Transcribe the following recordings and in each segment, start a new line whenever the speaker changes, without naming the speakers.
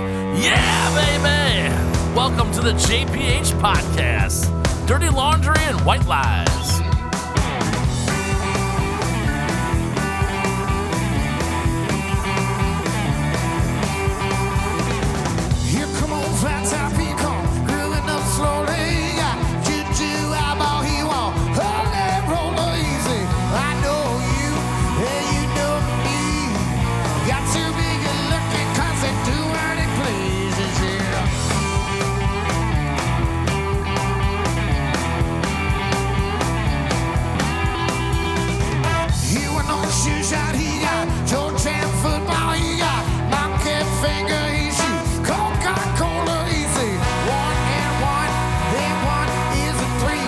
Yeah, baby! Welcome to the JPH Podcast Dirty Laundry and White Lies.
Here come on, flat top peacock, grilling up slowly. Got juju eyeball, he won't hold that roller easy. I know you, and you know me. Got too big a looking, cause they do what it pleases, yeah. You and no shoes out, he got Joe Jam football, he got Monkey finger, he shoots Coca-Cola easy. One and one, then one is a three.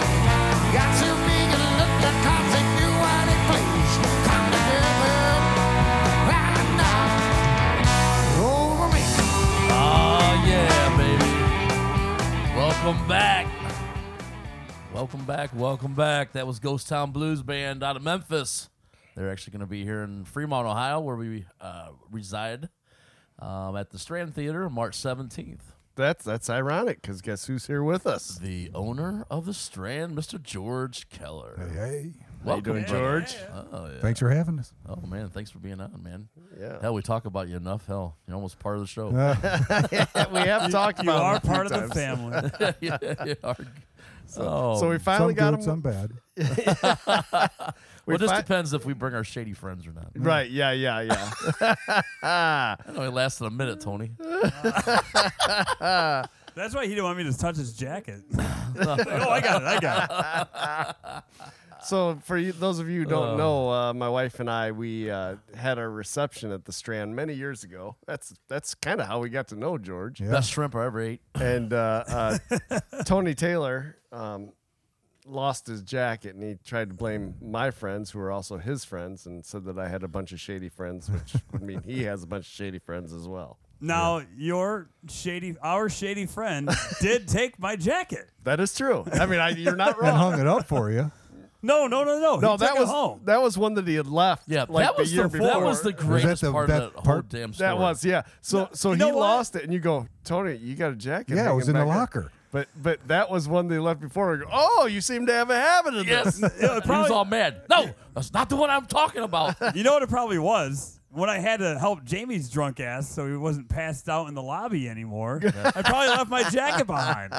Got too big a look at cops and knew what it plays. Come together right now. Over me.
Oh, yeah, baby. Welcome back. Welcome back. Welcome back. That was Ghost Town Blues Band out of Memphis. They're actually going to be here in Fremont, Ohio, where we uh, reside um, at the Strand Theater March 17th.
That's that's ironic because guess who's here with us?
The owner of the Strand, Mr. George Keller.
Hey,
How you doing, George?
Oh, yeah.
thanks for having us.
Oh man, thanks for being on, man.
Yeah.
Hell, we talk about you enough. Hell, you're almost part of the show.
Uh,
we have talked
You
about. him
are
a few
part of the
times.
family.
You are- oh,
So we
Some
finally got
good,
him.
some bad.
we
well, this
fi-
depends if we bring our shady friends or not.
Right? Yeah, yeah, yeah.
I know it lasted a minute, Tony.
That's why he didn't want me to touch his jacket. oh, I got it. I got it.
so for you, those of you who don't
Oh.
know, uh, my wife and I we uh, had our reception at the Strand many years ago. That's that's kind of how we got to know George.
Yeah.
Best shrimp I ever ate.
And uh, uh, Tony Taylor um, lost his jacket, and he tried to blame my friends, who were also his friends, and said that I had a bunch of shady friends, which would mean he has a bunch of shady friends as well.
Now your shady, our shady friend did take my jacket.
That is true. I mean, I, you're not
And
wrong.
hung it up for you.
No, no, no, no.
No,
he
that
took
was
it home.
that was one that he had left.
Yeah,
like
that was
the year
the
before.
that was the greatest
the-
part
that
of that whole
part-
damn story.
That was yeah. So so
you
he
know what?
lost it, and you go, Tony, you got a jacket.
Yeah, it was
hanging
in the
back up."
locker.
But but that was one they left before. I go, oh, you seem to have a habit of this.
Yes, he was
probably-
all mad. No, that's not the one I'm talking about.
You know what it probably was? When I had to help Jamie's drunk ass so he wasn't passed out in the lobby anymore, I probably left my jacket behind.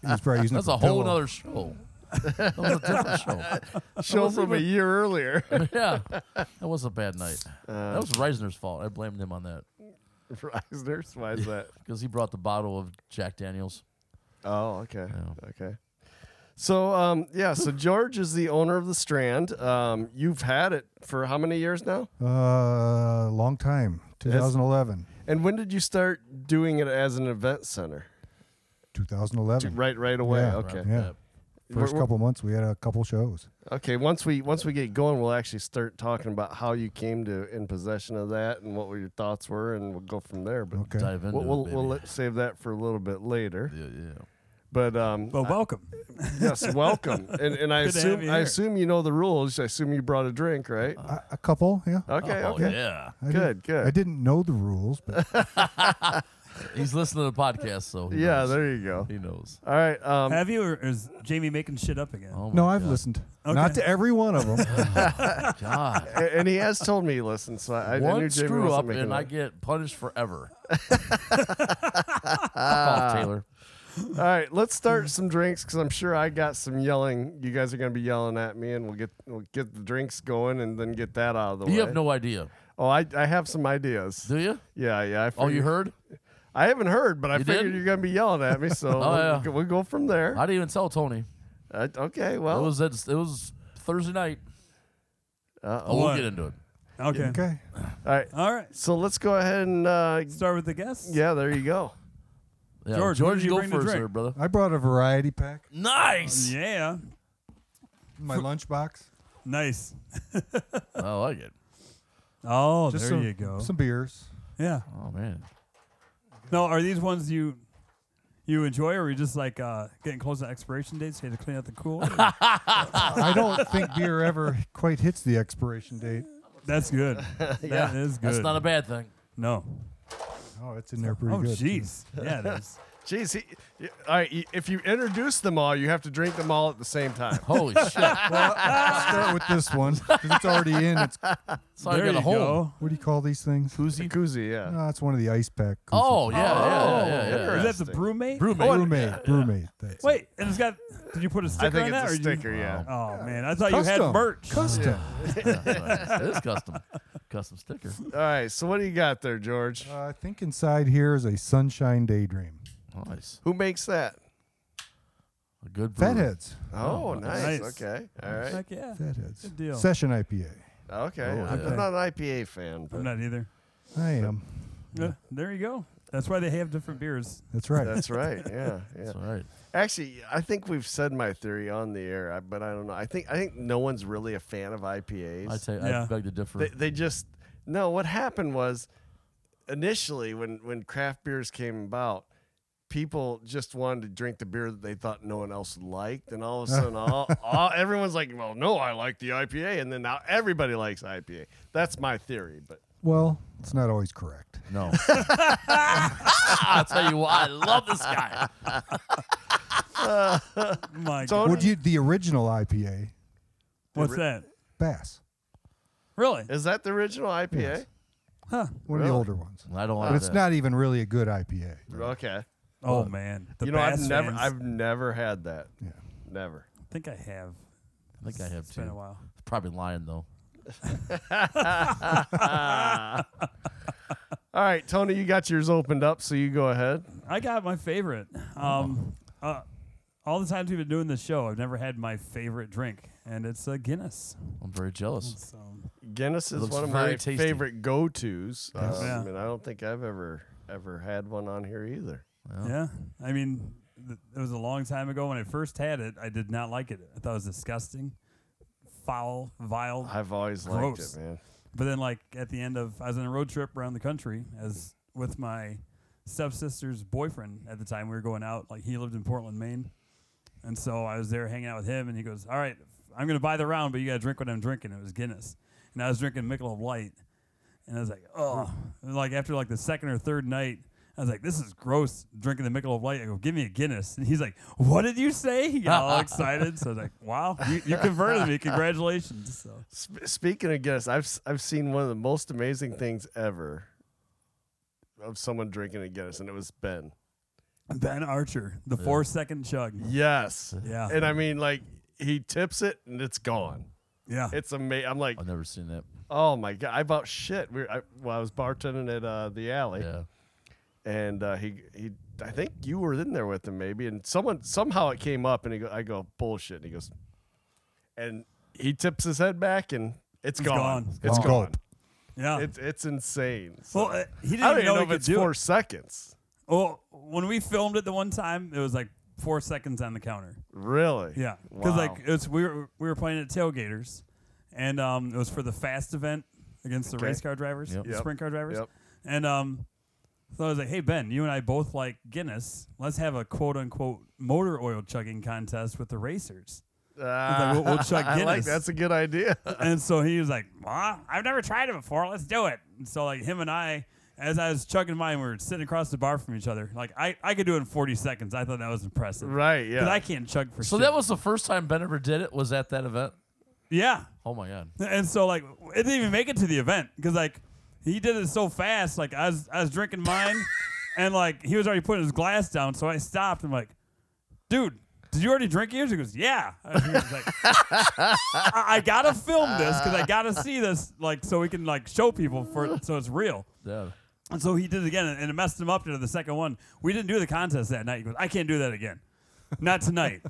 He was probably using
That's
it for
a whole
pillow.
other show. That was a different show.
Show from a year earlier.
Yeah, that was a bad night.
Uh,
that was Reisner's fault. I blamed him on that
Reisner's. Why is that?
because he brought the bottle of Jack Daniels.
Oh, okay, okay. So um, yeah, so George is the owner of the Strand. Um, you've had it for how many years now?
Uh, long time. 2011.
And when did you start doing it as an event center?
2011.
Right, right away.
Yeah.
okay.
Yeah.
Uh,
1st
We're-
couple months, we had a couple shows.
Okay, once we once we get going, we'll actually start talking about how you came to in possession of that and what were your thoughts were, and we'll go from there. But
Okay.
dive into
we'll we'll,
it,
we'll
baby.
let, save that for a little bit later.
yeah, yeah.
But um,
But welcome.
yes, welcome. And and I
Good to have
assume
you
I
here.
assume you know the rules. I assume you brought a drink, right?
A, a couple, yeah.
okay,
Uh-huh. Oh,
Uh, okay,
yeah.
I didn't-
good, good.
I didn't know the rules, but
He's listening to the podcast, so he
Yeah,
knows.
there you go.
he knows.
All right. Um,
Have you, or is Jamie making shit up again?
Oh my
no, I've
God.
listened. Not to every one of them.
God,
a- and he has told me. Listen, so I, I knew
one
Jamie
screw
wasn't
up
making
and
it
I
up.
get punished forever. Fuck off, Taylor.
All right, let's
Mm.
start some drinks because I'm sure I got some yelling. You guys are gonna be yelling at me, and we'll get we'll get the drinks going, and then get that out of the way.
You have no idea,
Oh, I, I have some ideas.
do you?
Yeah, yeah. I
Oh, you
figured-
heard?
I haven't heard, but I
You
figured
didn't?
you're gonna be yelling at me, so we'll,
yeah.
we'll go from there.
I didn't even tell Tony.
Uh, okay,
It
well,
was it was Thursday night.
uh,
Oh, we'll
What?
get into it.
Okay.
Okay.
all right.
All right.
So let's go ahead and uh,
Start with the guests.
yeah, there you go.
Yeah,
George, what
George,
did
you
you
go
bring to
first,
drink?
there, brother.
I brought a variety pack
Nice.
Yeah.
in my lunchbox.
Nice.
I like it.
Oh,
Just
there
some,
you go.
Some beers.
yeah.
Oh man.
No, are these ones you you enjoy, or are you just like uh, getting close to expiration dates? So you had to clean out the cooler.
I don't think beer ever quite hits the expiration date.
That's good. That is good.
That's not a bad thing.
no.
Oh, it's in there pretty
Oh,
good. too.
jeez. Yeah, it is.
Jeez, he, y- all right, y- if you introduce them all, you have to drink them all at the same time.
Holy shit! So
Start with this one 'cause it's already in. It's
I
there
got a
you
hole.
go.
what do you call these things? Uh,
Koozie? Koozie, yeah.
No, it's one of the ice pack. cookies.
Oh yeah, yeah, yeah, yeah.
Oh, interesting.
Is that the brewmate?
Brewmate.
brewmate, brewmate. That's
Wait, and it's got. Did you put a sticker
I think
on that?
it's a
or you-
sticker, yeah.
Oh man, I thought you had
Custom.
merch.
custom.
it is custom, custom sticker.
All right, so what do you got there, George?
Uh, I think inside here is a sunshine daydream.
Nice,
Who makes that?
a good brewer.
Fatheads,
Oh,
Oh,
nice.
nice.
Okay, all right,
Heck yeah.
fatheads.
Good deal.
Session IPA.
okay.
Oh,
I'm
yeah.
not an IPA fan,
I'm
but
not either.
I am.
Yeah, there you go. That's why they have different beers.
That's right.
that's right. Yeah, yeah.
That's all right.
Actually, I think we've said my theory on the air, I- but I don't know. I think I think no one's really a fan of IPAs.
I tell you, I
Yeah.
beg to differ.
they, they just no what happened was initially when when craft beers came about people just wanted to drink the beer that they thought no one else liked and all of a sudden all, all everyone's like well no i like the ipa and then now everybody likes ipa that's my theory but
well, it's not always correct.
no. I'll tell you what, I love this guy.
My
So-
God.
Would you the original IPA
What's that?
Bass?
Really?
is that the original ipa
Huh.
One of
Really?
the older ones.
I don't like
But it's
that.
not even really a good IPA.
okay
Oh man. The
you know i've
Bass
never
fans.
i've never had that
Yeah.
never
I think I have.
I think I have
It's been a
two.
while.
Probably lying though.
all right tony you got yours opened up so you go ahead
I got my favorite. Um, uh, all the times we've been doing this show, I've never had my favorite drink, and it's a Guinness.
I'm very jealous.
So
Guinness is
looks
one of
very
my
tasty.
favorite go tos. Um,
Yeah.
And I don't think I've ever ever had one on here either.
yeah, I mean, th- it was a long time ago when I first had it. I did not like it. I thought it was disgusting, foul, vile.
I've always
Gross.
liked it, man.
But then, like at the end of, I was on a road trip around the country as with my stepsister's boyfriend at the time. We were going out. Like he lived in Portland, Maine, and so I was there hanging out with him. And he goes, "All right, I'm gonna buy the round, but you gotta drink what I'm drinking." It was Guinness, and I was drinking Michelob Light, and I was like, "Oh!" And, like after like the second or third night. I was like, "This is gross." Drinking the Michelob Light, I go, "Give me a Guinness," and he's like, "What did you say?" He got all excited. So I was like, "Wow, you, you converted me! Congratulations!" So
Sp- speaking of Guinness, I've s- I've seen one of the most amazing things ever of someone drinking a Guinness, and it was Ben.
Ben Archer, the four second chug.
Yes.
Yeah.
And I mean, like he tips it, and it's gone.
Yeah.
It's amazing. I'm like,
I've never seen that.
oh my god, I bought shit. We, were- I, well, I was bartending at uh, the alley.
Yeah.
and uh, he he I think you were in there with him maybe, and someone somehow it came up, and he go, I go bullshit, and he goes, and he tips his head back, and it's gone,
gone.
it's
Gone.
gone,
Gulp.
yeah.
it's it's insane. So
well, uh, he didn't
I
even
don't even know
know, he
if
could
it's
do
four
it.
seconds,
Well, when we filmed it the one time, it was like four seconds on the counter.
really.
Yeah, because
wow.
like it's we were we were playing at tailgaters, and um, it was for the fast event against the
Okay.
race car drivers,
Yep.
the
Yep.
sprint car drivers,
Yep.
and um, so I was like, hey Ben, you and I both like Guinness. Let's have a quote unquote motor oil chugging contest with the racers.
Ah,
we'll- we'll chug
I like
Guinness.
that's a good idea.
and so he was like, "Ma, I've never tried it before. Let's do it." And so like him and I, as I was chugging mine, we were sitting across the bar from each other. Like I, I could do it in 40 seconds. I thought that was impressive.
right? Yeah.
Because I can't chug for
So
shit.
that was the first time Ben ever did it. Was at that event.
yeah.
Oh my god.
And so like it didn't even make it to the event because like he did it so fast. Like I was I was drinking mine, and like he was already putting his glass down. So I stopped. I'm like, dude. Did you already drink yours? He goes, yeah. I was like, I, I gotta film this because I gotta see this, like, so we can like show people for so it's real.
Yeah.
And so he did it again, and it messed him up to the second one. We didn't do the contest that night. He goes, I can't do that again. Not tonight.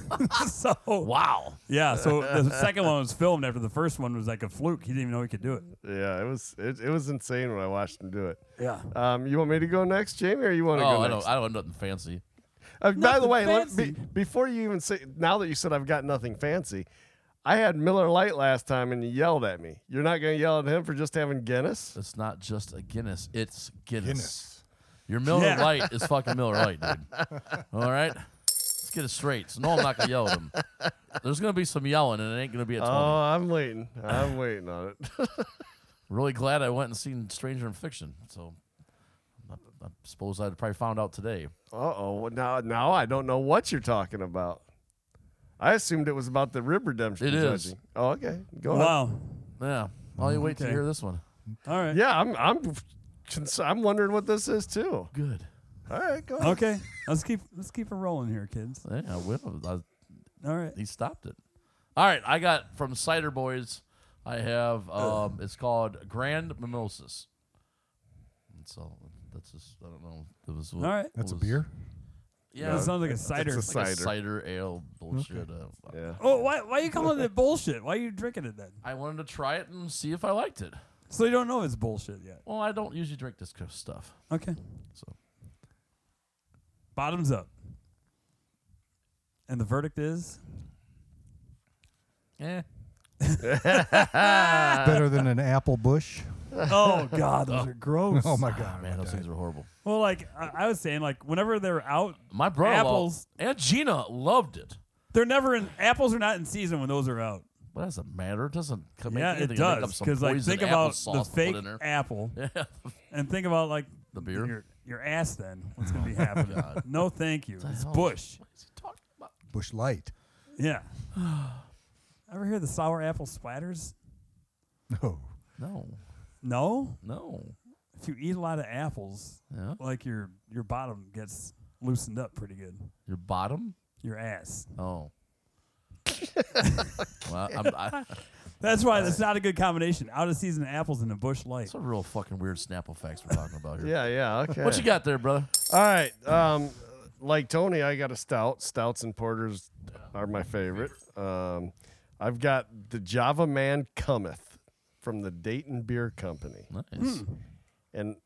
so
Wow.
yeah, so the second one was filmed after the first one was like a fluke. He didn't even know he could do it.
yeah, it was it, it was insane when I watched him do it.
Yeah.
Um, you want me to go next, Jamie, or you want
Oh,
to go
I
next?
don't. I don't have nothing fancy.
Uh, by the
Nothing
way, let, be,
fancy.
before you even say, now that you said I've got nothing fancy, I had Miller Lite last time and you yelled at me. You're not going to yell at him for just having Guinness?
It's not just a Guinness. It's Guinness.
Guinness.
Your Miller
Yeah.
Lite is fucking Miller Lite, dude. All right. Let's get it straight. So no, I'm not gonna yell at him. There's gonna be some yelling, and it ain't gonna be a.
Oh,
Tony.
I'm waiting. I'm waiting on it.
really glad I went and seen Stranger in Fiction. So I suppose I'd probably found out today.
Uh oh. Now, now I don't know what you're talking about. I assumed it was about the rib redemption.
It is.
judging. Oh, okay. Go on.
Wow.
Yeah. Well, you wait to
Okay.
hear this one.
All right.
Yeah, I'm. I'm. Cons- I'm wondering what this is too.
Good.
All right, go. on.
Okay. Let's keep let's keep it rolling here, kids.
Yeah, I will. I,
All right.
he stopped it. All right, I got from Cider Boys. I have um, it's called Grand Mimosas. And so that's just I don't know. It was
All right.
That's a
was-
beer.
Yeah,
that sounds like a cider.
It's a
like a
cider.
cider ale bullshit. Uh,
Yeah.
oh, why why you calling it bullshit? Why are you drinking it then?
I wanted to try it and see if I liked it.
So you don't know it's bullshit yet.
Well, I don't usually drink this kind of stuff.
Okay.
So
Bottoms up. And the verdict is
eh.
Uh,
Better than an apple bush.
Oh God, those are gross.
Oh my god.
Man, those things are horrible.
Well, like I, I was saying, like whenever they're out,
My brother
Apples.
and Gina loved it.
they're never in. Apples are not in season when those are out.
What does it matter? It doesn't come
yeah,
anything
it
to make up
does.
some
Because like
poison
think about
applesauce
the
to put
fake
in there.
apple,
Yeah.
and think about like
The beer? Oh
your your ass. Then what's gonna be happening? No, thank you. It's
hell?
bush.
What's he talking about?
Bush light.
Yeah. Ever hear the sour apple splatters?
No.
No,
No.
no.
If you eat a lot of apples,
Yeah.
like your your bottom gets loosened up pretty good.
Your bottom?
Your ass.
Oh. well, I'm, I,
That's why that's not a good combination. Out of season apples and a bush light.
it's a real fucking weird Snapple facts we're talking about here.
Yeah. Yeah. Okay.
What you got there, brother?
All right. Um, like Tony, I got a stout. Stouts and porters are my favorite. Um, I've got the Java Man Cometh from the Dayton Beer Company,
Nice.
Hmm. and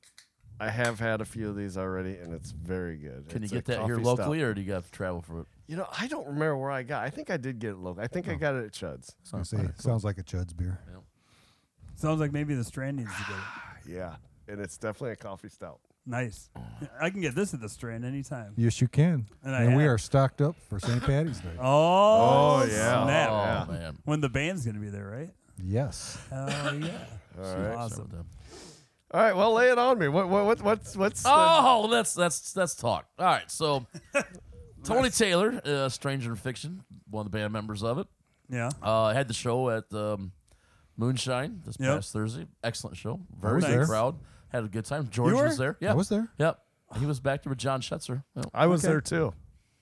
I have had a few of these already, and it's very good.
Can you
It's a
get that here
coffee stout.
locally, or do you got to travel for it?
You know, I don't remember where I got. I think I did get it local. I
Oh.
think I got it at Chud's.
I was gonna say, sounds like a Chud's beer.
Sounds like maybe the Strand needs to get it.
Yeah, and it's definitely a coffee stout.
Nice. I can get this at the Strand anytime.
Yes, you can.
And
And,
I
we
have.
are stocked up for St. Patty's Day.
Oh,
Oh, yeah.
snap.
Oh man.
When the band's going to be there, right?
Yes.
Oh, yeah.
Start
Awesome.
with them.
All right, well, lay it on me. What, what, what what's what's? the-
Oh, that's that's that's talk. All right, so Tony Taylor, uh, Stranger in Fiction, one of the band members of it,
Yeah.
uh, had the show at um, Moonshine this
Yep.
past Thursday. Excellent show. Very
was
good
there.
crowd. Had a good time. George was
were? Oh,
there. Yeah,
I was there.
Yep. He was back there with John Schetzer. Yep.
I was there too.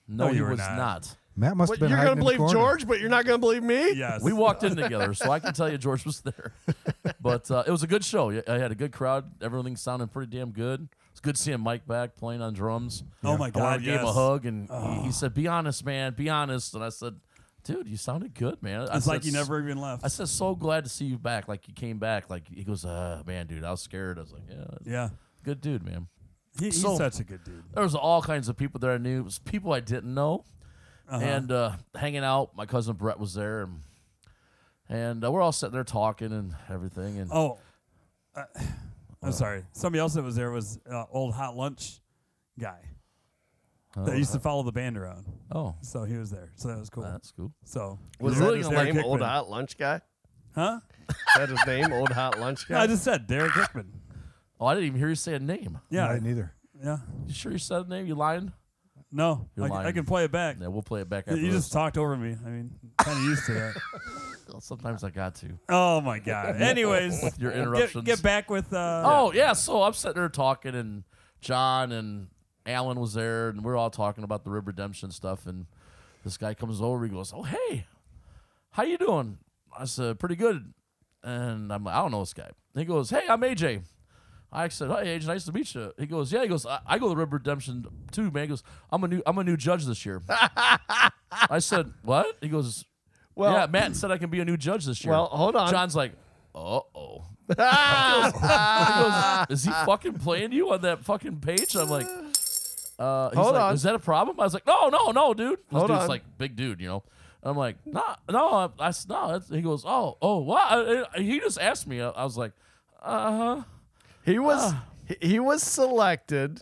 No,
you
he
were
was
not.
not.
Matt must have
What,
been
you're
hiding
gonna
in the corner.
believe George, but you're not gonna believe me?
Yes.
We walked in together, so I can tell you George was there. but uh, it was a good show. Yeah, I had a good crowd. Everything sounded pretty damn good. It's good seeing Mike back playing on drums.
Oh, my
I went
God.
and
Yes. Ah.
gave him a hug, and he, he said, "Be honest, man. Be honest." And I said, "Dude, you sounded good, man." I
It's
said,
like you
"S-
never even left.
I said, "So glad to see you back. Like you came back." Like he goes, "Uh, man, dude, I was scared." I was like, "Yeah,
yeah.
good dude, man."
He, he's
So-
such a good dude.
there was all kinds of people there I knew. It was people I didn't know,
Uh-huh.
and uh, hanging out. My cousin Brett was there, and, and uh, we're all sitting there talking and everything. And
Oh, uh, I'm sorry. Somebody else that was there was uh, old Hot Lunch guy that used to follow the band around.
oh,
So he was there. So that was cool.
uh. that's cool.
so
Was
Derek-
that his
Derek
name, old
Hickman.
hot lunch guy?
Huh?
Is that his name, old hot lunch
No,
guy?
I just said Derek Hickman.
Oh, I didn't even hear you say a name.
Yeah.
I didn't either.
Yeah.
You sure you said a name? You lying?
No,
You're
I, c- I
lying.
can play it back.
Yeah, we'll play it back after
You
this.
just talked over me. I mean, kind of used to that.
Sometimes I got to.
Oh my god. Anyways,
your
get-
interruptions.
Get, back with. Uh,
Oh yeah, so I'm sitting there talking, and John and Alan was there, and we are all talking about the Rib Redemption stuff. And this guy comes over, he goes, "Oh hey, how you doing?" I said, "Pretty good." And I'm like, "I don't know this guy." He goes, "Hey, I'm AJ." I said, "Hey, AJ, nice to meet you." He goes, "Yeah." He goes, "I, I go to Rib Redemption too, man." He goes, "I'm a new I'm a new judge this year." I said, "What?" He goes. Well, yeah, Matt said I can be a new judge this year.
Well, hold on.
John's like, uh oh. He goes, is he fucking playing you on that fucking page? I'm like, uh, he's like,
Hold on.
is that a problem? I was like, no, no, no, dude. This
Hold
dude's
on.
like big dude, you know. And I'm like, nah, no, I, I s- no. that's- he goes, oh, oh, what? I- I- he just asked me. I, I was like, uh huh.
he was he- he was selected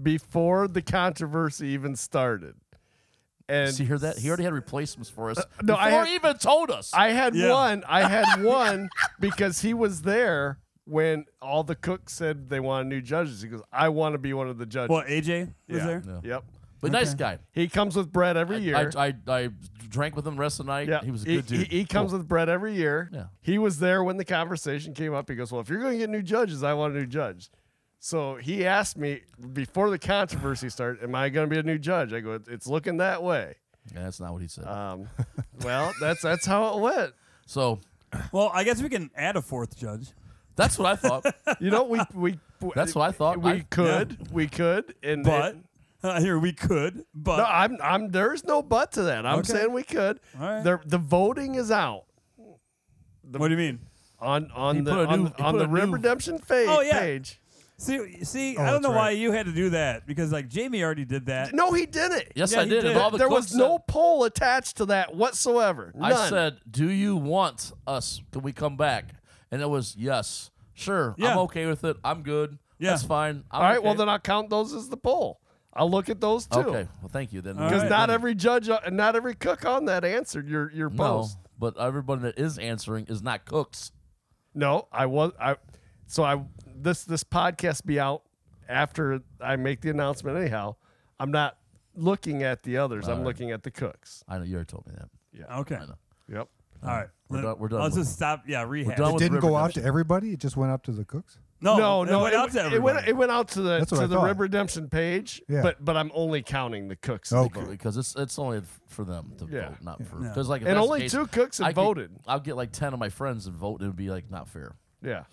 before the controversy even started. And
Did you hear that? He already had replacements for us
Uh, no,
before
I had-
he even told us.
I had
Yeah.
one. I had one because he was there when all the cooks said they wanted new judges, he goes, "I want to be one of the judges."
Well, AJ was
Oh. Yeah.
there.
Yeah.
Yep.
But nice guy.
He comes with bread every year.
I, I, I drank with him the rest of the night.
yeah,
He was a good
he,
dude.
He, comes with bread every year.
Yeah.
He was there when the conversation came up. He goes, "Well, if you're going to get new judges, I want a new judge." So he asked me before the controversy started, "Am I going to be a new judge?" I go, "It- "It's looking that way."
Yeah, that's not what he said.
Um, well, that's that's how it went.
so
Well, I guess we can add a fourth judge.
that's what I thought.
You know, we we
That's what I thought.
We
I-
could, we could, and
But uh,
and-
here we could. But uh,
no, I'm I'm there's no but to that. I'm
Okay.
saying we could.
All right.
The the voting is out
what do you mean?
on
He
on the
put a
on,
new- he
on
put
the
a
Rib
new-
Redemption fa-
Oh, yeah.
page.
See, see,
Oh,
I don't
that's
know why
right.
you had to do that because like Jamie already did that.
No, he didn't.
Yes,
Yeah,
I
he
did.
did.
And all the
there
cooks
was no poll attached to that whatsoever.
said- I
None.
said, "Do you want us? Can we come back?" And it was yes, sure. I'm
Yeah.
okay with it. I'm good.
Yeah.
That's fine. I'm
All right, well
okay."
then I'll count those as the poll. I'll look at those too.
Okay. Well, thank you. Then
Because
All right.
not every judge uh, and not every cook on that answered your your
no,
post.
but everybody that is answering is not cooks.
No, I was I. So I this this podcast be out after I make the announcement. Anyhow, I'm not looking at the others. I'm looking at the cooks.
I know you already told me that.
Okay.
know.
Yep.
All right.
We're done- we're done
Let's
with-
just stop. Yeah, rehash.
done
It
with
didn't
river
go out
dips.
to everybody. It just went out to the cooks.
no,
No, no,
Oh, It went out to
it
everybody.
went it went out to the
That's what
to
I
the
thought.
Rib Redemption page.
Yeah.
But but I'm only counting the cooks. as
Okay.
the vote.
because it's it's only f- for them to
Yeah.
vote, not for
Yeah.
because like if
And
that's the
only
case,
two cooks have
I could-
voted.
I'll get like ten of my friends and vote. and It would be like not fair.
Yeah.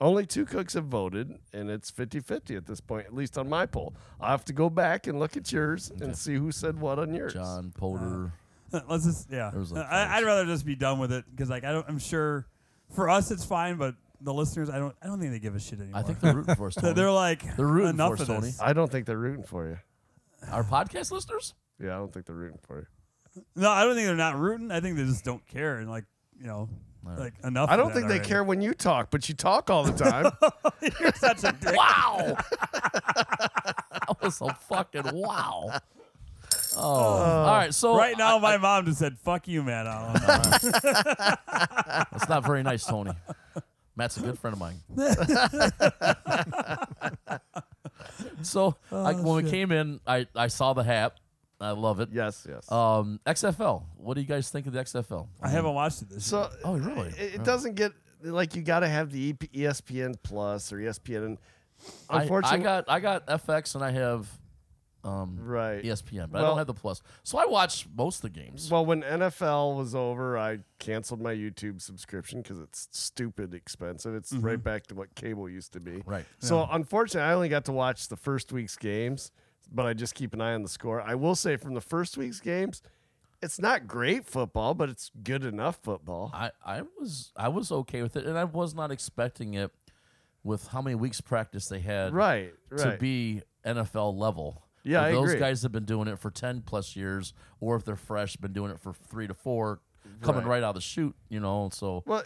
Only two cooks have voted, and it's 50 50 at this point, at least on my poll. I'll have to go back and look at yours and see who said what on yours.
John
uh,
Polder.
Let's just yeah.
was, like,
I, I'd rather just be done with it because like I don't. I'm sure for us it's fine, but the listeners, I don't. I don't think they give a shit anymore.
I think they're rooting for us.
So
Tony.
they're like
They're rooting
enough
for us,
of
Tony.
this.
I don't think they're rooting for you.
Our podcast listeners.
Yeah, I don't think they're rooting for you.
No, I don't think they're not rooting. I think they just don't care and like you know, like enough.
I
of
don't
that
think they
already.
care when you talk, but you talk all the time.
You're such a dick.
Wow. that was a fucking wow. Oh. All right. So
Right now,
I-
my mom just said, "Fuck you, man." I don't know.
that's not very nice, Tony. Matt's a good friend of mine. so I, when we came in, I, I saw the hat. I love it.
yes, yes.
Um, XFL. What do you guys think of the XFL?
I haven't watched it this year.
so
Oh, really?
It, it
Oh.
doesn't get like you got to have the E EP, ESPN Plus or E ESPN.
I- I,
Unfortunately,
got I got FX and I have um,
right.
ESPN, but I
Well-
don't have the plus. So I watch most of the games.
Well, when NFL was over, I canceled my YouTube subscription because it's stupid expensive. It's right back to what cable used to be.
Mm-hmm. Right.
So unfortunately, I only got to watch the first week's games, but I just keep an eye on the score. I will say from the first week's games, it's not great football, but it's good enough football.
I, I was I was okay with it, and I was not expecting it with how many weeks practice they had
Right. Right.
to be NFL level.
Yeah,
If
I
those
agree.
guys have been doing it for ten plus years, or if they're fresh, been doing it for three to four, coming
Right.
right, out of the shoot. You know, so
Well,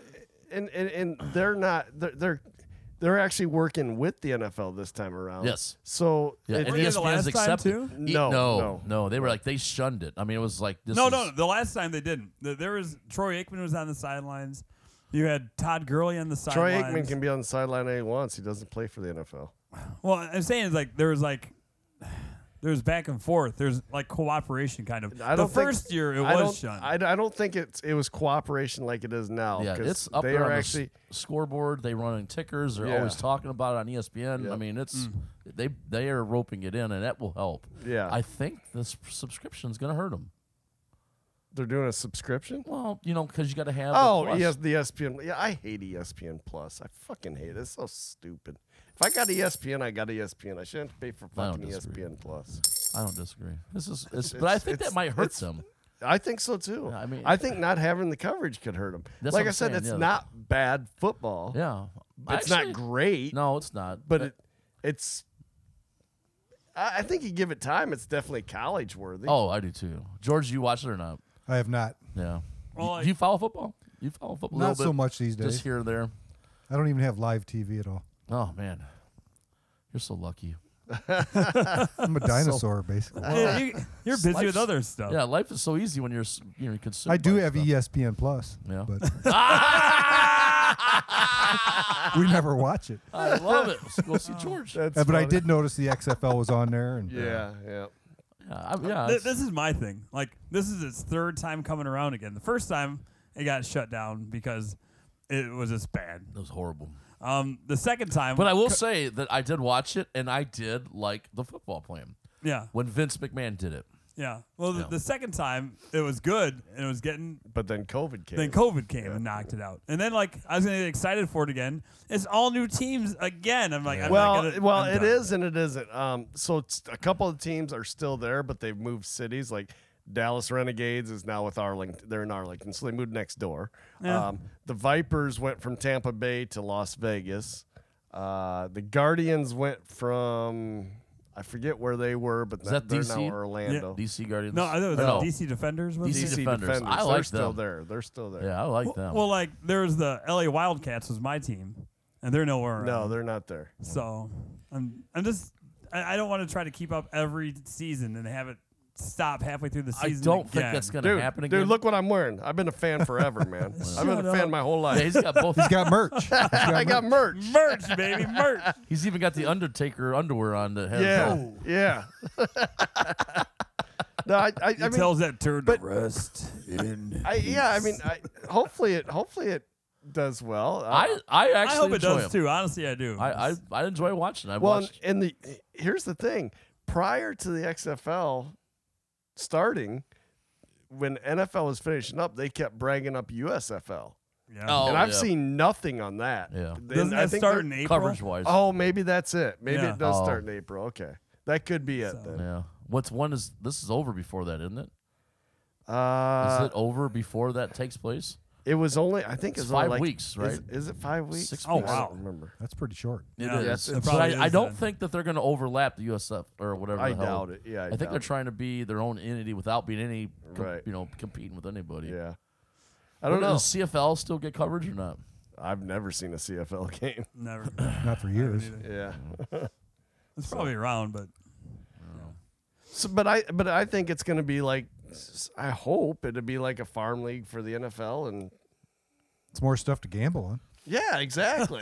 and and, and they're not they're, they're they're actually working with the NFL this time around.
Yes.
So
yeah,
it's-
and E
Were they the
ESPN's
last time,
accepted.
too?
E-
No,
no,
no.
They were like they shunned it. I mean, it was like this.
No,
is-
no, the last time they didn't. Th- There was Troy Aikman was on the sidelines. You had Todd Gurley on the
Troy
sidelines.
Aikman can be on the sideline any once. He doesn't play for the NFL.
Well, I'm saying is like there was like there was back and forth. There's like cooperation kind of.
I
the
don't think-
first year it
I
was
don't,
shunned.
I, I don't think it's it was cooperation like it is now.
Yeah,
'cause
it's up
they
there
are
on
actually
the s- scoreboard. They running tickers. They're
Yeah.
always talking about it on E ESPN. I
Yep. Mm.
mean, it's they they are roping it in, and that will help.
Yeah.
I think this subscription is going to hurt them.
they're doing a subscription.
Well, you know, because you got to have. the
Oh,
plus.
yes, the ESPN. Yeah, I hate E ESPN Plus. I fucking hate it. It's so stupid. If I got E ESPN, I got ESPN. I shouldn't pay for
I don't
fucking E
disagree.
ESPN Plus.
I don't disagree. This is, it's, but I
It's-
think that
it's-
might hurt
it's-
them.
I think so too.
Yeah, I
I
mean-
mean, I think not having the coverage could hurt them.
That's
like
what
I
I'm
said,
saying,
it's
yeah.
not bad football.
Yeah,
It's
Actually,
not great,
No, it's not.
but it, it's. I I think you give it time. It's definitely college worthy.
oh, I do too. George, you watch it or not?
I have not.
Yeah.
Well,
you,
I-
do you follow football? You follow football? a
Not
little
so
bit,
much these days.
Just here and there.
I don't even have live TV at all.
Oh man, you're so lucky.
I'm a dinosaur, basically.
Yeah, you, you're busy with
Life's-
other stuff.
Oh.
Yeah, life
e-
E
is so easy when you're s- you know consumed.
I do
by
have
stuff.
ESPN Plus.
Yeah.
But we never watch it. Uh,
I love it. Let's go see George. Yeah,
That's
but I
funny.
did notice the XFL was on there, and
Yeah, yeah.
I- yeah,
Th-
it's-
this is my thing. Like this is its third time coming around again. The first time it got shut down because it was just bad.
it was horrible.
Um, the second time,
But I will say that I did watch it, and I did like the football plan
yeah,
when Vince McMahon did it.
yeah. Well, the,
Yeah.
the second time it was good and it was getting.
But then COVID came.
Then COVID came and knocked it out, and then like I was gonna get excited for it again. It's all new teams again. I'm like, I'm not
well,
gonna-
well,
I'm
it
done.
is and it isn't. Um, so it's, a couple of teams are still there, but they've moved cities. Like Dallas Renegades is now with Arlington. They're in Arlington, so they moved next door.
Yeah.
Um, the Vipers went from Tampa Bay to Las Vegas. Uh, the Guardians went from I forget where they were, but
that
they're
DC?
now Orlando.
DC Guardians.
No, I thought it was
Or
uh, DC Defenders. Was
DC
it?
DC
Defenders.
Defenders.
I
They're
like
still
them.
there. They're still there.
Yeah, I like
Well,
them.
well, like there was the LA Wildcats was my team, and they're nowhere around.
No, they're not there.
So I'm I'm just I, I don't want to try to keep up every season and have it stop halfway through the
I
season.
don't think
again.
that's going to
Dude,
happen again.
dude, look what I'm wearing. I've been a fan forever, man. I've been
Shut
a fan
up.
my whole
Yeah,
life.
he's got both.
he's got merch. He's got
I got merch.
merch, baby, merch.
he's even got the Undertaker underwear on the head.
Yeah, yeah. no, I, I, I
He
mean,
tells that turd
but-
to rest in.
I, yeah, I mean, I, hopefully it, hopefully it does well.
I I actually
I hope it
enjoy
does
him.
too. Honestly, I do.
I, I I enjoy watching. I
well,
watched.
and the here's the thing: prior to the XFL starting, when NFL was finishing up, they kept bragging up USFL,
yeah.
Oh,
and I've
yeah.
seen nothing on that.
Yeah.
And
Doesn't
I
that
think
start
they're-
in April?
coverage wise.
Oh, maybe that's it. Maybe
Yeah.
it does
Oh.
start in April. Okay, that could be it
So-
then.
Yeah. What's one is this is over before that, isn't it? Is
Uh,
it over before that takes place?
It was only I think
It's
it's only
five
like-
weeks,
is-
right?
Is, it five weeks?
Six
Oh,
weeks.
I
wow.
don't remember.
That's pretty short.
It
Yeah,
is.
yes, it
But
probably
I, I
is
don't
then.
think that they're going to overlap the USF or whatever.
I
the hell.
doubt it. Yeah, I
I, think
doubt
they're
it.
trying to be their own entity without being any, com-
Right.
you know, competing with anybody.
Yeah, I don't know.
Does CFL still get coverage or not?
I've never seen a CFL game.
Never.
Not for years.
Either.
Yeah,
It's probably around, but
so, but I but I think it's going to be like s- I hope it'll be like a farm league for the NFL and
It's more stuff to gamble on.
yeah, exactly.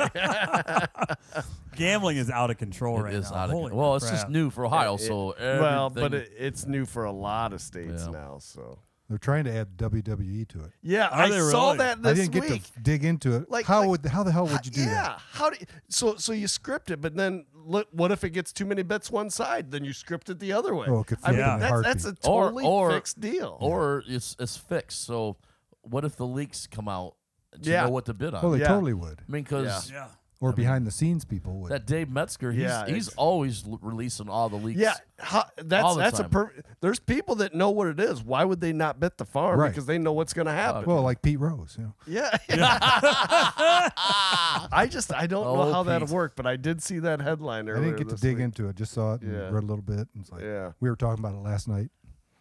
gambling is out of control
It
right
is
now.
out of
Holy
con- Well, it's just
crap.
new for Ohio, so
well, but
everything-
it, it's new for a lot of states
Yeah.
now. So
They're trying to add WWE to it.
yeah,
Are
I
they
saw
really?
that
I
this
didn't get
week.
to dig into it.
Like-
how
like-
would how the hell would you do
yeah.
that?
How do you, so? So you script it, but then look, what if it gets too many bets one side? Then you script it the other way.
Oh, it could
I mean,
flip in a
that's, that's
heartbeat.
a
Or-
totally
or-
fixed deal.
or it's it's fixed. So what if the leaks come out? Do you
Yeah.
know what to bid on?
Well, they
Yeah.
totally would.
I mean, because
Yeah.
Or behind the scenes people would.
that Dave Metzger, he's,
Yeah,
he's
it's-
always l- releasing all the leaks.
yeah, how,
All
that's
the
that's a
time.
perfect. There's people that know what it is. Why would they not bet the farm?
Right.
Because they know what's going to happen.
well, like Pete Rose, you know.
yeah. I just I don't
Oh,
know how that'll
Pete.
work, but I did see that headline
I
earlier.
didn't get to
this
dig
week.
into it. Just saw it and
Yeah.
read a little bit. And it's like
Yeah.
we were talking about it last night.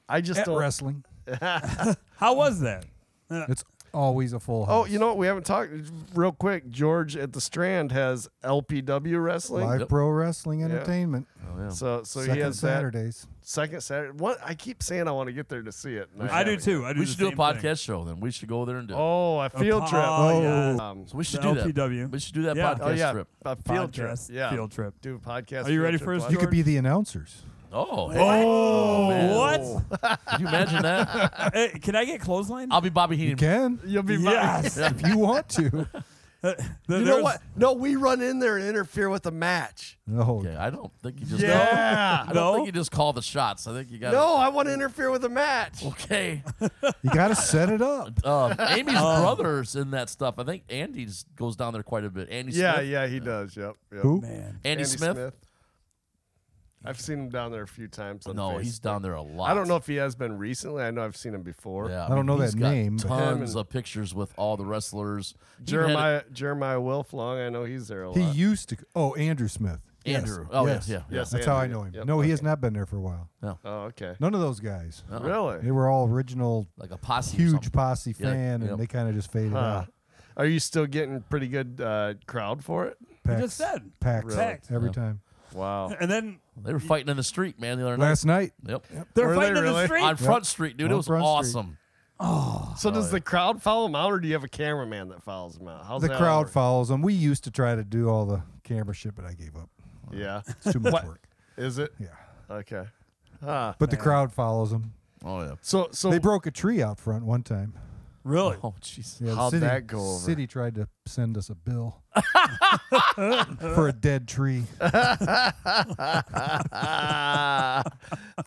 I just
At
don't.
wrestling,
How was that?
it's always a full house.
Oh, you know what? We haven't talked real quick. George at the Strand has LPW wrestling.
live
Yep.
pro wrestling entertainment.
So so he
Second
has
Saturdays.
that second Saturday. What I keep saying, I want to get there to see it. and
I do
haven't.
too. I do.
we
the
should do a
same thing.
podcast show then. We should go there and do. it.
Oh, a field
po-
trip.
oh, yes.
Um,
so we should
the
do
LPW.
that. We should do that
Yeah.
podcast
oh yeah,
trip.
a field
Podcast,
trip. Yeah,
Field trip.
Do a podcast.
Are you
field
ready
trip
for us,
live.
You could be the announcers.
Oh,
Oh,
man.
what?
Can you imagine that?
Hey, can I get clothesline?
I'll be Bobby
You
Heenan.
can
You'll be
yes.
if you want to.
You know what? No, we run in there and interfere with the match.
No,
Okay, I don't think you just.
Yeah.
I don't
No?
think you just call the shots. I think you got.
No, I want to interfere with the match.
Okay.
you got to set it up.
Um, Amy's brother's in that stuff. I think Andy's goes down there quite a bit. Andy.
Yeah,
Smith.
yeah, he does. Yep. yep.
Who?
Man.
Andy, Smith.
I've seen him down there a few times. On
No,
Facebook.
he's down there a lot.
I don't know if he has been recently. I know I've seen him before.
Yeah,
I don't know
he's
that
got
name, but-
Tons
Him and-
of pictures with all the wrestlers. He even had
Jeremiah Jeremiah Wilflong. I know he's there a lot.
He used to. Oh, Andrew Smith. Yes.
Andrew. Oh, yes, yeah, yeah.
Yes,
That's how I
Andrew.
know him.
Yep,
no, he
okay.
has not been there for a while.
oh, okay.
None of those guys. They
Really?
were all original,
Like a posse. or
huge
something.
posse
Yeah,
fan,
yep.
and they kind of just faded
Huh.
out.
Are you still getting pretty good uh, crowd for it?
Packs,
just said.
packs
Really?
every
Yeah.
time.
Wow.
And then
They were fighting in the street, man, the other
Last night,
night. Yep.
they're
Were they
fighting in the
really?
street.
On Front Street, dude.
On
it was
Front Street.
awesome.
So does the crowd follow him out, or do you have a cameraman that follows him out? How's
The
that
crowd
work?
follows them. We used to try to do all the camera shit, but I gave up.
Yeah,
It's too much
What?
work.
is it?
Yeah.
Okay. Huh.
But the crowd follows them.
Oh yeah.
So so
They broke a tree out front one time.
Really?
Oh jeez.
Yeah, the
How'd
city,
that go over?
City tried to send us a bill for a dead tree.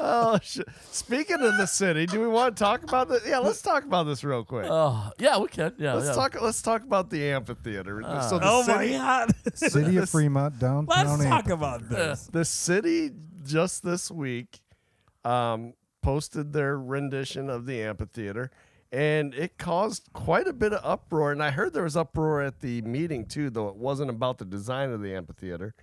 oh, sh- speaking of the city, do we want to talk about this? Yeah, let's talk about this real quick.
Oh yeah, we can. Yeah.
let's
yeah.
talk. Let's talk about the amphitheater. so the
Oh
city,
my God.
City of Fremont downtown.
Let's talk
Amphitheater.
about this.
the city just this week um, posted their rendition of the amphitheater, and it caused quite a bit of uproar. And I heard there was uproar at the meeting too, though it wasn't about the design of the amphitheater.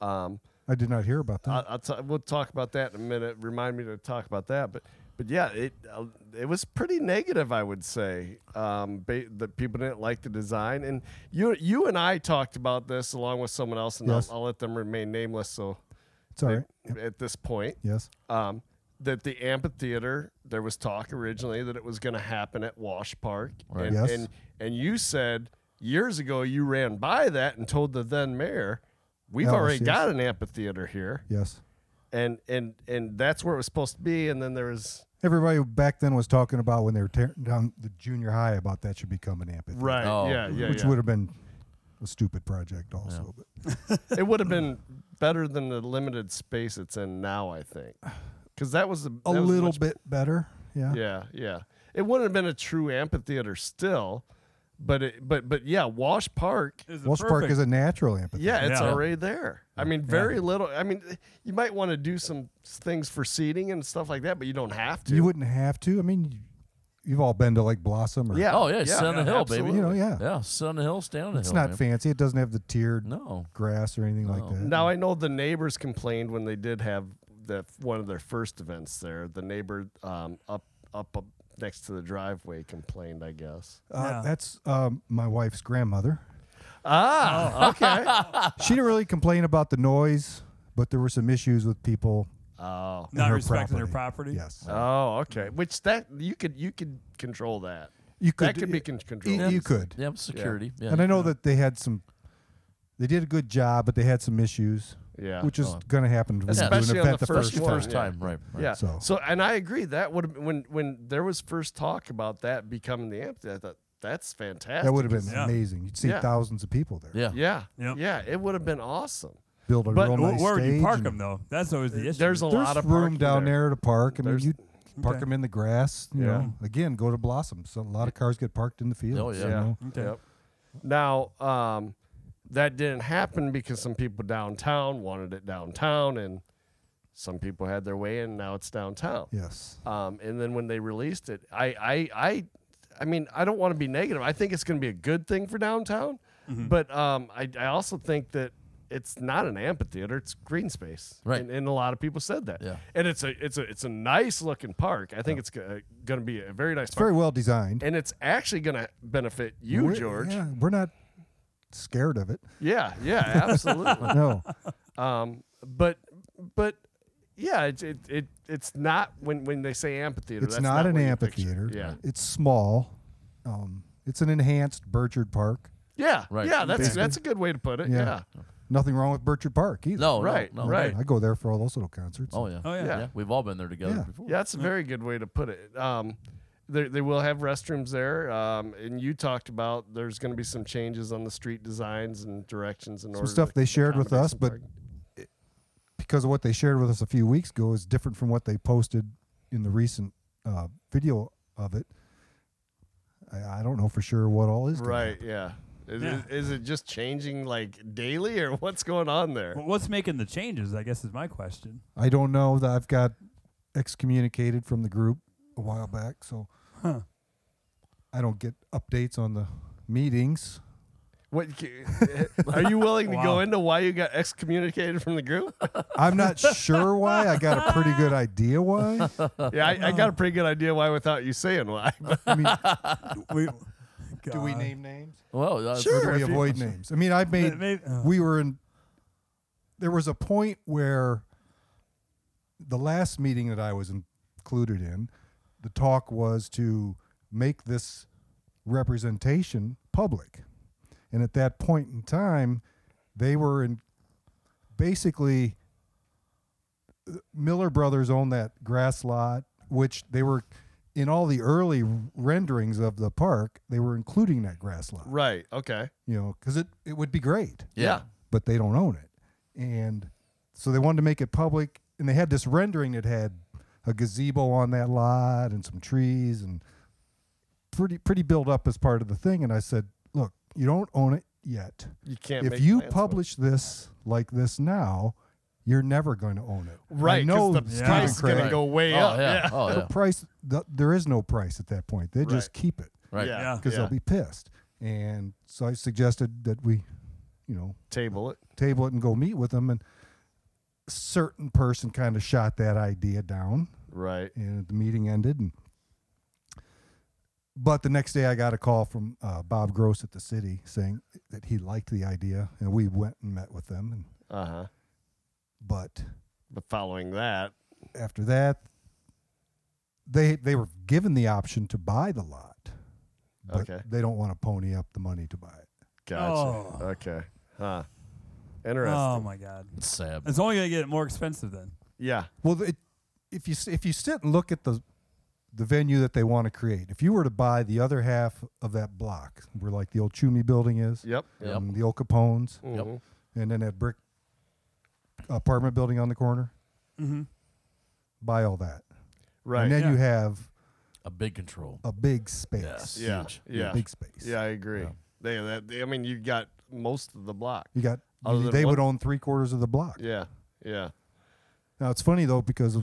Um,
I did not hear about that.
I, I'll t- we'll talk about that in a minute. Remind me to talk about that. But but yeah, it uh, it was pretty negative, I would say. Um, ba- that people didn't like the design, and you you and I talked about this along with someone else, and
Yes.
I'll, I'll let them remain nameless. So
it's all right.
at this point,
Yes.
um, that the amphitheater there was talk originally that it was going to happen at Wash Park, and,
Yes.
and and you said years ago you ran by that and told the then mayor. We've
Ellis,
already
yes.
got an amphitheater here
Yes.
and and and that's where it was supposed to be and then there was
Everybody back then was talking about when they were tearing down the junior high about that should become an amphitheater.
right
Oh.
yeah yeah,
Which
yeah.
would have been a stupid project also. But
it would have been better than the limited space it's in now i think because that was a,
a
that was
little
much-
bit better. Yeah.
yeah yeah it wouldn't have been a true amphitheater still but it but but yeah wash park
This is
Wells Park
perfect.
is a natural amphitheater.
yeah it's
Yeah.
already there i mean very little i mean you might want to do some things for seating and stuff like that but you don't have to
You wouldn't have to. I mean, you- you've all been to like Blossom or
yeah
Oh yeah, sit on the hill,
absolutely.
baby.
You know, yeah.
Yeah, sit on the hill, stand on the
It's
hill.
oh,
not
man.
fancy. It doesn't have the tiered
No.
grass or anything like
No.
that.
Now I know the neighbors complained when they did have the one of their first events there. The neighbor um, up, up up next to the driveway complained. I guess.
Uh,
Yeah.
That's um, my wife's grandmother.
Ah, okay.
She didn't really complain about the noise, but there were some issues with people.
oh,
and
Not
her property.
respecting their property?
Yes,
oh, okay. Which that you could you could control that.
you could.
that could be con- controlled.
you, you could.
Yeah, security. Yeah.
And I know that they had some. They did a good job, but they had some issues,
Yeah.
which is
Oh.
going to happen when you do an
Especially on
event
the
first,
first one,
first
yeah.
time, right? right.
Yeah. So.
So-
and I agree that would have been when when there was first talk about that becoming the amphitheater. I thought that's fantastic.
That would have been
Yeah.
amazing. You'd see
Yeah.
thousands of people there.
Yeah.
Yeah.
Yep.
Yeah. It would have been awesome.
Build a
But
real
Wh-
nice
Where would you
stage
park
and-
them, though? That's always the issue.
There's a
There's
lot of
room
parking
down there. to park. I
There's-
mean, you park
Okay.
them in the grass. You
Yeah.
know, again, go to Blossom. So a lot of cars get parked in the field.
Oh, yeah.
You know?
Okay.
Yep. Now, um, that didn't happen because some people downtown wanted it downtown, and some people had their way in. Now it's downtown.
Yes.
Um, and then when they released it, I, I, I, I mean, I don't want to be negative. I think it's going to be a good thing for downtown,
Mm-hmm.
but um, I, I also think that it's not an amphitheater; it's green space.
Right.
And, and a lot of people said that.
Yeah.
And it's a, it's a, it's a nice looking park. I think it's going to be a very nice
It's
park,
very well designed.
and it's actually going to benefit you,
We're-
George.
Yeah, we're not scared of it.
Yeah, yeah, absolutely.
No.
um, but but yeah, it, it it it's not when when they say amphitheater.
it's
that's
not, an
what you picture.
amphitheater.
Yeah,
It's small. Um, it's an enhanced Burchard Park.
yeah,
Right.
yeah. That's that's a good way to put it. Yeah,
Yeah. Nothing wrong with Burchard Park either.
No. no,
Right,
No,
right.
I go there for all those little concerts.
Oh yeah.
Oh, yeah.
Yeah. We've all been there together
Yeah.
before.
yeah. That's a very good way to put it. Um, they they will have restrooms there. Um, and you talked about there's going to be some changes on the street designs and directions and
Some stuff they shared with us, but because of what they shared with us a few weeks ago is different from what they posted in the recent uh, video of it. I, I don't know for sure what all is. gonna
right,
happen.
yeah. Is,
Yeah.
It, is it just changing like daily or what's going on there?
Well, what's making the changes, I guess, is my question.
I don't know that I've got excommunicated from the group a while back, so
Huh.
I don't get updates on the meetings.
What are you willing to go
Wow.
into why you got excommunicated from the group?
I'm not sure why. I got a pretty good idea why.
yeah, I, I got a pretty good idea why without you saying why. But
I mean,
We,
do we
God.
name names?
Well, that's
Or do we avoid names? I mean, I've made.
Maybe- uh.
we were in. There was a point where the last meeting that I was included in, the talk was to make this representation public. And at that point in time, they were in basically Miller Brothers owned that grass lot, which they were in all the early renderings of the park, they were including that grass lot,
Right. Okay.
you know, because it, it would be great
Yeah.
but they don't own it. And so they wanted to make it public, and they had this rendering that had a gazebo on that lot and some trees and pretty pretty built up as part of the thing. And I said, look, you don't own it yet.
You can't.
if
make
you
plans for it.
publish this like this now, you're never going to own it. I
right?
know
Because the
Stephen
price is
Craig-
gonna go way
oh,
up.
Yeah. Oh yeah.
price. th- there is no price at that point. They just
Right.
keep it
Right.
Yeah.
Yeah.
because they'll be pissed. And so I suggested that we, you know,
table it.
table it and go meet with them. And a certain person kind of shot that idea down,
Right.
and the meeting ended. And but the next day, I got a call from uh, Bob Gross at the city saying that he liked the idea, and we went and met with them. And
Uh huh.
but
But following that,
after that, they they were given the option to buy the lot, but
Okay.
they don't want to pony up the money to buy it.
gotcha.
Oh.
Okay. Huh. Interesting.
Oh my god.
It's sad.
It's only gonna get more expensive then.
yeah.
Well, it, if you s- if you sit and look at the the venue that they want to create, if you were to buy the other half of that block, where like the old Chumi building is,
Yep. Mm.
Yep.
and the old Capones,
Yep.
and then that brick apartment building on the corner,
Mm-hmm.
buy all that,
Right.
and then
Yeah.
you have
A big control.
a big space.
Yes.
yeah.
huge.
Yeah.
big space.
Yeah. I agree. They, that, they- I mean, you got most of the block.
You got
Other
you-
than
they
one-
would own three quarters of the block.
Yeah. Yeah.
Now it's funny though because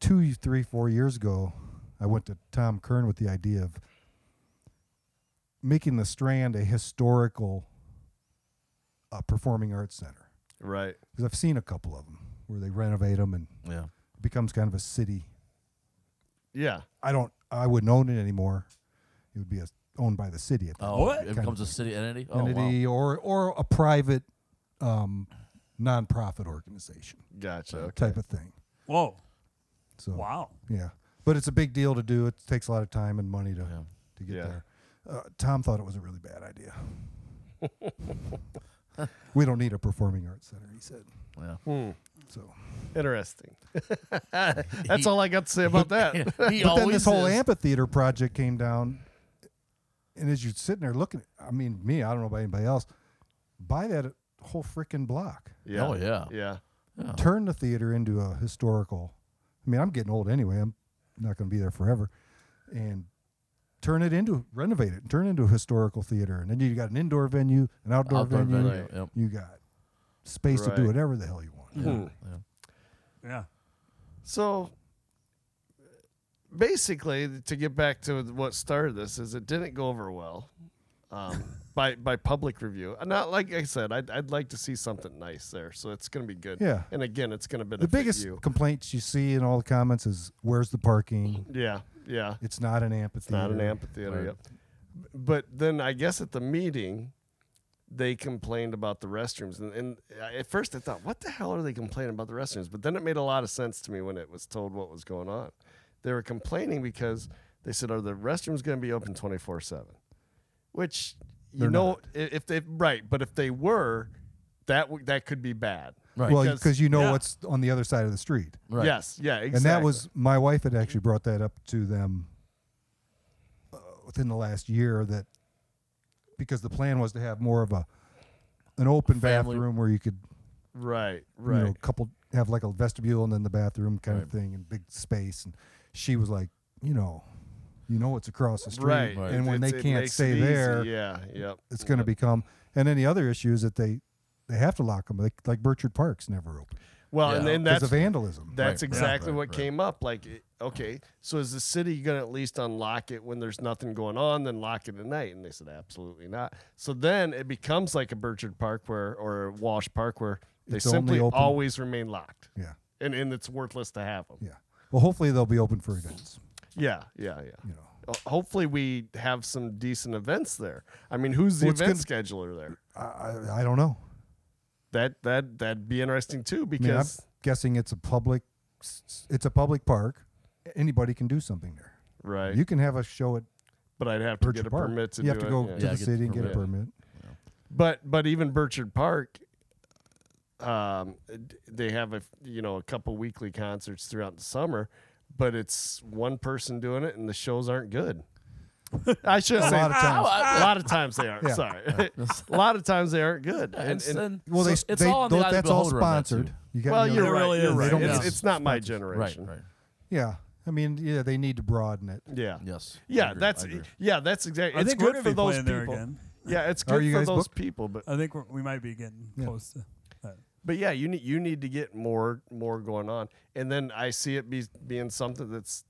two, three, four years ago, I went to Tom Kern with the idea of making the Strand a historical uh, performing arts center
Right.
because I've seen a couple of them where they renovate them and
Yeah.
it becomes kind of a city.
Yeah.
I don't, I wouldn't own it anymore. It would be a, owned by the city at that
Oh,
What?
it
Kind
becomes a
of
city entity. Oh, wow.
entity or or a private um, nonprofit organization
Gotcha. Okay.
type of thing.
Whoa.
So
Wow.
Yeah, but it's a big deal to do. It takes a lot of time and money to
Yeah.
to get
Yeah.
there. Uh, Tom thought it was a really bad idea. we don't need a performing arts center, he said.
Yeah.
So,
Interesting. That's all I got to say about that.
he
but then
always
this whole
is.
amphitheater project came down, and as you're sitting there looking, I mean, me, I don't know about anybody else, buy that whole freaking block,
Yeah.
Oh, yeah.
Yeah. Oh.
Yeah.
turn the theater into a historical. I mean, I'm getting old anyway. I'm not going to be there forever, and turn it into renovate it and turn it into a historical theater, and then you got an indoor venue, an outdoor,
Outdoor
venue.
venue, yep.
You got space to do
Right.
whatever the hell you want.
Hmm.
Yeah.
Yeah.
So basically, to get back to what started this, is it didn't go over well um, by by public review. Uh, Not like I said, I'd, I'd like to see something nice there, so it's going to be good.
Yeah.
And again, it's going to benefit
The biggest
you.
complaints you see in all the comments is where's the parking?
Yeah, yeah.
It's not an amphitheater.
It's not an amphitheater.
Right.
Yep. B- But then I guess at the meeting, they complained about the restrooms, and, and I- at first I thought, what the hell are they complaining about the restrooms? But then it made a lot of sense to me when it was told what was going on. They were complaining because they said, "Are the restrooms going to be open twenty four 7 Which you
They're
know,
not.
i- if they right, but if they were, that w- that could be bad.
Right.
Well,
Because-
because you know
Yeah.
what's on the other side of the street.
Right.
Yes, yeah, exactly.
And that was my wife had actually brought that up to them uh, within the last year that because the plan was to have more of a an open
Family.
bathroom where you could
right,
you
right.
know couple have like a vestibule and then the bathroom kind
Right.
of thing and big space and she was like you know you know it's across the street
Right,
Right.
and when
It's-
they
it
can't
makes
stay
it easy.
there
yeah, yep.
it's going to
yep.
become and then the other issue is that they they have to lock them like, like Burchard Park's never open
well,
Yeah.
and then
because
that's
of vandalism
That's
Right, right,
exactly
right,
what
right.
came up. Like, it- okay, so is the city going to at least unlock it when there's nothing going on, then lock it at night? And they said, absolutely not. So then it becomes like a Burchard Park where, or a Walsh Park where they
It's only
simply
open-
always remain locked.
yeah
And, and it's worthless to have them.
yeah well hopefully they'll be open for events
Yeah, yeah, yeah.
you know
Ho- Hopefully we have some decent events there. I mean, who's the
Well, it's
event scheduler there?
I, I, I don't know.
That that that'd be interesting too
I mean, I'm
because
guessing it's a public, s- it's a public park. Anybody can do something there.
right.
You can have a show at
but I'd have to
Birchard
get a
Park.
permit to
you
do
have to
it,
go
yeah.
to
Yeah,
the
get the
city and get a permit.
But but even Burchard Park, um, d- they have a f- you know a couple weekly concerts throughout the summer, but it's one person doing it, and the shows aren't good. I should
A
say
lot of times.
a lot of times they aren't.
Yeah.
Sorry, a lot of times they aren't good. And-
It's-
and-
and
Well, they,
so it's
they
all on the
tho-
eye of the
that's all
beholder on that, too.
sponsored. You got
well,
you
you're
It
right.
really
you're
is.
right.
They don't
It's,
get
it's not my
Right,
generation.
right.
yeah. I mean, yeah, they need to broaden it.
Yeah.
Yes. I
Yeah,
agree,
that's e
I agree.
yeah, that's exactly.
I
It's
think we're
good
gonna
for
be
those
playing there
people.
again.
Yeah, it's
Are
good
you
for
guys
those
booked?
people, but
I think we're, we might be getting
Yeah.
close to that.
But yeah, you need you need to get more more going on, and then I see it be, being something that's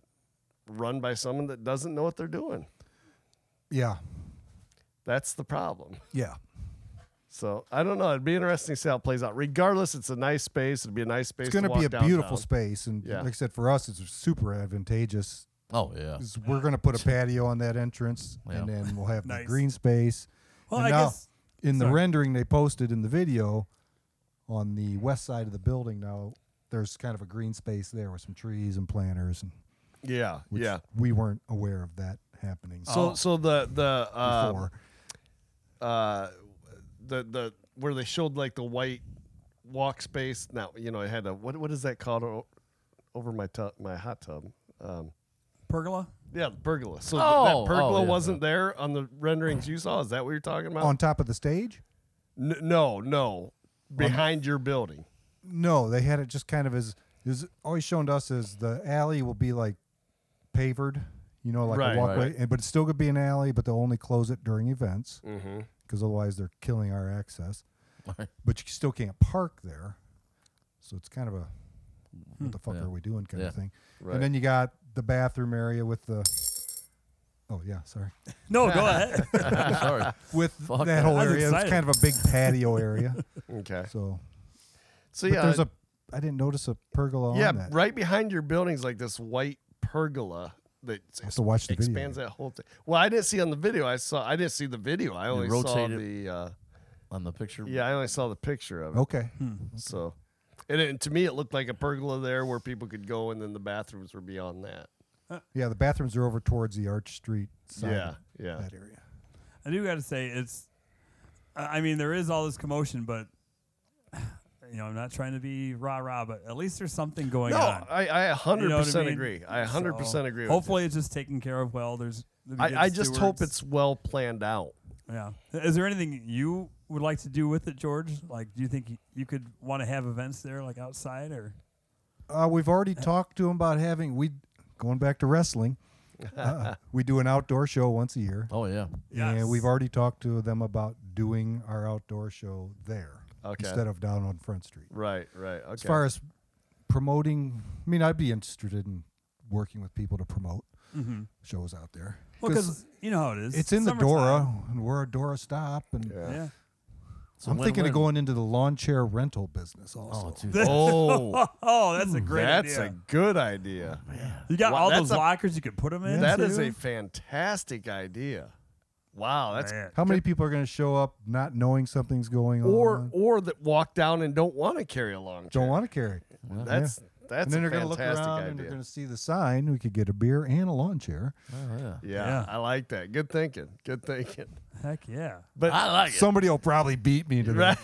run by someone that doesn't know what they're doing.
Yeah.
That's the problem.
Yeah.
So I don't know. It'd be interesting to see how it plays out. Regardless, it's a nice space. It'd be a nice space.
It's going
to
to be a
walk
beautiful
downtown.
space. And
Yeah.
like I said, for us, it's super advantageous.
Oh yeah.
'cause We're going to put a patio on that entrance and
Yeah.
then we'll have the
Nice.
green space.
Well,
And
I
now,
guess
in the
sorry.
rendering they posted in the video on the west side of the building now, there's kind of a green space there with some trees and planters. And
Yeah,
which
yeah.
we weren't aware of that happening
So so the the uh,
before.
uh, the the where they showed like the white walk space. Now you know I had a what what is that called o- over my tub my hot tub. Um,
pergola.
Yeah, the pergola. So th-
Oh, oh,
that pergola
yeah,
wasn't there on the renderings you saw. Is that what you're talking about?
on top of the stage?
N- no, no, behind your building.
No, they had it just kind of as it was always shown to us as the alley will be like pavered, you know, like
Right.
a walkway,
Right.
and but it's still gonna be an alley, but they'll only close it during events
Mm-hmm.
because otherwise they're killing our access.
Right.
But you still can't park there, so it's kind of a what the fuck
Yeah.
are we doing kind
Yeah.
of thing.
Right.
And then you got the bathroom area with the oh yeah, sorry,
No, go ahead.
I'm sorry.
with
Fuck
that
that.
whole
I was
area, it's
excited.
kind of a big patio area.
Okay.
so,
So
but
yeah,
there's a I didn't notice a pergola
yeah,
on that.
right behind your building's like this white pergola that
have to watch the video
expands that whole thing. Well, I didn't see on the video. I saw. I didn't see the video. I only saw
rotate it.
the. Uh,
On the picture.
yeah, I only saw the picture of it.
Okay.
So, and, it, to me, it looked like a pergola there where people could go, and then the bathrooms were beyond that.
Yeah, the bathrooms are over towards the Arch Street side.
Yeah,
of
yeah.
That area.
I do got to say it's. I I mean, there is all this commotion, but you know, I'm not trying to be rah rah, but at least there's something going
No,
on.
I, I 100%
You know what I mean?
agree. I 100%
So,
agree. with you.
Hopefully, it's just taken care of well. There's. there'll be good
I, I just hope
stewards.
it's well planned out.
Yeah. Is there anything you would like to do with it, George? Like, do you think y- you could want to have events there, like outside, or
Uh, we've already talked to them about having we going back to wrestling. uh, we do an outdoor show once a year,
Oh yeah.
Yes.
and we've already talked to them about doing our outdoor show there
Okay.
instead of down on Front Street.
Right, right. Okay.
As far as promoting, I mean, I'd be interested in working with people to promote
Mm-hmm.
shows out there.
because you know how it is.
it's in the Dora,
summertime.
and we're a Dora stop, and
Yeah.
It's a
I'm thinking of
win-win.
going into the lawn chair rental business also.
Oh, dude.
oh,
Oh, that's a great
that's
idea. Oh,
a good idea.
you got
Wow,
all
that's
those
a-
lockers you could put them in.
That is
too?
a fantastic idea. Wow, that's
Man.
How many people are going to show up not knowing something's going
or
on?
or that walk down and don't want to carry a long chair.
don't want to carry.
That's that's
and then
a
they're going to look
fantastic
around and they're
idea.
going to see the sign. We could get a beer and a lawn chair.
Oh, yeah.
yeah,
Yeah.
I like that. Good thinking. Good thinking.
Heck yeah.
But
I like it.
Somebody will probably beat me to that.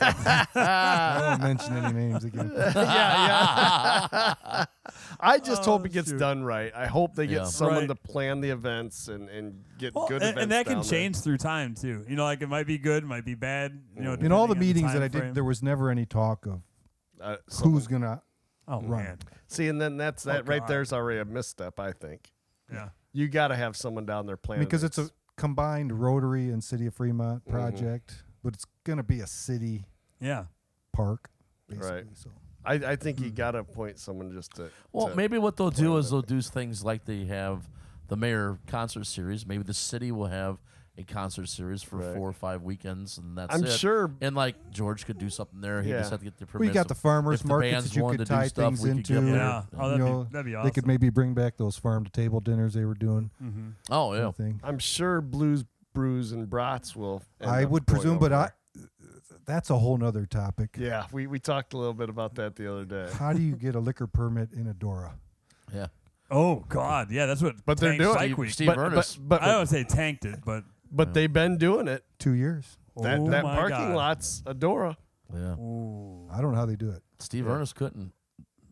I won't mention any names again.
I just hope
Oh,
it gets
shoot.
done right. I hope they get
Yeah.
someone
Right.
to plan the events and and get
Well,
good
and,
events.
and that can
down there.
change through time too. You know, like it might be good, it might be bad. You
Mm-hmm.
know,
In all the
depending
meetings
on the
that I
time
did,
frame.
there was never any talk of
Uh, so-
who's going to.
oh
Right.
man,
See, and then that's
Oh,
that right
God.
there's already a misstep, I think.
yeah,
You got to have someone down there planning
Because it's a
this.
combined Rotary and City of Fremont project, but it's going to be a city
yeah.
park,
Right.
basically. So. Mm-hmm.
I, I think you got to appoint someone just to.
Well,
to-
maybe what they'll do is they'll do things like they have the mayor concert series. Maybe the city will have a concert series for
Right.
four or five weekends, and that's
I'm
it.
sure-
And like George could do something there. He
Yeah.
just had to get the permission.
We got the farmers
if the
markets
bands
that you
wanted
could
to do
tie
stuff,
things
we could
into.
get them.
Yeah. Oh, that'd
you
be-
know,
that'd be
They could
awesome. Mm-hmm.
maybe bring back those farm to table dinners they were doing.
Oh yeah.
kind of thing.
I'm sure Blues, Brews, and Brats will. end
I
up
would
going
presume,
over
but I, that's a whole nother topic.
there. Yeah, we, we talked a little bit about that the other day.
How do you get a liquor permit in Adora?
Yeah.
Oh God, yeah, that's what.
But they're
tanked
doing it.
Bike
Steve-
Week.
Steve
but,
Ernest.
but, but,
I don't want to say tanked it, but
but they've been doing it.
Two years.
That,
oh
that
my
parking
God.
lot's Adora.
Yeah.
Ooh.
I don't know how they do it.
Steve Ernest couldn't.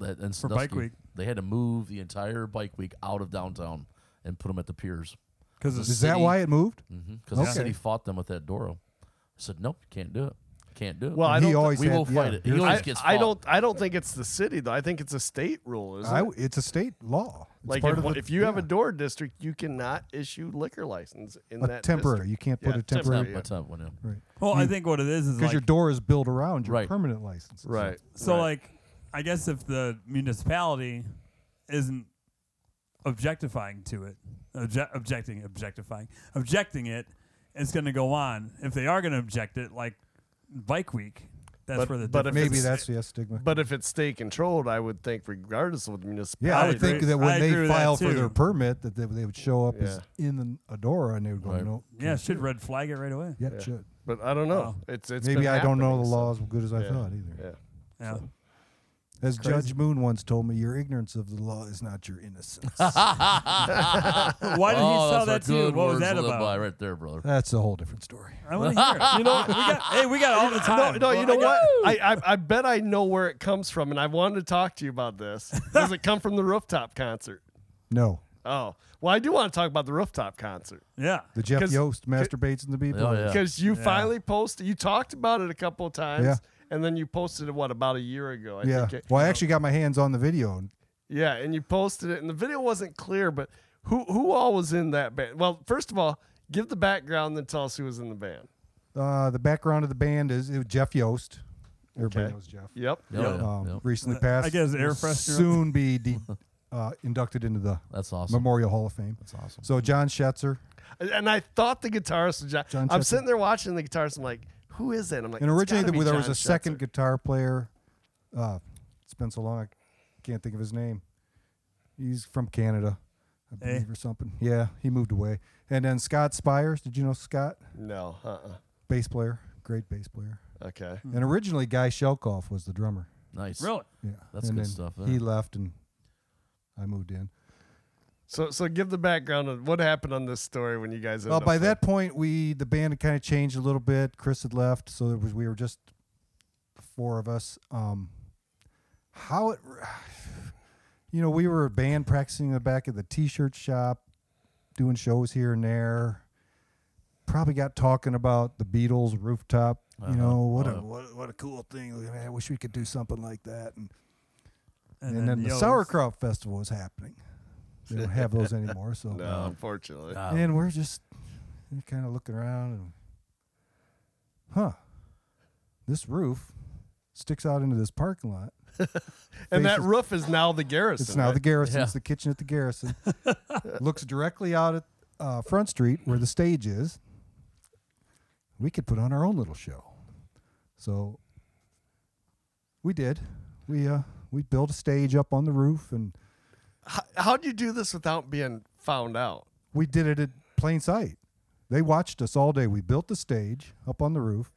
That, and
For Bike
Sandusky,
Week.
They had to move the entire bike week out of downtown and put them at the piers.
Because
Is
it's
that
city-
why it moved?
Because the
Okay.
city fought them with that Doro. I said, nope, you can't do it. Can't do it.
Well, I
he
don't thi-
always
we
had-
will
yeah,
fight it. He
beer-
always
I,
gets
I
fought.
don't. I don't think it's the city though. I think it's a state rule. Isn't
I
it?
w it's a state law. It's
Like
part
if,
of
if you have a
yeah.
door district, you cannot issue liquor license in
a
that
temporary,
district.
you can't put
Yeah,
a temporary
Temp-
yeah.
a temp one, yeah.
right
well, I think what it is is
because
like
your door is built around your
Right.
permanent license.
Right.
So
right.
like, I guess if the municipality isn't objectifying to it, obje- objecting, objectifying, objecting it, it's going to go on. If they are going to object it, like Bike Week, that's
But-
where the
but if
difference-
Maybe
it's-
that's the stigma.
But if it's state controlled, I would think regardless of the municipality.
yeah, I,
I
would think
agree-
that
I
when
agree
they
with that
file for
too.
their permit, that they, they would show up as in an Adora, and they would go,
Right.
no,
yeah, it should red flag it right away.
yeah, it should.
But I don't know.
Wow.
It's it's
Maybe
been
I don't know the
happening,
law as good as I
so-
thought either.
Yeah.
Yeah.
As Judge Moon once told me, your ignorance of the law is not your innocence.
Why did
Oh,
he sell
those are
that too?
good
What was
words
that
to live by
about?
right there, brother?
That's a whole different story.
I want to hear it. You know, we got, hey, we got all the
No,
time.
no, you know what? I, I I bet I know where it comes from, and I wanted to talk to you about this. Does it come from the rooftop concert?
No,
Oh, well, I do want to talk about the rooftop concert
Yeah.
the Jeff
'Cause-
Yost masturbates in the people.
Oh, yeah.
because you finally posted. You talked about it a couple of times,
Yeah.
and then you posted it what about a year ago? I
Yeah.
Think it-
Well, I actually got my hands on the video. and
yeah, and you posted it, and the video wasn't clear, but who who all was in that band? Well, first of all, give the background, then tell us who was in the band.
Uh, the background of the band is it was Jeff Yost. Everybody
Okay.
knows Jeff.
Yep.
Yeah,
yep.
yeah,
Um,
yeah.
Recently
Uh, I
passed.
guess air
will
freshener.
Soon be de- uh, inducted into the
That's awesome.
Memorial Hall of Fame. That's
awesome.
So John Schetzer,
And I thought the guitarist was John.
John
I'm
Chesney.
sitting there watching the guitarist. I'm like, who is that? I'm like,
and
"It's
originally
gotta
there,
be
there was
John
a
Schetzer."
second guitar player. Uh, it's been so long, I can't think of his name. He's from Canada, I
Eh?
believe, or something. Yeah, he moved away. And then Scott Spires. Did you know Scott?
No. Uh-uh.
Bass player, great bass player.
Okay.
And originally Guy Shelkoff was the drummer.
Nice.
Really?
Yeah,
That's
and
good
then
stuff there.
He left, and I moved in.
So so give the background of what happened on this story when you guys. ended
Well,
up
by
there.
that point, we the band had kind of changed a little bit. Chris had left, so there was we were just the four of us. Um, how it, you know, we were a band practicing in the back of the t-shirt shop, doing shows here and there. Probably got talking about the Beatles rooftop.
Uh-huh.
You know what
Uh-huh.
a what, what a cool thing. Man, I wish we could do something like that. And
And,
and, then, the
Yost.
sauerkraut festival was happening. They don't have those anymore. So
No, unfortunately.
Ah,
and we're just kind of looking around and huh, this roof sticks out into this parking lot.
and that
faces-
roof is now the garrison.
It's now the
right?
garrison.
Yeah.
It's the kitchen at the garrison. Looks directly out at uh, Front Street where the stage is. We could put on our own little show, so we did. We uh we built a stage up on the roof and
How, how'd you do this without being found out?
we did it at plain sight. They watched us all day. We built the stage up on the roof,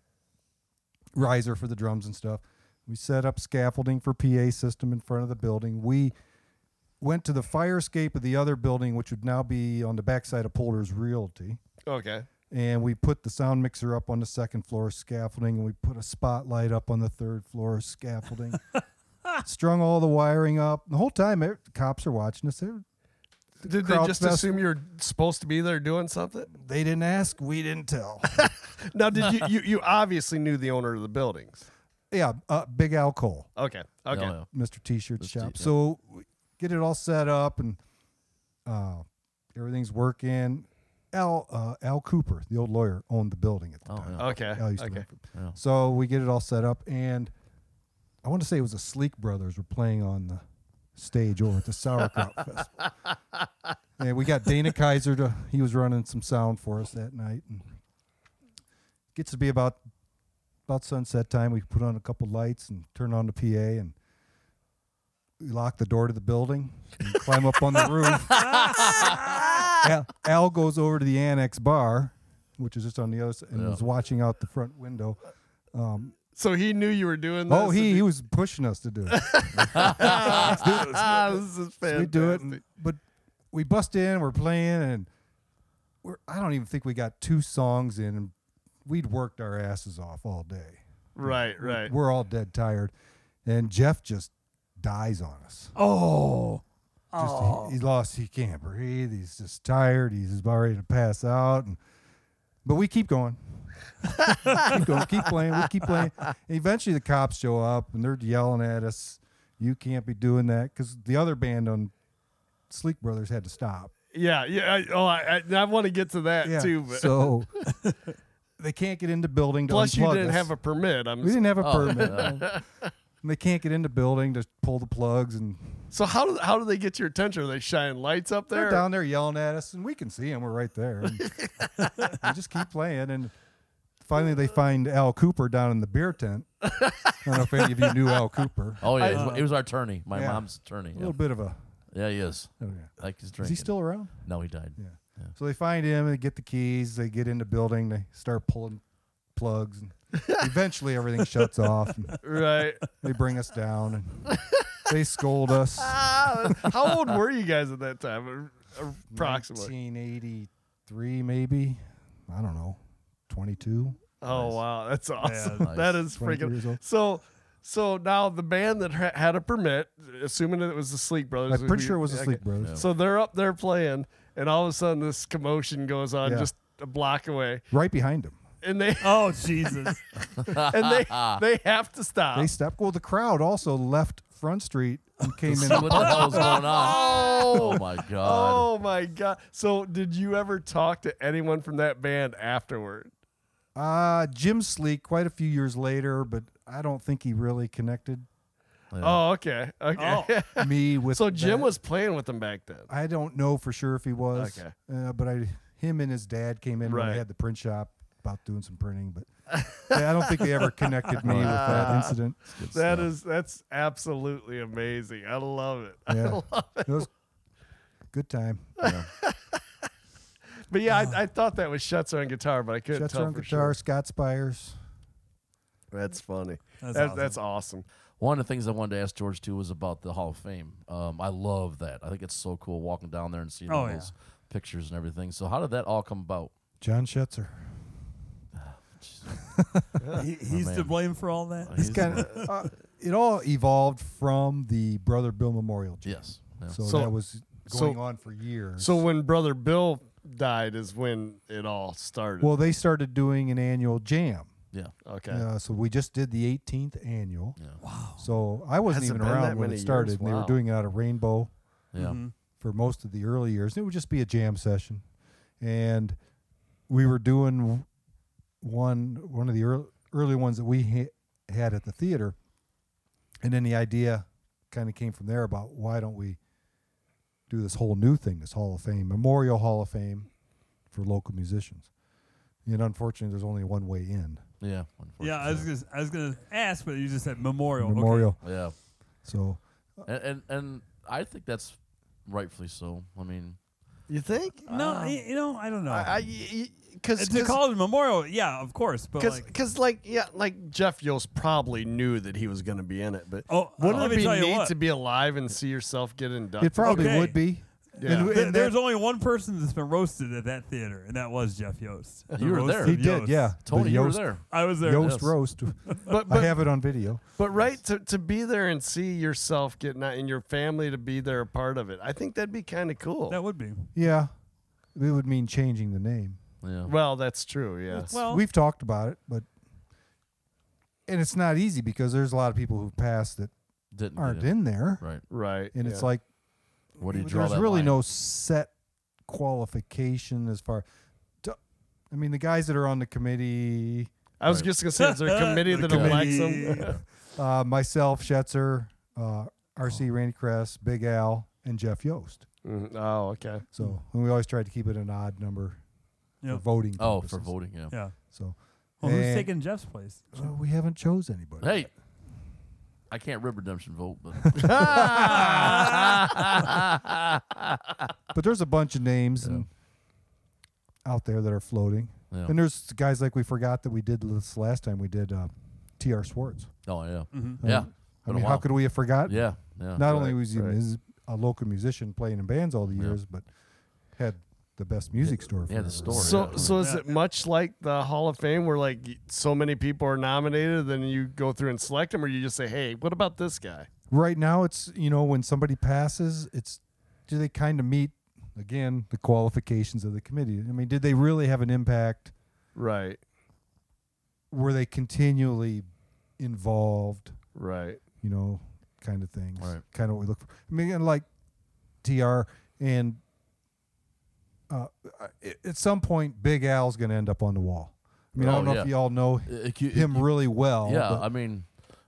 riser for the drums and stuff. We set up scaffolding for PA system in front of the building. We went to the fire escape of the other building, which would now be on the backside of Polder's Realty.
Okay.
And we put the sound mixer up on the second floor scaffolding, and we put a spotlight up on the third floor scaffolding. Strung all the wiring up. The whole time, eh, cops are watching us. They're
Did they
crowd
just
fest-
assume you're supposed to be there doing something?
They didn't ask. We didn't tell.
Now, did you, you you obviously knew the owner of the buildings?
yeah, uh, Big Al Cole.
Okay. Okay.
yeah, yeah.
Mr. T-shirt shop.
yeah.
So we get it all set up and uh, everything's working. Al uh, Al Cooper, the old lawyer, owned the building at the
Oh,
time.
yeah.
Okay.
Al used to
okay.
work for-
Yeah.
So we get it all set up, and I want to say it was the Sleek Brothers were playing on the stage over at the Sauerkraut Festival. And we got Dana Kaiser to he was running some sound for us that night, and gets to be about about sunset time. We put on a couple lights and turn on the PA and. We lock the door to the building and climb up on the roof. Al, Al goes over to the annex bar, which is just on the other side, and
Yeah.
was watching out the front window.
So he knew you were doing this.
Oh, he,
and
he was pushing us to do it.
ah, this is
So
fantastic.
we do it, and- but we bust in. We're playing, and we're I don't even think we got two songs in. And we'd worked our asses off all day.
Right, right.
We're all dead tired, and Jeff just dies on us.
Oh,
Just, he, he lost. He can't breathe. He's just tired. He's about ready to pass out. And but we keep going. keep going. Keep playing. We keep playing. And eventually, the cops show up and they're yelling at us. You can't be doing that because the other band on Sleek Brothers had to stop.
Yeah, yeah. I, oh, I, I, I want to get to that too. But
So they can't get into building. To
plus, you
unplug
didn't
us.
have a permit. I'm.
We didn't have a
Oh,
permit.
yeah.
And they can't get into building to pull the plugs, and
so how do how do they get your attention? Are they shining lights up
they're
there?
down there yelling at us, and we can see them. We're right there. And we just keep playing, and finally they find Al Cooper down in the beer tent. I don't know if any of you knew Al Cooper.
Oh, yeah. he was- he was our attorney, my
Yeah.
mom's attorney.
A
Yeah.
little bit of a.
yeah, he is.
Oh yeah.
I Like his
Is
drinking.
he still around?
No, he died.
Yeah. So they find him, they get the keys, they get into building, they start pulling plugs, and eventually everything shuts off. And
Right.
they bring us down and they scold us.
Ah, how old were you guys at that time? Approximately.
1983, maybe. I don't know. 22.
Oh wow, that's awesome.
nice.
That is
23 years
freaking.
old.
So, so now the band that ha- had a permit, assuming that it was the Sleek Brothers.
I'm pretty
who-
sure it was the
okay.
Sleep Brothers.
So they're up there playing, and all of a sudden this commotion goes on
Yeah.
just a block away,
Right behind him.
and they
oh Jesus!
and they they have to stop.
They stepped. Well, the crowd also left Front Street and came in.
what the hell is going on?
oh,
Oh, my God.
oh my god! So did you ever talk to anyone from that band afterward?
Uh, Jim Sleek, quite a few years later, but I don't think he really connected
Yeah.
Oh, okay, okay.
Oh,
me with.
so Jim
that.
was playing with them back then.
I don't know for sure if he was.
Okay.
Uh, but I, him and his dad came in when I
Right.
had the print shop about doing some printing, but I don't think they ever connected me with that incident.
Good
That
stuff.
is that's absolutely amazing. I love it.
Yeah. It was good time.
But yeah, I, I thought that was Schutzer on guitar, but I couldn't
Shuts
tell
on
for
guitar,
sure.
Scott Spires.
That's funny.
That's
That's that's awesome.
awesome.
One of the things I wanted to ask George too was about the Hall of Fame. Um, I love that. I think it's so cool walking down there and seeing all
Oh, yeah.
those pictures and everything. So how did that all come about?
John Schutzer.
he, he's
man.
to blame for all that.
He's kind of. Uh, it all evolved from the Brother Bill Memorial. Jam.
yes. yeah.
So,
So-
that was
so-
going on for years.
So when Brother Bill died is when it all started.
well, they started doing an annual jam.
yeah.
okay.
Uh, so we just did the 18th annual.
Yeah.
Wow. So I wasn't
Has it
even
been
around
that
when
many
it
years?
started. and They were
Wow.
doing it out of Rainbow.
Yeah.
for most of the early years. It would just be a jam session, and we were doing one one of the early, early ones that we ha- had at the theater, and then the idea kind of came from there about why don't we do this whole new thing, this Hall of Fame, Memorial Hall of Fame for local musicians. And unfortunately, there's only one way in
Yeah.
Yeah, I was
unfortunately.
gonna, I was gonna ask, but you just said memorial. Oh, Okay.
Memorial.
Yeah.
So
And, and and I think that's rightfully so. I mean,
You think?
No, y- you know, I don't know.
I
Uh,
because
to call it a memorial, yeah, of course, but
because
like,
because like yeah like Jeff Yost probably knew that he was going to be in it, but
Oh,
wouldn't
let
it
me
be
tell you
neat
what.
to be alive and see yourself get
it
inducted?
probably
Okay.
would be.
Uh, Yeah.
And,
Th-
and
there's
that,
only one person that's been roasted at that theater, and that was Jeff Yost. The
You were
roast
there.
of
he did,
Yost.
yeah. The
Tony, you were
Yost-
there.
I was there.
Yost
Yes.
roast. I
but but
have it on video.
But right to, to be there and see yourself getting out and your family to be there a part of it, I think that'd be kind of cool.
That would be.
Yeah, it would mean changing the name.
Yeah.
well, that's true. Yeah.
Well,
We've talked about it, but and it's not easy because there's a lot of people who passed that
Didn't get
aren't
it.
in there,
Right.
right.
and it's
yeah.
like
What do you draw
there's
that
really
line?
no set qualification as far. To, I mean, the guys that are on the committee,
I was
Right.
just gonna say, is there a committee
The
that elects
committee.
them?
uh, myself, Schetzer, uh,
Oh.
RC, Randy Kress, Big Al, and Jeff Yost.
Mhm. oh, okay.
So
Hmm.
and we always tried to keep it an odd number
Yeah.
for voting.
Oh, for
purposes.
voting. Yeah.
yeah.
So
Well, who's
and-
taking Jeff's place?
well, we haven't chose anybody.
Hey. I can't rib redemption vote, but
but there's a bunch of names and out there that are floating.
Yeah.
And there's guys like we forgot that we did this last time. We did uh, T.R. Swartz.
Oh yeah,
Mhm.
yeah.
Um, I
Been a
mean, how
while.
could we have forgotten?
yeah, yeah.
Not
Right,
only was he
right.
mis- a local musician playing in bands all the
Yeah.
years, but had the best music store.
yeah, the
forever.
store.
So,
yeah.
so is
Yeah.
it much like the Hall of Fame, where like y- so many people are nominated, then you go through and select them, or you just say, "Hey, what about this guy?"
Right now, it's you know when somebody passes, it's do they kind of meet again the qualifications of the committee? I mean, did they really have an impact?
Right,
Were they continually involved?
right,
you know, kind of things.
Right.
Kind of what we look for. I mean, and like TR and uh, I- at some point, Big Al's going to end up on the wall. I mean, I
Oh,
don't know
yeah.
if y'all know
It- it-
him
it-
really well.
Yeah,
but
I mean,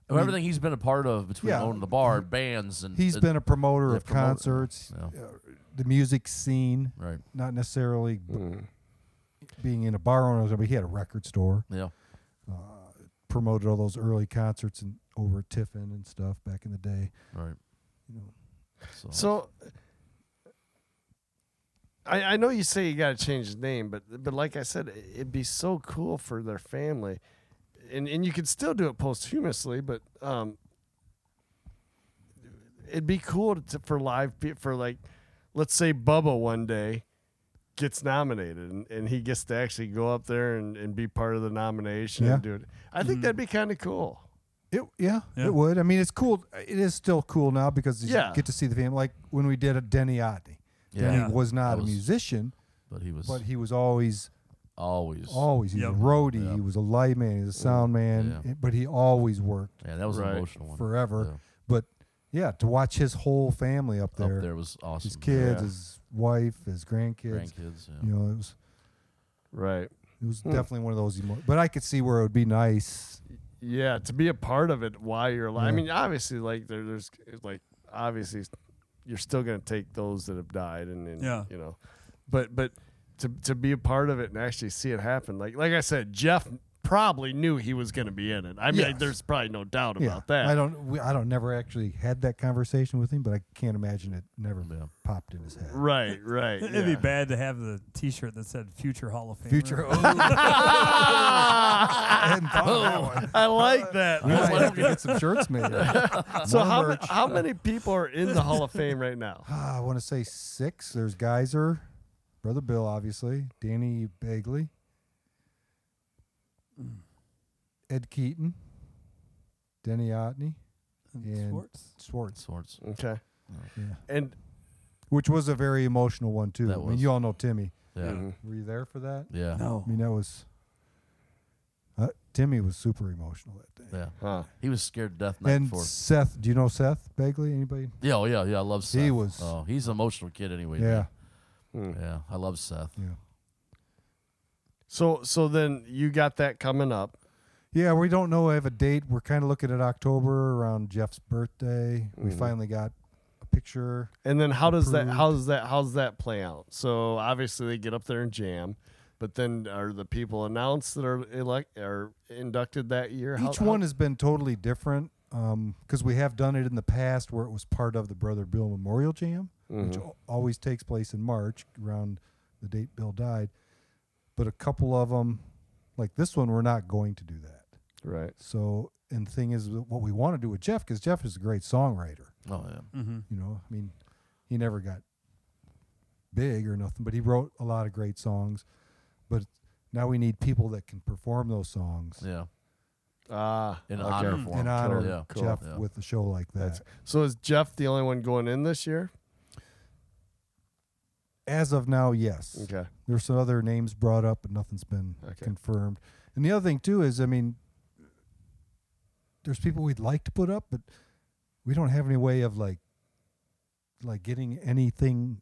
I mean-
everything he's been a part of between
Yeah.
owning the bar, bands, and
he's
and-
been a promoter
yeah,
of
promoter.
concerts,
Yeah.
uh, the music scene,
right.
not necessarily b-
Mm.
being in a bar owner, but he had a record store,
Yeah,
promoted all those early concerts and over at Tiffin and stuff back in the day.
right.
You know,
So,
So I, I know you say you got to change his name, but but like I said, i- it'd be so cool for their family, and and you could still do it posthumously, but um, it'd be cool to, for live pe- for like, let's say Bubba one day gets nominated and, and he gets to actually go up there and, and be part of the nomination
Yeah.
and do it. I think that'd be kind of cool.
It yeah,
Yeah.
it would. I mean, it's cool. It is still cool now because you
Yeah.
get to see the family. Like when we did a Denny Otney.
yeah,
Yeah.
Denny was not
That
a
was-
musician,
but he was
but he was always
always.
always he was
Yep.
a roadie.
Yep.
He was a light man. He was a sound man.
Yeah.
it- But he always worked
yeah, that was an
Right.
emotional one.
forever.
Yeah.
But yeah, to watch his whole family up there,
Up there was awesome.
his kids,
Yeah.
his wife, his
yeah.
grandkids.
grandkids. Yeah.
You know, it was
Right.
it
Hmm.
was definitely one of those. Emo- but I could see where it would be nice.
Yeah, to be a part of it while you're alive. I
Yeah.
mean, obviously, like there, there's like obviously you're still gonna take those that have died, and, and
Yeah.
you know, but but to to be a part of it and actually see it happen, like like I said, Jeff probably knew he was gonna be in it. I mean,
Yes.
there's probably no doubt
Yeah,
about that.
I don't. We, I don't. Never actually had that conversation with him, but I can't imagine it never
Yeah.
popped in his head.
Right, right.
It'd be
yeah.
bad to have the T-shirt that said "Future Hall of Fame."
Future. I hadn't thought of that one.
I like that.
We might have to get some shirts made.
so how, ma-
merch.
how many people are in the Hall of Fame right now?
Ah, I want to say six. There's Geyser, Brother Bill, obviously, Danny Bagley, Ed Keaton, Denny Otney,
and
And-
Sports.
Swartz,
Sorts.
Okay,
yeah.
and
which was a very emotional one too.
That
I mean,
was.
you all know Timmy.
Yeah.
Mhm.
Were you there for that?
Yeah.
No.
I mean, that was. Uh, Timmy was super emotional that day.
Yeah.
Huh.
He was scared to death night
And
before.
Seth, do you know Seth Bagley? Anybody?
Yeah, oh, yeah, yeah. I love Seth.
He was-
Oh, he's an emotional kid anyway.
Yeah,
man.
Hmm.
Yeah. I love Seth.
yeah.
So so then you got that coming up.
Yeah, we don't know. I have a date. We're kind of looking at October around Jeff's birthday.
Mm-hmm.
We finally got a picture.
And then how does that
Approved.
how does that how does that play out? So obviously they get up there and jam, but then are the people announced that are elect are inducted that year?
Each one has been totally different because we have done it in the past where it was part of the Brother Bill Memorial Jam, which
Mm-hmm.
al- always takes place in March around the date Bill died. But a couple of them, like this one, we're not going to do that.
right.
So, and the thing is, what we want to do with Jeff, because Jeff is a great songwriter.
Oh, yeah.
Mm-hmm.
You know, I mean, he never got big or nothing, but he wrote a lot of great songs. But now we need people that can perform those songs
Yeah.
Ah,
In
okay.
honor for
and
him.
honor
yeah.
cool.
Jeff
Yeah.
with a show like that.
That's- So is Jeff the only one going in this year?
As of now, yes.
Okay.
There's some other names brought up, but nothing's been
Okay.
confirmed. And the other thing too is, I mean, there's people we'd like to put up, but we don't have any way of like, like getting anything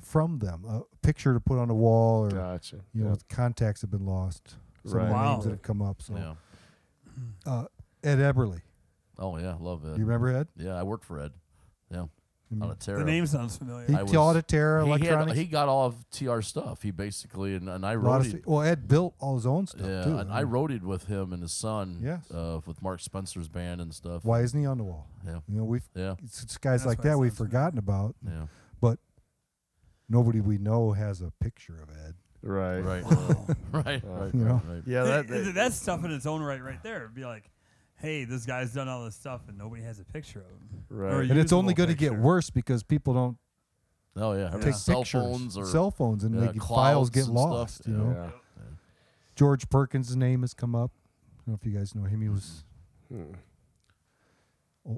from them, a picture to put on a wall or
Gotcha.
you know,
Yep.
contacts have been lost. Some of the
Right.
names that
Wow.
have come up. So
Yeah.
uh, Ed Eberly,
Oh, yeah. Love
you
Ed.
remember Ed?
Yeah. I worked for Ed. Yeah.
I mean,
Out of Terra.
The name sounds familiar.
he
Uh, I was-
taught at Terra
he, had,
Electronics.
he got all of TR stuff. He basically and, and I
a lot
wrote
of stu- well, Ed built all his own stuff
yeah,
too.
and I
mean,
roadied with him and his son.
Yes.
uh, with Mark Spencer's band and stuff.
Why isn't he on the wall?
Yeah,
You know, we've
yeah,
it's, it's guys
That's
like
why it
that we've
sounds familiar.
forgotten about.
yeah.
Nobody we know has a picture of Ed.
Right.
Right. right. Right.
You know?
Right.
Yeah, that,
Th-
that-
that's stuff in its own right, right there. It'd be like, hey, this guy's done all this stuff, and nobody has a picture of him.
Right.
Or a
And
and it's only
usable
going to get
picture.
worse because people don't
Oh yeah.
take
Cell
pictures.
phones or
cell phones and
yeah,
make your files
clouds
get
and stuff,
lost. You
yeah.
know,
yeah.
George Perkins' name has come up. I don't know if you guys know him. He was a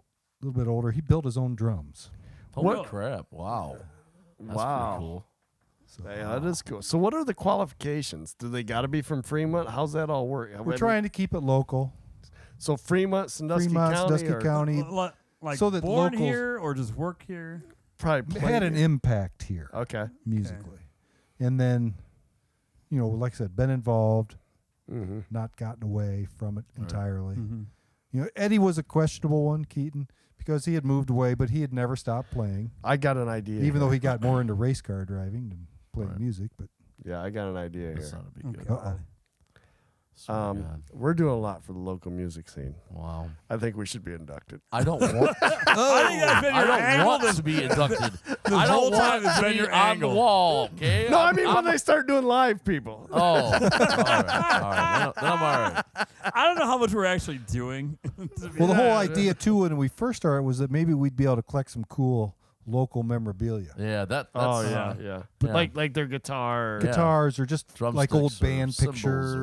little bit older. He built his own drums.
Holy
What-
crap! Wow. That's
Wow.
Pretty cool.
Yeah, that is cool. So, what are the qualifications? Do they got to be from Fremont? How's that all work?
We're trying to keep it local.
So, Fremont, Sandusky
Fremont,
County,
Sandusky
or
County
L- l- like
So that
born
locals-
here or just work here.
probably
had
Plain-
an impact here
Okay.
musically, and then, you know, like I said, been involved,
Mm-hmm.
not gotten away from it entirely.
Mhm.
You know, Eddie was a questionable one, Keaton, because he had moved away, but he had never stopped playing.
I got an idea.
even
here.
though he got more into race car driving than playing
Right.
music. But
yeah, I got an idea
That
here.
sounded be good.
uh oh,
Swear to
Um,
God.
we're doing a lot for the local music scene.
wow.
I think we should be inducted.
I don't want.
I think that's been
I
your
don't
angle
want
this-
to be inducted.
this
I
whole
don't
time.
want
It's
to
been
be
your
on the
angle.
wall. Okay.
No, I
I'm-
mean
I'm-
when they start doing live people.
Oh, all right, all right. Then, then I'm all right.
I don't know how much we're actually doing. to be
well, the whole
honest.
idea too, when we first started, was that maybe we'd be able to collect some cool local memorabilia,
Yeah, that. That's, uh,
oh yeah, yeah.
yeah.
Like like their guitar.
Yeah.
guitars or just like old
Drumsticks or
band
cymbals or-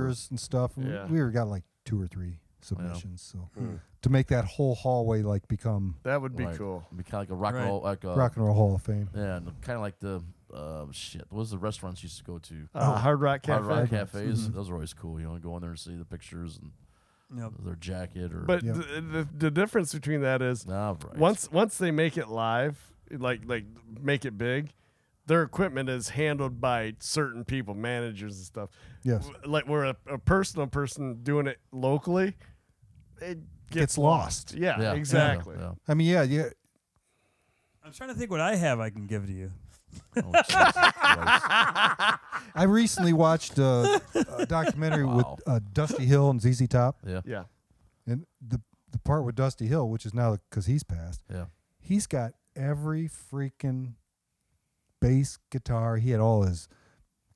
pictures and stuff. And we-
Yeah.
We were got like two or three submissions, so
Hmm.
to make that whole hallway like become
That would be
Right.
cool.
Be kind of like a rock and
Right.
roll, like a,
rock and roll Hall of Fame.
Yeah, and kind of like the uh, shit. What was the restaurants you used to go to?
Uh, Hard Rock Cafe.
Hard rock cafes. Those are always cool. You know, go in there and see the pictures and
Yep.
their jacket or.
But
Yeah.
the, the the difference between that is
nah, right.
once once they make it live, like like make it big, their equipment is handled by certain people, managers and stuff.
Yes.
W- Like we're a, a personal person doing it locally, it gets
Gets lost.
Yeah,
Yeah, yeah,
exactly.
yeah.
I mean, yeah, yeah.
I'm trying to think what I have I can give to you.
Oh, Jesus Christ.
I recently watched a, a documentary
Wow.
with uh, Dusty Hill and ZZ Top,
yeah,
Yeah.
and the the part with Dusty Hill, which is now because he's passed.
yeah.
he's got every freaking bass guitar. He had all his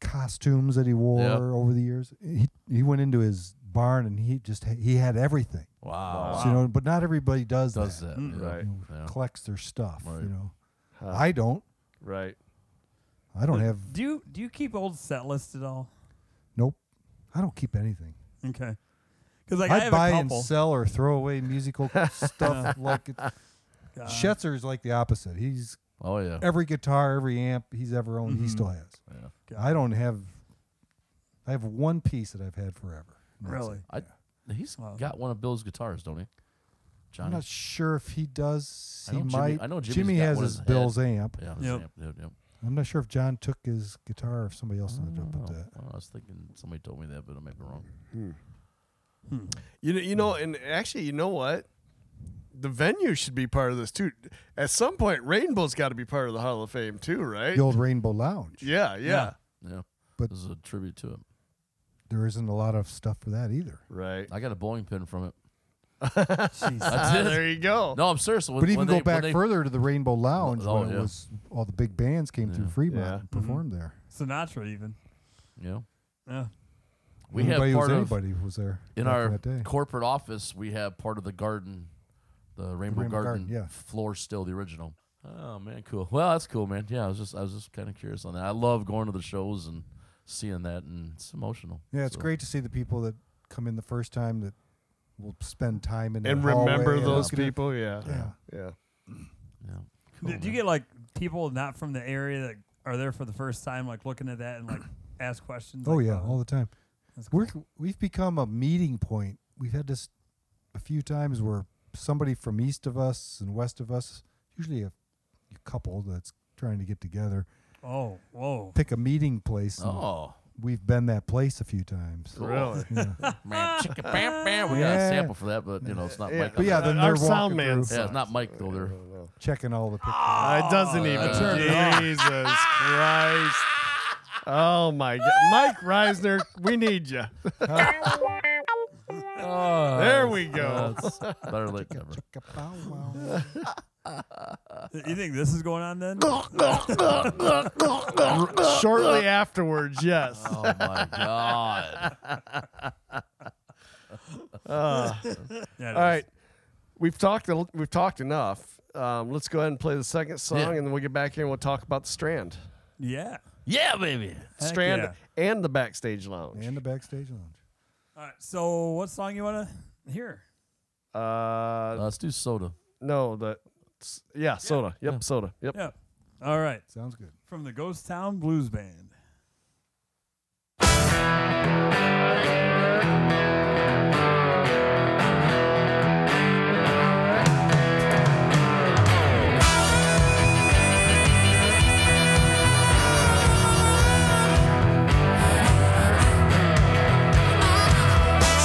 costumes that he wore
Yep.
over the years. He he went into his barn and he just ha- he had everything.
Wow.
So, you know, but not everybody does,
Does that?
Mm.
yeah.
Right.
You know,
Yeah.
Collects their stuff.
Right.
You know,
Huh.
I don't.
Right.
I don't have.
Do you do you keep old set lists at all?
Nope. I don't keep anything.
Okay. Because like I
I
have
buy
a
and
couple.
sell or throw away musical stuff. Like it.
Uh,
Schetzer's like the opposite. He's
Oh yeah.
every guitar, every amp he's ever owned,
Mm-hmm.
he still has.
Yeah.
I don't have. I have one piece that I've had forever. and that's
Really?
it.
I, he's
Wow.
got one of Bill's guitars, don't he? Johnny.
I'm not sure if he does.
I
He
know Jimmy-
might.
I know Jimmy's
Jimmy
got
has
one in
his
his head.
Bill's amp.
yeah. that's
Yep.
Amp, yep, yep.
I'm not sure if John took his guitar or if somebody else ended up with
Oh,
that.
well, I was thinking somebody told me that, but I might be wrong.
You know, you know, and actually, you know what? The venue should be part of this too. At some point, Rainbow's got to be part of the Hall of Fame too, right?
The old Rainbow Lounge.
yeah, yeah,
Yeah.
Yeah.
But-
this is a tribute to it.
There isn't a lot of stuff for that either.
Right.
I got a bowling pin from it.
jeez.
That's
Ah,
it.
there you go.
No, I'm serious. When,
But even
when
go
they,
back
when they,
further to the Rainbow Lounge
Oh,
when
yeah.
it was all the big bands came through
Yeah.
Fremont
Yeah.
and performed
Mm-hmm.
there.
Sinatra even.
You know,
Yeah.
we have
anybody who was
part of
anybody who was there
in
back
our
that day.
corporate office. We have part of the garden, the Rainbow,
Rainbow
Garden,
Garden, yeah.
floor still the original. Oh man, cool. Well, that's cool, man. Yeah, I was just I was just kind of curious on that. I love going to the shows and seeing that, and it's emotional.
Yeah, it's
So,
great to see the people that come in the first time that will spend time in that
and remember
hallway and
those
look at it.
people. Yeah.
Yeah.
Yeah.
Yeah.
Do,
Cool,
do you
man.
get like people not from the area that are there for the first time, like looking at that and like ask questions?
Oh
like,
yeah, all the time.
that's cool.
We're we've become a meeting point. We've had this a few times where somebody from east of us and west of us, usually a, a couple that's trying to get together,
oh whoa.
pick a meeting place. and
Oh,
We've been that place a few times.
Cool.
Really?
Yeah.
man, chicka bam bam. We got a
Yeah.
sample for that, but you know it's not
Yeah.
Mike.
But yeah, then
Our
they're
sound
walking
man
through,
yeah, it's not Mike though. There.
checking all the pictures.
Uh, it doesn't even.
turned
Jesus Christ. Oh my God, Mike Reisner, we need you.
Oh,
There we go.
That's better late than never.
Chicka bow wow.
You think this is going on then?
Shortly afterwards, yes.
Oh my god.
Yeah, it is.
All right, we've talked. a l- We've talked enough. Um, let's go ahead and play the second song,
Yeah.
and then we'll get back here and we'll talk about the Strand,
Yeah.
Yeah, baby.
Heck
Strand,
yeah.
and the backstage lounge.
and the backstage lounge.
All right. So, what song you want to hear?
Uh,
Let's do soda.
no, the s- yeah, soda. Yep, soda. Yep.
Yeah. All right.
Sounds good.
From the Ghost Town Blues Band.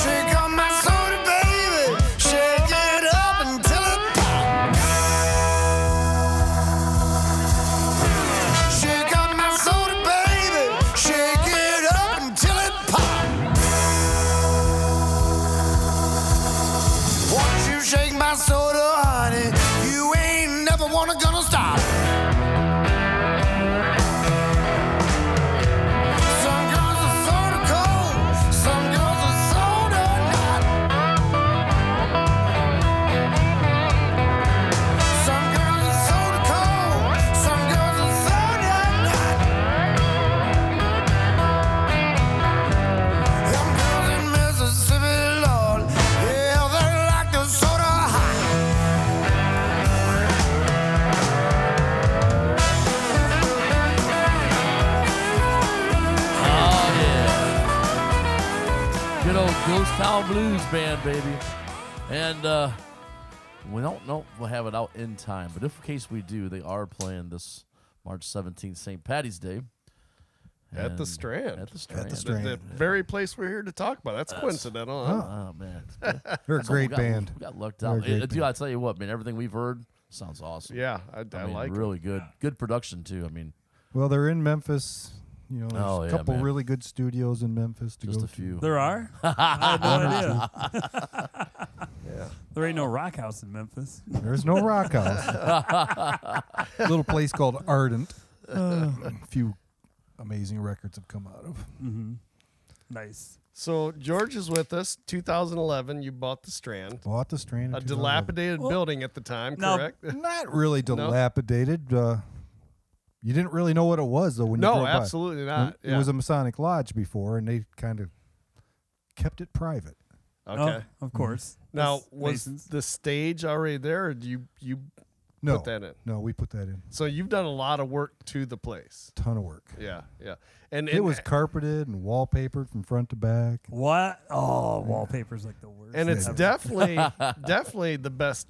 Shake on my soda, baby. Shake it up until it pops. Shake on my soda, baby. Shake it up until it pops. Once you shake my soda, honey, you ain't never wanna gonna stop. Some girls are soda cold, some girls are soda hot. Some girls are soda cold, some girls are soda hot. Some girls in Mississippi, Lord, yeah, they like the soda hot.
Oh yeah. Good old Ghost Town Blues Band, baby. And uh, we don't know if we'll have it out in time, but if in case we do, they are playing this March 17th, St. Patty's Day.
At the
And-
Strand.
At the Strand.
The, the very place we're here to talk about. That's coincidental. Huh?
Oh man,
They're a
That's what we
great
got-
band.
We got lucked
They're a
out.
great
Uh, dude, I tell you what, man, everything we've heard sounds awesome.
Yeah, I, I,
I mean,
like. it.
really good, good production too. I mean,
Well, they're in Memphis. You know, there's
Oh,
a
yeah,
couple
man.
really good studios in Memphis to
just
go
a few.
There are? I had no idea.
Yeah.
There ain't no rock house in Memphis.
to. There's no rock house. Little place called Ardent.
Uh,
a few amazing records have come out of.
Nice.
So George is with us. 2011, you bought the Strand,
Bought the Strand. in
a
2011.
dilapidated
Well,
building at the time,
now-
correct?
Not really dilapidated. Uh, you didn't really know what it was though when you
no,
drove by.
absolutely not.
It
Yeah.
was a Masonic lodge before, and they kind of kept it private.
okay.
Oh, of course.
Mm-hmm.
Now,
That's
was
Masons.
the stage already there? Or do you you
No,
put that in?
no, we put that in.
So you've done a lot of work to the place.
Ton of work.
Yeah, yeah. And
It
and-
was carpeted and wallpapered from front to back.
Uh, What? Oh, wallpaper's like the worst.
and it's
ever.
definitely definitely the best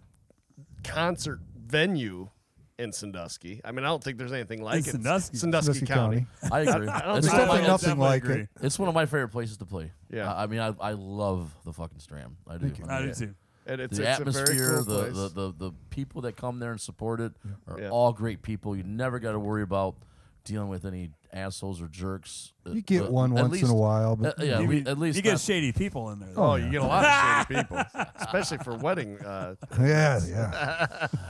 concert venue in Sundusky. I mean, I don't think there's anything like it.
Sandusky.
Sundusky,
Sandusky
County.
County.
I agree.
It's
it's, one of
There's definitely
my,
I
nothing
definitely
like
agree.
it.
it's one of my favorite places to play.
Yeah.
I, I mean, I, I love the fucking Strand. I do. I mean,
I do too.
And it's,
the
it's a very
atmosphere,
cool
the,
place.
the, the the people that come there and support it are
Yeah.
all great people. You never got to worry about dealing with any assholes or jerks. Uh,
You get
uh,
one
at
once in
least-
a while, but
uh, yeah,
You
we-
get-
at least
you get
not-
shady people in there.
oh, you get a lot of shady people, especially for wedding. Uh,
yeah, yeah.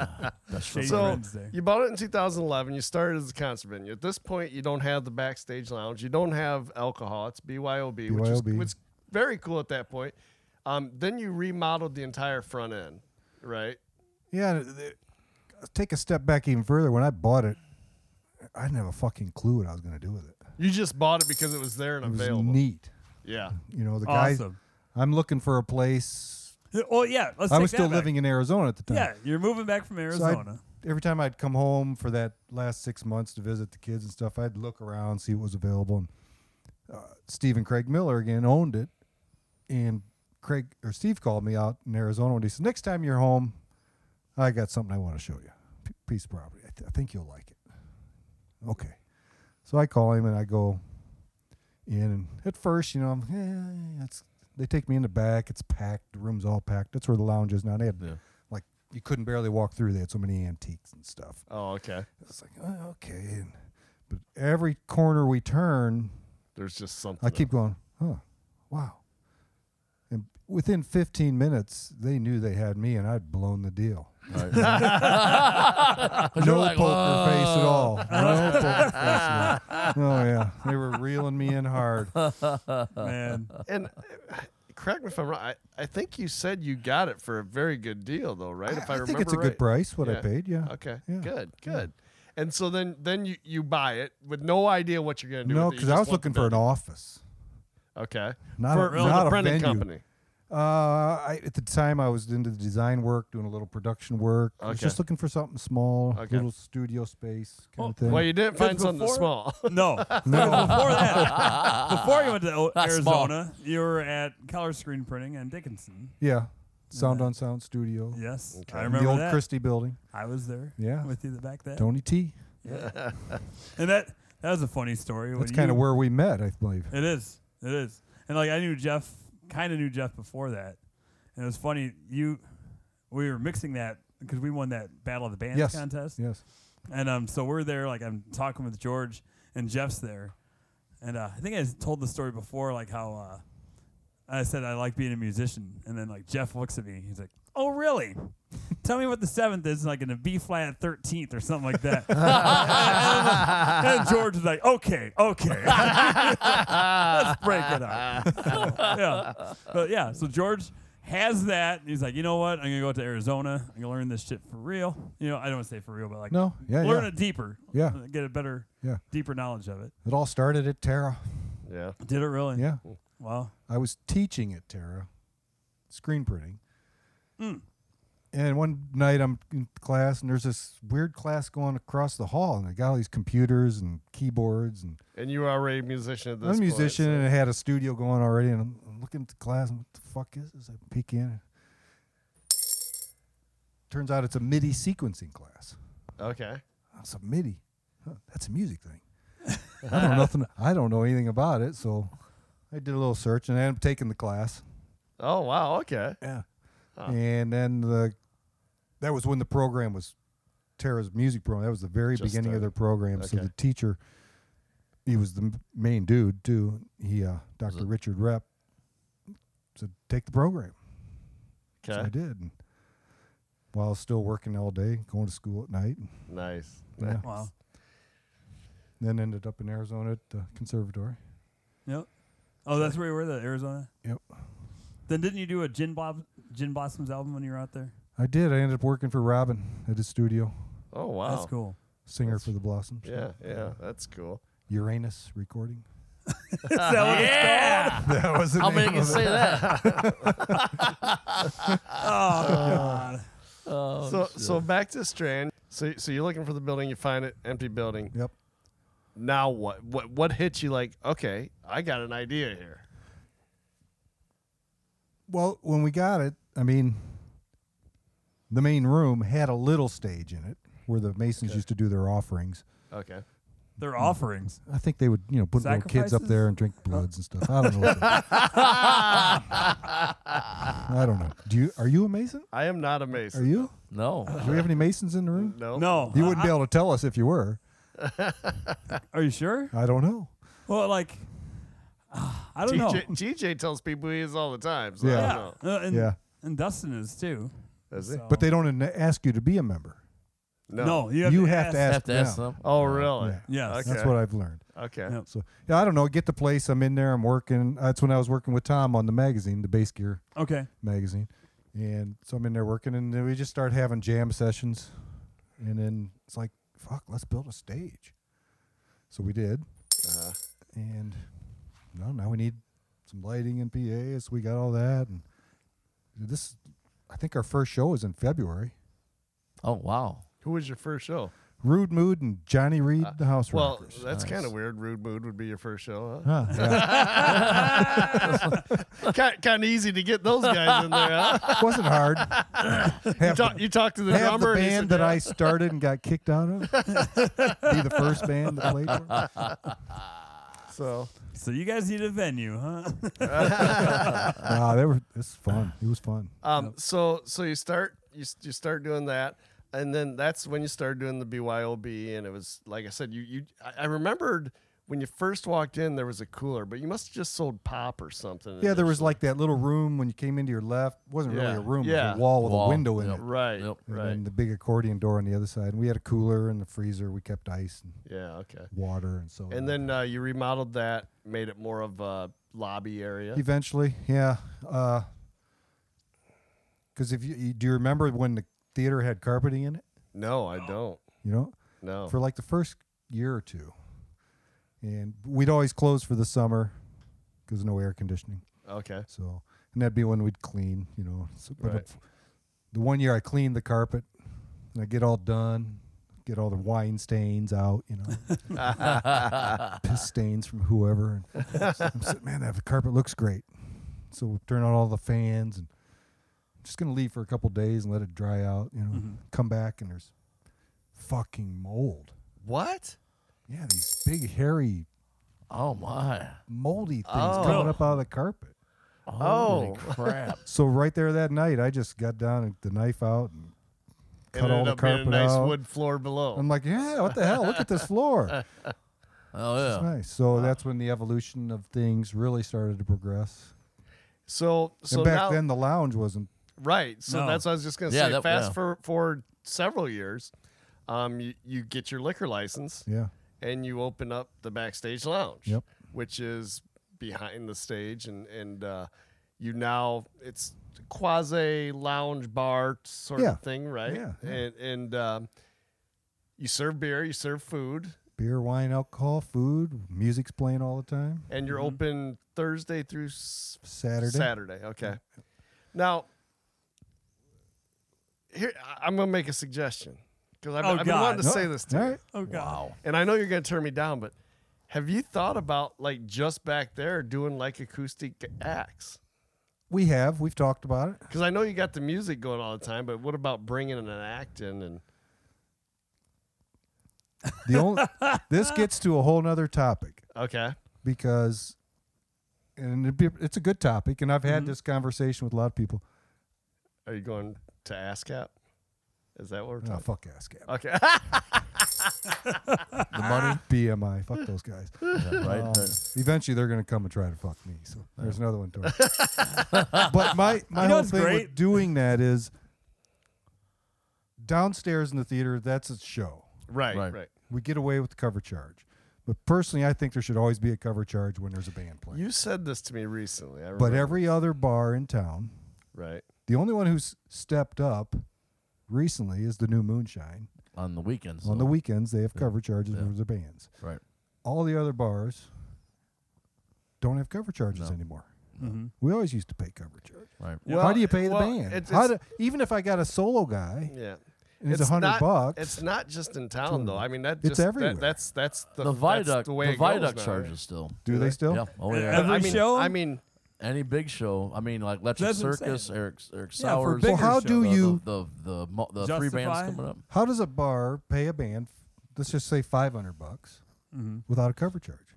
shady
so
friends there.
you bought it in 2011. You started as a concert venue. At this point, you don't have the backstage lounge. You don't have alcohol. It's BYOB, which is
BYOB.
which is very cool at that point. Um, then you remodeled the entire front end, right?
Yeah, th- th- take a step back even further. When I bought it, I didn't have a fucking clue what I was going to do with it.
You just bought it because it was there and
It was
available.
neat.
Yeah.
You know, the guy.
Awesome.
I'm looking for a place.
Oh yeah, let's
I
take
was
that
still
back.
living in Arizona at the time.
Yeah, you're moving back from
So I'd-
Arizona.
every time I'd come home for that last six months to visit the kids and stuff, I'd look around, see what was available. And uh, Steve and Craig Miller again owned it, and Craig or Steve called me out in Arizona and he said, "Next time you're home, I got something I want to show you, P- piece of property. I, th- I think you'll like it." Okay, so I call him and I go in, and at first, you know, I'm, eh, it's they take me in the back. It's packed. The room's all packed. That's where the lounge is now. They had
Yeah.
like you couldn't barely walk through. They had so many antiques and stuff.
Oh, okay.
It's like oh, okay, and, but every corner we turn,
There's just something.
I keep going. Huh, wow. And within 15 minutes, they knew they had me, and I'd blown the deal. no
like,
poker face at all. No poker face. at all. Oh yeah, they were reeling me in hard.
man.
And uh, correct me if I'm wrong. I, I think you said you got it for a very good deal, though, right? if I, remember
think it's a
right.
good price what I paid. Yeah.
Okay.
Yeah.
Good. Good. And so then then you, you buy it with no idea what you're gonna do.
No,
with it. You
because I
just
was
want the
looking for an
building.
office.
Okay.
Not
for,
a-
for
not
the
a
printing
venue.
company.
Uh, I, at the time, I was into the design work, doing a little production work. I was
Okay.
just looking for something small,
Okay.
little studio space kind
Well,
of thing.
Well, you didn't
Because
find something
before-
small.
No,
No.
before that, before you went to O-
Not small.
Arizona, you were at Color Screen Printing and Dickinson.
yeah, Sound on Sound Studio.
Yes,
Okay.
I
in
remember
the old
that.
Christie building.
I was there.
Yeah.
with you back then.
Tony T.
And that that was a funny story.
That's kind of
where.
where we met, I believe.
It is. It is. And like I knew Jeff, kind of knew Jeff before that, and it was funny. You, we were mixing that because we won that Battle of the Bands
Yes.
contest,
Yes.
and um, so we're there. Like I'm talking with George, and Jeff's there, and uh, I think I told the story before, like how uh, I said I like being a musician, and then like Jeff looks at me, he's like, "Oh really?" Tell me what the seventh is, like in a B flat thirteenth or something like that. and, then- and George is like, "Okay, okay." let's break it up. yeah. But yeah, so George has that. and He's like, you know what? I'm gonna go out to Arizona. I'm gonna learn this shit for real. You know, I don't want to say for real, but like,
No. Yeah.
learn
yeah.
it deeper.
Yeah.
Uh, get a better,
Yeah.
deeper knowledge of it.
It all started at Terra.
yeah.
Did it really?
Yeah.
Wow.
I was teaching at Terra, screen printing.
Hmm.
And one night I'm in class, and there's this weird class going across the hall, and they got all these computers and keyboards. And
And you were already a musician at this
I'm a
point,
musician,
so-
and I had a studio going already. And I'm, I'm looking at the class, and what the fuck is this? I peek in. Turns out it's a MIDI sequencing class.
Okay.
That's a MIDI. Huh, that's a music thing. I don't know nothing. I don't know anything about it, so I did a little search, and I ended up taking the class.
Oh wow. Okay.
Yeah. And then the that was when the program was Tara's music program. That was the very
Just
beginning of
started.
their program. So
Okay.
the teacher, he was the m- main dude too. He, uh, Dr. Richard Rep, said take the program. So I
Okay.
did. And while I was still working all day, going to school at night, and
Nice.
Yeah.
Wow.
then ended up in Arizona at the conservatory.
Yep. Oh, that's where you were, the Arizona.
Yep.
Then didn't you do a Gin Blob, Gin Blossoms album when you were out there?
I did. I ended up working for Robin at his studio,
Oh wow.
That's cool.
singer for the Blossoms.
Yeah. Yeah. That's cool.
Uranus recording.
Is that what it's
Yeah.
That was the
How
name
many can
of it.
say that?
called? Oh, God.
Oh,
so so back to Strand. So so you're looking for the building. You find it empty building.
Yep.
Now what? What what hits you like? Okay, I got an idea here.
Well, when we got it, I mean, the main room had a little stage in it where the masons used to do their offerings.
Okay.
They're offerings.
I think they would, you know, put little kids up
Sacrifices?
there and drink bloods and stuff. I don't know. What they- I don't know. Do you? Are you a mason?
I am not a mason.
Are you?
No.
Do we have any masons in the room?
No.
No.
You wouldn't be able to tell us if you were.
Uh, Are you sure?
I don't know.
Well, like, I don't know.
TJ, TJ tells people he is all the time. So I
Yeah.
don't
Yeah.
know.
Uh, and,
Yeah.
and Dustin is too.
Is he?
So-
But they don't an- ask you to be a member.
No.
No, you have,
you
to,
have to
I
ask.
have to ask
Yeah.
them.
Oh really?
Yeah.
Yes.
Okay.
That's what I've learned.
okay.
Yep.
So yeah, I don't know. Get the place. I'm in there. I'm working. That's when I was working with Tom on the magazine, the bass gear
Okay.
magazine. And so I'm in there working, and then we just start having jam sessions. And then it's like, fuck, let's build a stage. So we did.
Uh-huh.
And no, now we need some lighting and PA. So we got all that. And this, I think our first show is in February.
Oh wow.
Who was your first show?
Rude Mood and Johnny Reed, the House
Well,
Rockers.
that's kind of weird. Rude Mood would be your first show,
Huh, yeah.
huh? kind, kind of easy to get those guys in there, huh?
it wasn't hard.
You
Half
talk, you talk to the
have the
drummer. and he
band
said,
that I started and got kicked out of be the first band that played for. 'em.
"Yeah." So,
So you guys need a venue, huh?
Uh,
Nah, they were. It's fun. It was fun.
um, so, so you start, you, s- you start doing that, and then that's when you started doing the BYOB, and it was like I said, you, you, I, I remembered when you first walked in, there was a cooler, but you must have just sold pop or something.
Yeah, there was
initially.
like that little room when you came into your left. wasn't really
Yeah,
a room. It
yeah.
was a wall with
Wall,
a window in
yep.
it.
right,
Yep.
And
right.
then the big accordion door on the other side. And we had a cooler and the freezer. We kept ice and
yeah, okay.
water and so.
And then uh, you remodeled that, made it more of a lobby area.
eventually, yeah. Because if you, you do, you remember when the theater had carpeting in it?
No, I don't.
You know,
No.
for like the first year or two, and we'd always close for the summer because no air conditioning.
okay.
So, and that'd be when we'd clean, you know. So, but
Right.
if- the one year I cleaned the carpet, and I get all done, get all the wine stains out, you know, piss stains from whoever. And I'm sitting, man, that carpet looks great. So we turn on all the fans, and I'm just gonna leave for a couple days and let it dry out, you know.
Mm-hmm.
Come back, and there's fucking mold.
What?
Yeah, these big hairy
Oh my!
moldy things
Oh.
coming up out of the carpet.
Holy crap!
So right there that night, I just got down and the knife out and
It
cut all
ended
the
up being
carpet
a nice
out.
wood floor below.
I'm like, yeah, what the hell? Look at this floor. It's
Oh yeah.
nice. So that's when the evolution of things really started to progress.
so, so
and back
now,
then, the lounge wasn't.
right. So
No.
that's what I was just gonna
Yeah,
say.
that-
Fast
yeah.
for forward several years, um, you, you get your liquor license
Yeah,
and you open up the backstage lounge,
Yep.
which is behind the stage, and and uh, you now it's quasi lounge bar sort
Yeah.
of thing, right?
Yeah, yeah.
And and um, you serve beer, you serve food,
beer, wine, alcohol, food, music's playing all the time.
and you're open Thursday through s-
Mm-hmm. Saturday.
Saturday. Okay. Now, here I- I'm gonna make a suggestion because I've,
Oh,
I've been wanting
God.
to
No.
say this to
All
you,
right.
Oh god.
Wow.
and I know you're gonna turn me down, but have you thought about like just back there doing like acoustic acts?
We have. We've talked about it.
Because I know you got the music going all the time, but what about bringing an act in? And
The only this gets to a whole nother topic
okay,
because, and it'd be, it's a good topic. And I've
Mm-hmm.
had this conversation with a lot of people.
are you going to ASCAP? Is that what we're
Oh,
talking?
fuck ASCAP.
Okay,
The money,
BMI. Fuck those guys.
right?
Oh.
Um,
That-
eventually, they're going to come and try to fuck me. So there's another one. Tony. but my my
You know
whole
what's
thing with
great?
doing that is downstairs in the theater. That's a show.
right,
Right.
right,
We get away with the cover charge, but personally, I think there should always be a cover charge when there's a band playing.
You said this to me recently. I
but
remember.
every other bar in town,
right,
the only one who's stepped up recently is the New Moonshine.
on the weekends.
On
though.
the weekends, they have cover charges for their bands.
Right.
all the other bars don't have cover charges anymore. We always used to pay cover charge.
Right.
How do you pay the
Mm-hmm. well,
band?
it's-
How do,
it's-
even if I got a solo guy
yeah.
and it's, a
It's
hundred
not-
bucks,
It's not just in town though. I mean that.
It's
Just, that-
everywhere.
that's that's the,
The
that's
viaduct.
the way
The,
it goes
viaduct
now.
charges still.
do they still?
Yeah. Oh
Yeah.
yeah.
Every
I mean,
show?
I mean,
Any big show. I mean, like Electric
That's what I'm
Circus,
saying.
Eric Eric
Yeah, for
Sowers.
bigger
Well, how
show.
do
the,
you?
the the the, mo- the three bands
Justify?
coming up?
How does a bar pay a band? Let's just say five hundred bucks
Mm-hmm.
without a cover charge.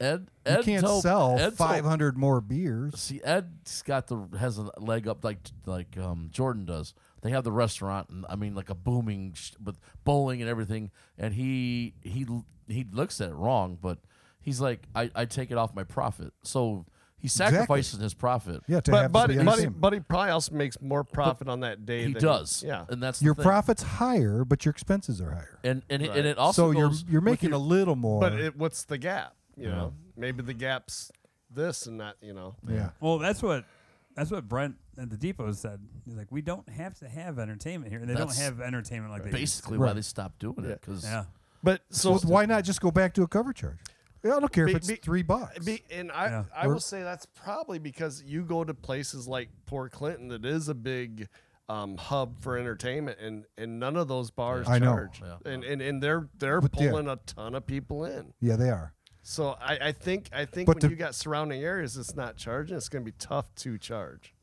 Ed
You
Ed
can't
told-
sell
Ed told-
five hundred more beers.
See, Ed's got the has a leg up like like um, Jordan does. They have the restaurant, and I mean, like a booming sh- with bowling and everything. And he he l- he looks at it wrong, but he's like, I, I take it off my profit. So he sacrifices his profit.
Yeah, to
but
have
buddy,
somebody
buddy,
entertainment.
buddy probably also makes more profit on that day.
he
than
does.
yeah.
and that's the
your
thing.
profits higher, but your expenses are higher.
And and, it-
Right.
and it also
so you're
goes
you're
with
making
your-
a little more.
But it, what's the gap? You know, maybe the gap's this and that. You know,
yeah,
Well, that's what that's what Brent at the depot said. He's like, we don't have to have entertainment here, and they
That's
don't have entertainment like they used to.
basically why
Right.
they stopped doing it because
Yeah.
but
So
so
why not just go back to a cover charge? Yeah, I don't care if
Be-
it's
be-
three bucks.
Be, and I,
Yeah.
I
Or-
will say that's probably because you go to places like Port Clinton that is a big um, hub for entertainment, and, and none of those bars
I know.
charge,
Yeah.
and, and and they're they're
But yeah.
pulling a ton of people in.
yeah, they are.
So I, I think I think
But
when
to-
you got surrounding areas, it's not charging. It's going to be tough to charge.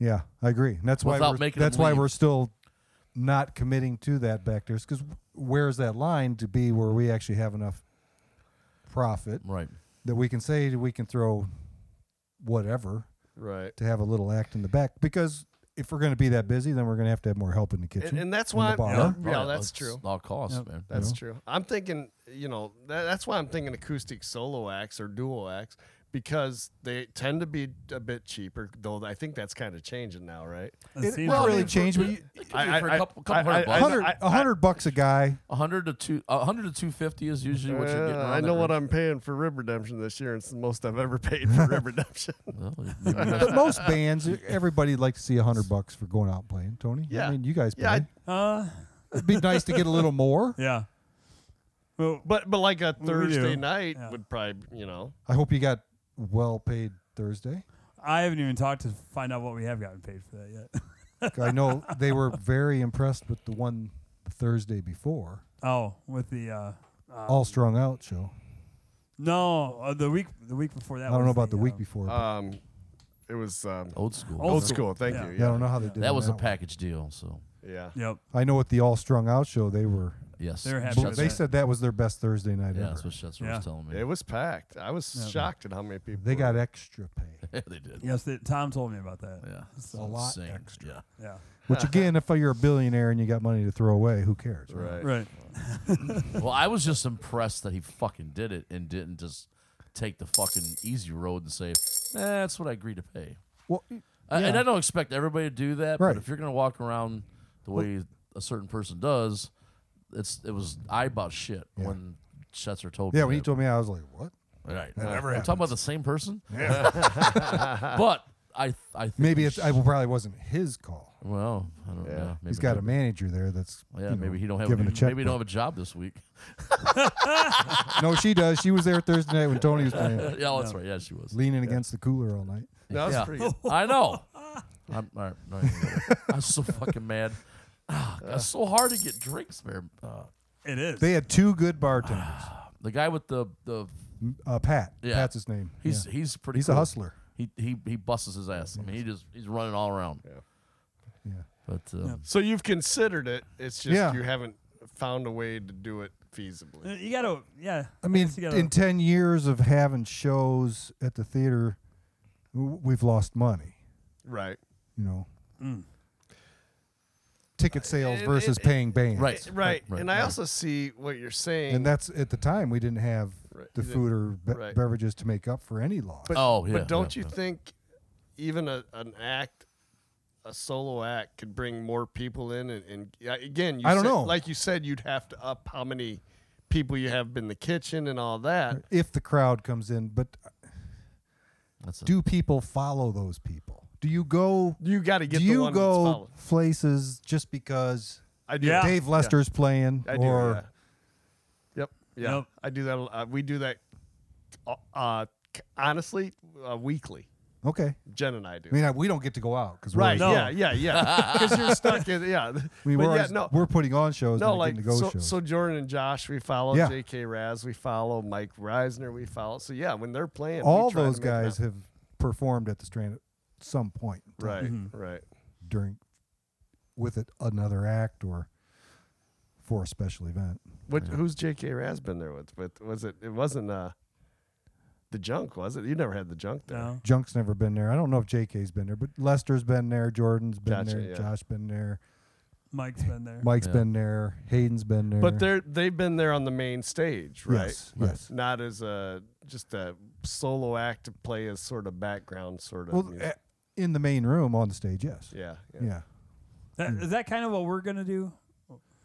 Yeah, I agree. And that's why
Without
we're,
making
that's
them
why
leave.
we're still not committing to that back there because where's that line to be where we actually have enough profit
right.
that we can say that we can throw whatever
Right.
to have a little act in the back because if we're going to be that busy, then we're going to have to have more help in the kitchen.
and that's
in
why-
the bar.
Yeah.
Oh,
Yeah, that's
it's
true.
All costs,
Yep.
man.
That's
know?
true. I'm thinking, you know, that, that's why I'm thinking acoustic solo acts or duo acts because they tend to be a bit cheaper. Though I think that's kind of changing now, right?
It
It,
seems
not
like-
really changed, but you,
I, for a couple, couple hundred
I-
bucks.
100,
I-
100 bucks a guy.
100 to two, uh, 100 to 250 is usually what you're getting.
Uh,
around
I
that
know what
range.
I'm paying for Rib Redemption this year, and it's the most I've ever paid for Rib Redemption.
Well, maybe that's-
But most bands, everybody'd like to see 100 bucks for going out and playing, Tony.
Yeah.
I mean, you guys
Yeah, I-
played.
Uh,
It'd be nice to get a little more.
yeah. Well,
But but like a
do.
Thursday night
Yeah.
would probably you know
I hope you got well paid Thursday.
I haven't even talked to find out what we have gotten paid for that yet.
'Cause I know they were very impressed with the one Thursday before,
oh, with the uh,
All Strung Out show.
no, uh, the week the week before that.
I don't
was
know about the, week
uh,
before. but
um it was um,
old school.
Old
old school.
school.
Thank
Yeah.
you.
yeah, I don't
Yeah,
know how they did
that
on
was a
one.
package deal, so
yeah.
Yep.
I know at the All Strung Out show, they were.
yes.
They were happy
Shuts
with
it.
They
that.
said that was their best Thursday night
Yeah, that's
ever.
what Shetzer
Yeah.
was telling me.
It was packed. I was shocked at how many people
They
were-
got extra pay,
Yeah, they did.
Yes, that Tom told me about that.
Yeah.
a lot extra.
Yeah.
Yeah.
which again, if you're a billionaire and you got money to throw away, who cares?
right.
Right.
Well, I was just impressed that he fucking did it and didn't just take the fucking easy road and say, eh, "That's what I agreed to pay."
Well,
I, and
Yeah.
I don't expect everybody to do that,
Right.
but if you're gonna walk around the way a certain person does, it's it was I about shit
Yeah.
when Shetzer told me.
yeah, when he
that.
told me, I was like, what?
right, whatever. I'm talking about the same person, but I I think
Maybe
he
it's,
sh-
I probably wasn't his call.
well I don't
Yeah.
know. Maybe
He's got
not.
a manager there that's
Yeah,
you know,
maybe he don't have
giving
a,
a check.
maybe he don't have a job this week.
no, she does. She was there Thursday night when Tony was
yeah,
playing,
that's right. Yeah, she was.
leaning against the cooler all night.
That was
Yeah.
pretty good.
I know. I'm, all right, not even gonna- I'm so fucking mad. Ah, it's so hard to get drinks there. Uh,
It is.
They had two good bartenders.
the guy with the the
Uh, Pat,
Yeah.
Pat's his name.
he's
Yeah.
he's pretty.
he's
cool.
a hustler.
He he he busts his ass. I mean, he just he's running all around.
Yeah,
But um,
So you've considered it. It's just
Yeah.
you haven't found a way to do it
Uh,
feasibly.
Uh, You gotta. Yeah.
I mean,
guess you gotta,
in ten years of having shows at the theater, w- we've lost money.
Right.
You know,
Mm.
ticket sales
Uh, it-
versus
it-
paying bands.
right,
Right.
right,
And I also see what you're saying.
And that's at the time we didn't have
Right.
the
You didn't-
food or be-
right.
beverages to make up for any loss.
but,
Oh, yeah,
But don't
yeah,
you
yeah.
think even a, an act, a solo act, could bring more people in? And, and yeah, again, you
I don't
said-
know.
Like you said, you'd have to up how many people you have in the kitchen and all that.
if the crowd comes in, but
that's it.
do people follow those people? Do you go?
You got to get
do
the
you
one that's
go
followed.
places just because
I do.
Yeah.
Dave Lester's playing,
I do.
or
yeah. Yep. Yeah.
Yep.
I do that. a lot. we do that. Uh, uh, c- honestly, uh, weekly.
okay?
Jen and I do.
I mean, I, we don't get to go out because
right.
We're,
No.
Yeah. Yeah. Yeah. Because you're stuck in. Yeah.
I mean,
but
we're,
yeah.
always-
No.
we're putting on shows,
no.
not
Like
getting to go
so,
shows.
so. Jordan and Josh, we follow.
Yeah.
J.K. Raz, we follow. Mike Reisner, we follow. So yeah, when they're playing, we
All
try to
those
make it
guys
up.
have performed at the Strand at some point in time
Right. Right.
during with it another act or for a special event.
What? Who's J.K. Raz been there with? With was it? It wasn't. Uh, the junk was it? You never had the junk there.
no.
Junk's never been there. I don't know if JK's been there, but Lester's been there, Jordan's been
Gotcha,
there,
yeah.
Josh's been there,
Mike's been there.
Mike's
Yeah.
been there, Hayden's been there.
But they're they've been there on the main stage, right?
Yes, yes.
Not as a just a solo act to play as sort of background sort of
well eh,
music.
a- in the main room on the stage, yes.
yeah, yeah.
Yeah.
That, is that kind of what we're gonna do?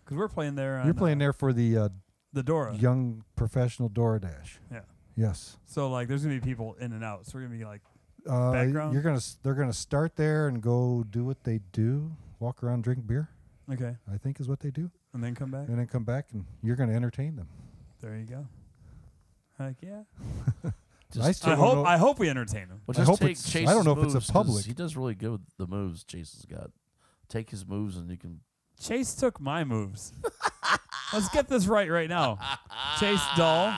Because we're playing there. On,
You're playing
uh,
there for the uh,
the Dora.
young professional DoorDash.
Yeah.
Yes.
So like, there's gonna be people in and out. So we're gonna be like,
Uh,
Background?
You're gonna s- they're gonna start there and go do what they do, walk around, drink beer.
okay,
I think is what they do,
and then come back.
and then come back and you're gonna entertain them.
There you go. Like yeah.
Just-
I still
I
don't
hope
know-
I hope we entertain them.
Well,
I
just
hope
take
it's- I
Chase's
don't know if it's a
moves 'cause
public.
He does really good with the moves Chase's got. Take his moves and you can.
Chase took my moves. Let's get this right right now. Chase Doll,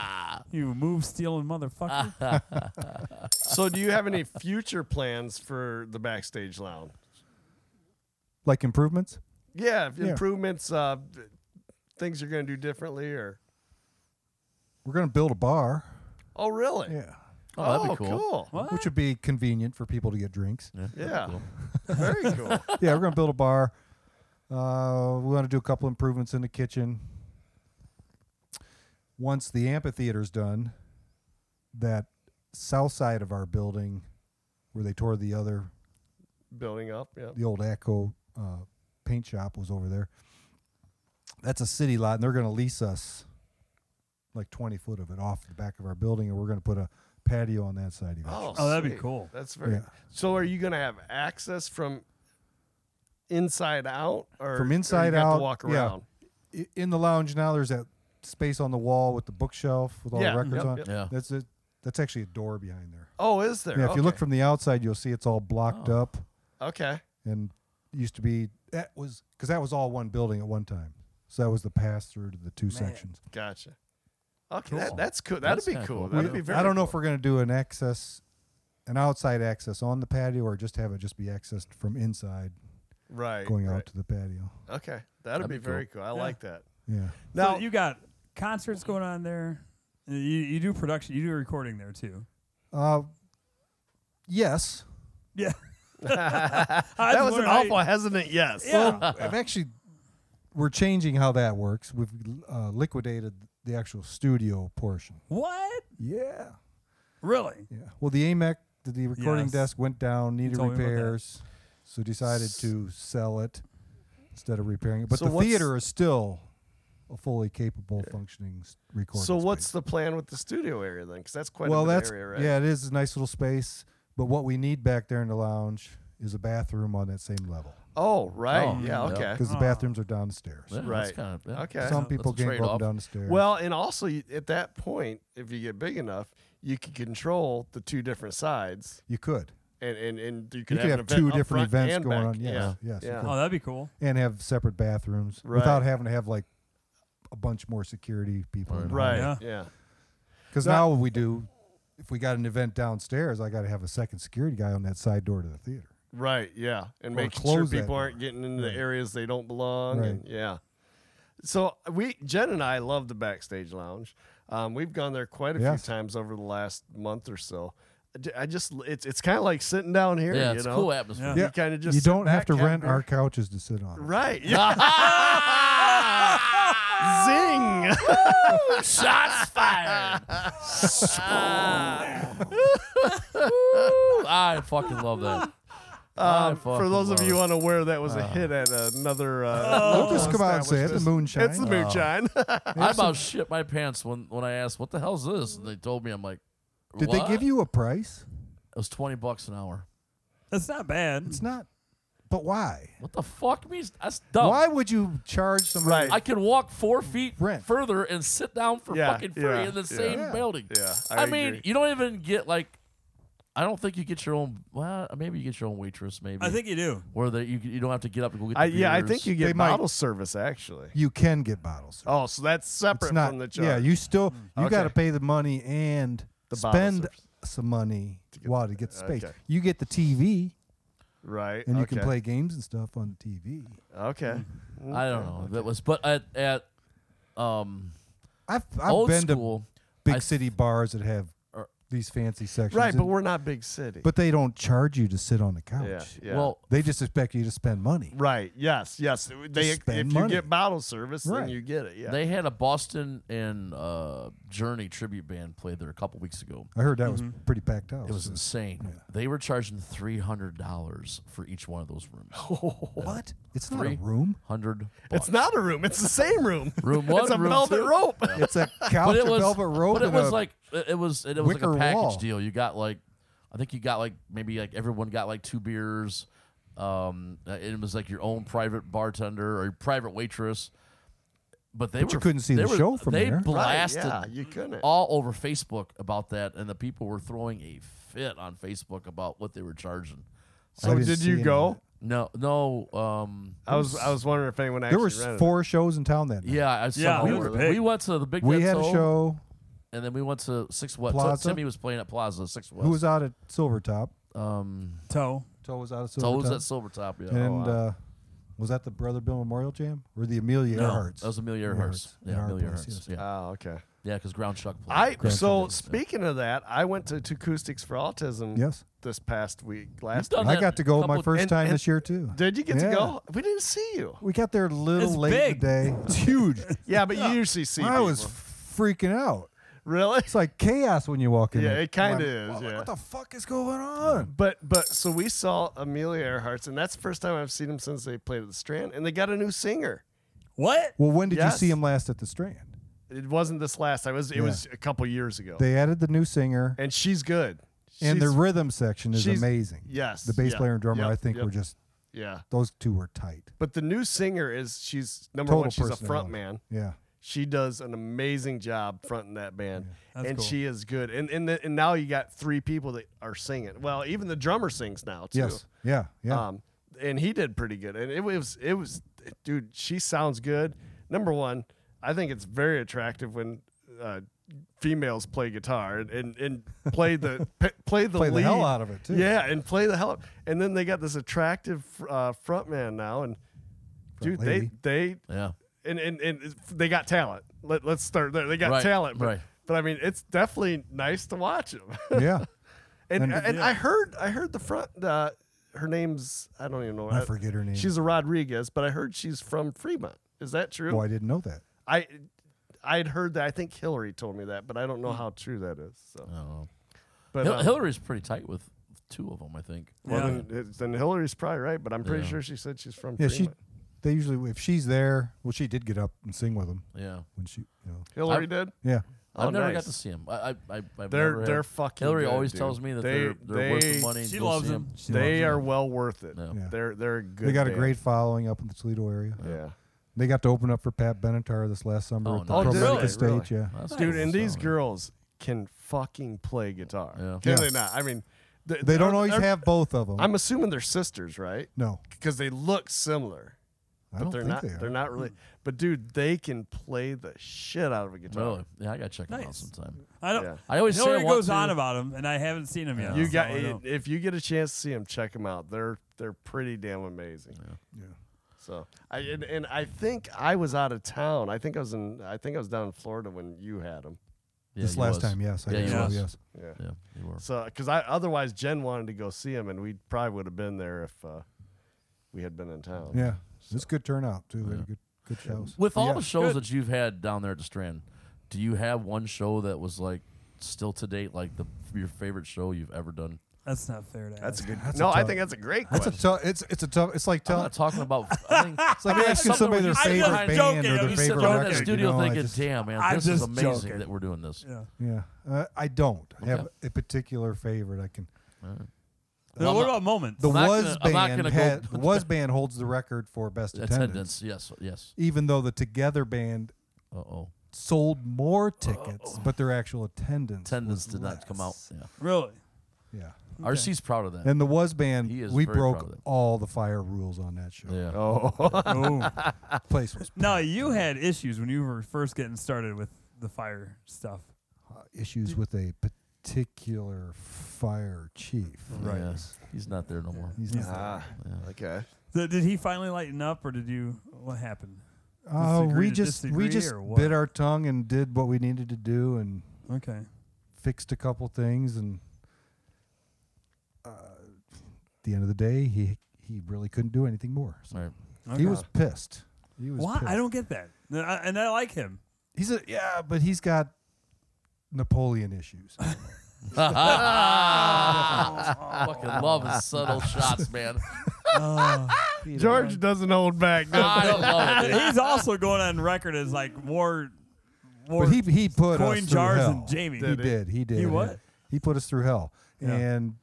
you move stealing motherfucker.
So, do you have any future plans for the backstage lounge?
like improvements.
Yeah, if
Yeah.
improvements, uh, th- things you're going to do differently, or
We're gonna build a bar.
oh, really?
Yeah.
Oh, that'd be cool.
What?
which would be convenient for people to get drinks.
Yeah. that'd be
Yeah.
cool.
Very cool.
yeah, we're gonna build a bar. Uh, we want to do a couple improvements in the kitchen. Once the amphitheater's done, that south side of our building, where they tore the other,
Building up. Yeah.
the old Echo uh, paint shop was over there. That's a city lot, and they're gonna lease us like twenty foot of it off the back of our building, and we're gonna put a patio on that side. Eventually.
Oh, that'd be
sweet.
cool.
That's very.
Yeah.
So, are you gonna have access from inside out, or
From
or you
inside
have to
out,
walk
yeah.
around?
I- in the lounge now there's that space on the wall with the bookshelf with all
Yeah,
the records
yep,
on
yep.
Yeah.
that's it that's actually a door behind there
Oh, is there?
yeah if you look
Okay.
from the outside you'll see it's all blocked
Oh.
up
Okay.
and used to be that was because that was all one building at one time so that was the pass through to the two sections
Gotcha. Okay, that,
Cool.
that's cool. That'd
That's
be
kinda
cool.
cool.
That'd
We-
be very.
i don't know
cool.
if we're going to do an access an outside access on the patio or just have it just be accessed from inside
right
going
right.
out to the patio
Okay, that'd,
That'd
be,
be cool.
very cool. I
Yeah.
like that.
yeah
Now,
so you got concerts going on there. You, you do production. You do recording there too.
uh yes
Yeah.
that was an awful hesitant yes.
Yeah.
Well, I've actually we're changing how that works. We've uh, liquidated the actual studio portion.
what?
Yeah.
Really?
Yeah. Well, the AMEC, the, the recording
Yes.
desk went down, needed
told me about that.
repairs, so decided to sell it instead of repairing it. But
So
the
what's-
theater is still a fully capable functioning s- recording.
So what's
space.
the plan with the studio area then? Because that's quite
well?
a big
That's
area, right?
yeah. It is a nice little space, but what we need back there in the lounge is a bathroom on that same level
Oh, right.
Oh,
yeah.
yeah.
Okay.
because the
Ah.
bathrooms are downstairs.
Yeah, that's
Right.
kinda- yeah.
Okay.
Some
That's a
people can't go up
trade-off.
and down the stairs.
Well, and also y- at that point, if you get big enough, you can control the two different sides,
you could.
and and and you
You
could
could
have,
have,
an event
two
up
different
front
events
and
going
back.
on. Yes,
Yeah.
yes, you
Yeah.
could.
Oh, that'd be cool.
and have separate bathrooms
Right.
without having to have like a bunch more security people.
Right.
Yeah.
yeah.
Because
That-
now what we do, if we got an event downstairs, I got to have a second security guy on that side door to the theater.
Right, yeah, and
Or
making sure
close that
people aren't
door.
getting into
Right.
the areas they don't belong.
Right.
And, yeah. So we, Jen and I, love the backstage lounge. Um, we've gone there quite a
Yes.
few times over the last month or so. I ju- I just, it's it's kind of like sitting down here.
Yeah,
you
it's a
know?
cool atmosphere.
Yeah.
You kind of just
you
sit
don't have
back,
to
have
rent
beer.
our couches to sit on.
right. Yeah. Zing.
Shots fired. Woo. I fucking love that. I
Um, for
fucking
those of
love
you
it.
unaware, that was
Uh.
a hit at another. Uh,
We'll just come out and say it. The moonshine.
It's the moonshine.
I about shit my pants when, when I asked, what the hell's this? And they told me, I'm like,
Did
"What?"
they give you a price?
It was 20 bucks an hour.
That's not bad.
It's not. But why?
What the fuck means? That's
Oh.
dumb.
Why would you charge somebody?
I can walk four feet
Rent.
further and sit down for
Yeah,
fucking free
yeah,
in the
yeah.
same
Yeah.
building.
yeah,
I, mean,
agree.
you don't even get like. I don't think you get your own. Well, maybe you get your own waitress. Maybe
I think you do.
where they you, you don't have to get up and go get.
I,
the
yeah, I
beers.
think you
They
get
might-
bottle service actually.
You can get bottles.
Oh, so that's separate
it's not.
from the charge.
yeah, you still
Mm.
you
Okay.
got to pay the money and
The bottle
spend
service.
some money while to get the space.
okay.
You get the TV
right.
and you
okay.
can play games and stuff on the TV.
Okay.
I don't know. That was, but at at um
I've I've
old
been
school.
to big
I-
city bars that have
Or-
these fancy sections,
Right, but
and-
we're not big city.
but they don't charge you to sit on the couch.
yeah, yeah.
Well,
They just expect you to spend money.
right. Yes, yes. They if
spend
you
money.
get bottle service, then
Right.
you get it. Yeah.
they had a Boston and uh, Journey tribute band play there a couple weeks ago.
I heard that was
Mm-hmm.
pretty packed out.
It was insane. They were charging three hundred dollars for each one of those rooms.
what? It's not
Three.
a room.
Hundred.
it's not a room. It's the same room.
Room one,
It's a
room
velvet
two.
rope.
It's a couch,
but it
a
was
velvet rope,
But it
and
was
a-
like it it was it was like a
wicker
package
wall.
deal. You got like I think you got like maybe like everyone got like two beers. Um, uh, it was like your own private bartender or your private waitress. But they
But you
were-
couldn't see
they
the
were-
show from
they
there. Right,
Right,
blasted
yeah, you couldn't.
all over Facebook about that, and the people were throwing a fit on Facebook about what they were charging.
I
So
didn't
did
see any
you
of
go?
No, no. Um,
I was I was wondering if anyone
There
actually
were
rented
four shows in town that night.
yeah, I saw
we
we,
were
we
big.
went to the Big
we
Dead
had a
Soul,
show.
and then we went to Six West.
Plaza.
Timmy was playing at Plaza Six West.
Who was out at Silvertop?
um,
Toe.
Toe was out of Silvertop.
oh, Toes at Silvertop, yeah.
and uh, Was that the Brother Bill Memorial Jam or the Amelia
No,
Earhart's?
that was Amelia Earhart's.
Earhart's.
Yeah,
Earhart
Amelia
Place,
Earhart's.
yes.
Yeah,
Oh, okay.
yeah, because Ground Chuck played.
I
Ground
so
Chuck is- yeah.
speaking of that, I went to Acoustics for Autism.
Yes.
This past week, last
done
week.
that
I got to go my
couple-
first
and-
time
and-
this year too.
Did you get
Yeah.
to go? We didn't see you.
We got there a little
It's
late
big.
today. It's huge.
Yeah, but you usually see.
I was
people.
freaking out.
really.
It's like chaos when you walk in.
Yeah,
there.
it kind
I'm
of
like,
is.
What
Yeah.
the fuck is going on?
But but so we saw Amelia Earhart's, and that's the first time I've seen them since they played at the Strand, and they got a new singer.
What?
Well, when did you see
Yes.
him last at the Strand?
It wasn't this last. time. It was it
Yeah.
was a couple years ago,
They added the new singer,
and she's good.
and
She's-
the rhythm section is
she's-
amazing.
yes,
the bass
yeah,
player and drummer,
yep,
I think,
yep,
were just
yeah.
those two were tight.
But the new singer is she's number
Total
one. She's a front
personality.
man.
Yeah,
She does an amazing job fronting that band,
That's
and
cool.
she is good. And and the, and now you got three people that are singing. Well, even the drummer sings now too.
yes, yeah, yeah.
Um, and he did pretty good. And it was, it was, dude, she sounds good. Number one, I think it's very attractive when uh, females play guitar and, and, and play the p- play the
Play the
lead.
hell out of it, too.
Yeah, and play the hell. Out. And then they got this attractive uh, front man now, and dude,
lady.
they they
Yeah.
and and, and it's- they got talent. Let, let's start there. They got
Right,
talent, but,
right.
but I mean, it's definitely nice to watch them.
yeah.
And,
And-
and,
Yeah.
I heard I heard the front uh, her name's I don't even know
I forget her name.
She's a Rodriguez, but I heard she's from Fremont. Is that true?
Well, I didn't know that.
I I'd heard that. I think Hillary told me that, but I don't know how true that is.
Oh,
So,
I don't know.
but
Hil-
uh,
um,
Hillary's pretty tight with two of them, I think.
well,
Yeah.
then, it's- then Hillary's probably right, but I'm pretty
Yeah.
sure she said she's from
Yeah, she.
Fremont.
They usually, if she's there, well, she did get up and sing with them
Yeah.
when she, you know.
Hillary
I've-
did.
Yeah,
I've
Oh,
never got
nice.
to see him. I, I, I I've
They're
never had-
they're fucking.
Hillary
good,
always
dude.
tells me that
They-
they're they're worth
they-
the money.
She
Go
loves
see
him. She
They
loves
are
him.
well worth it.
Yeah.
Yeah.
They're they're a good.
they got a
band.
great following up in the Toledo area.
Yeah.
They got to open up for Pat Benatar this last summer
Oh,
at the
nice. Oh,
Pro
did
Medica
they?
stage. Yeah,
That's
dude
cool.
and
So,
these
yeah.
girls can fucking play guitar
Yeah.
can
Yeah.
they not i mean th-
they don't
are-
always
are-
have both of them.
i'm assuming they're sisters right
no,
because they look similar
I
but
don't
they're
think
not
they are.
are not really but dude they can play the shit out of a guitar
Really? Yeah, I gotta check him out
Nice.
sometime.
I don't.
Yeah.
I always say I
Hillary
want
goes
to-
on about him, and I haven't seen him yet.
you
so
got
I don't.
if you get a chance to see them check them out they're they're pretty damn amazing
Yeah.
so i and, and i think i was out of town i think i was in i think i was down in florida when you had them
Yeah,
this
he
last
was.
time, yes, I
Yeah,
think
he
so,
was.
yes.
yeah
Yeah, you were.
So, because I otherwise Jen wanted to go see him, and we probably would have been there if uh, we had been in town.
Yeah, it's good turnout too. They had good, good shows.
With all
Yeah.
the shows
Good.
that you've had down there at the Strand, do you have one show that was like still to date like the your favorite show you've ever done?
That's not fair to ask.
that's a good.
That's a
no, I
tough-
think that's a great
that's
question.
a tough. It's it's a tough. It's like
I'm
telling.
not talking about. I think,
It's like asking
something
somebody
where
their
you-
I'm just
favorite band
joking,
or
I'm
their
just
sit
favorite
down in
record.
that
you
studio
know, I
thinking,
just-
"Damn, man,
I'm
this is
just
amazing
joking.
that we're doing this."
Yeah.
Yeah, uh, I don't have
Okay.
a particular favorite. I can.
Now, what about moments?
The
I'm not
was
gonna- I'm
band
not gonna go-
had- the was band holds the record for best attendance,
Attendance, yes, yes.
even though the Together band
Uh oh,
sold more tickets, but their actual attendance
attendance
was
did not come out.
less.
Yeah.
really?
Yeah,
RC's proud of that.
and the was band,
He is
we
very proud of
broke
it.
all the fire rules on that show.
yeah.
oh,
oh.
Place was
Now you had issues when you were first getting started with the fire stuff.
uh, issues with a particular fire chief.
Right.
Yeah. He's not there no more.
He's not.
ah, okay.
So did he finally lighten up, or did you? What happened?
Uh,
disagree
we
to
just
disagree
we just
or what?
bit our tongue and did what we needed to do and
Okay.
fixed a couple things and uh, at the end of the day he he really couldn't do anything more. So
Right.
okay.
He was pissed. He was
Why?
pissed.
I don't get that. And I, and I like him.
He's a yeah, but he's got Napoleon issues.
Fucking love his subtle shots, man.
George doesn't hold back. does
I love it.
And he's also going on record as like more, more
but he he put us
coin
through
jars
hell.
and Jamie.
He did. He did.
He
yeah.
what?
He put us through hell.
Yeah.
And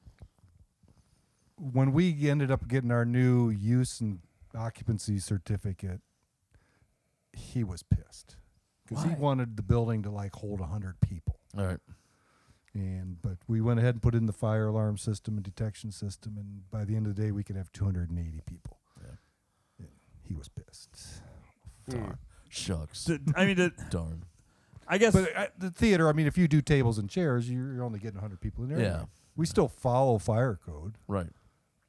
when we ended up getting our new use and occupancy certificate, he was pissed because he
Why?
wanted the building to like hold hundred people.
All right.
And but we went ahead and put in the fire alarm system and detection system, and by the end of the day, we could have 280 people.
Yeah.
And He was pissed.
it? Hmm.
Shucks.
Did- I mean, did-
Darn.
I guess.
But uh, the theater, I mean, if you do tables and chairs, you're only getting 100 people in there.
Yeah.
anyway. We still follow fire code
Right.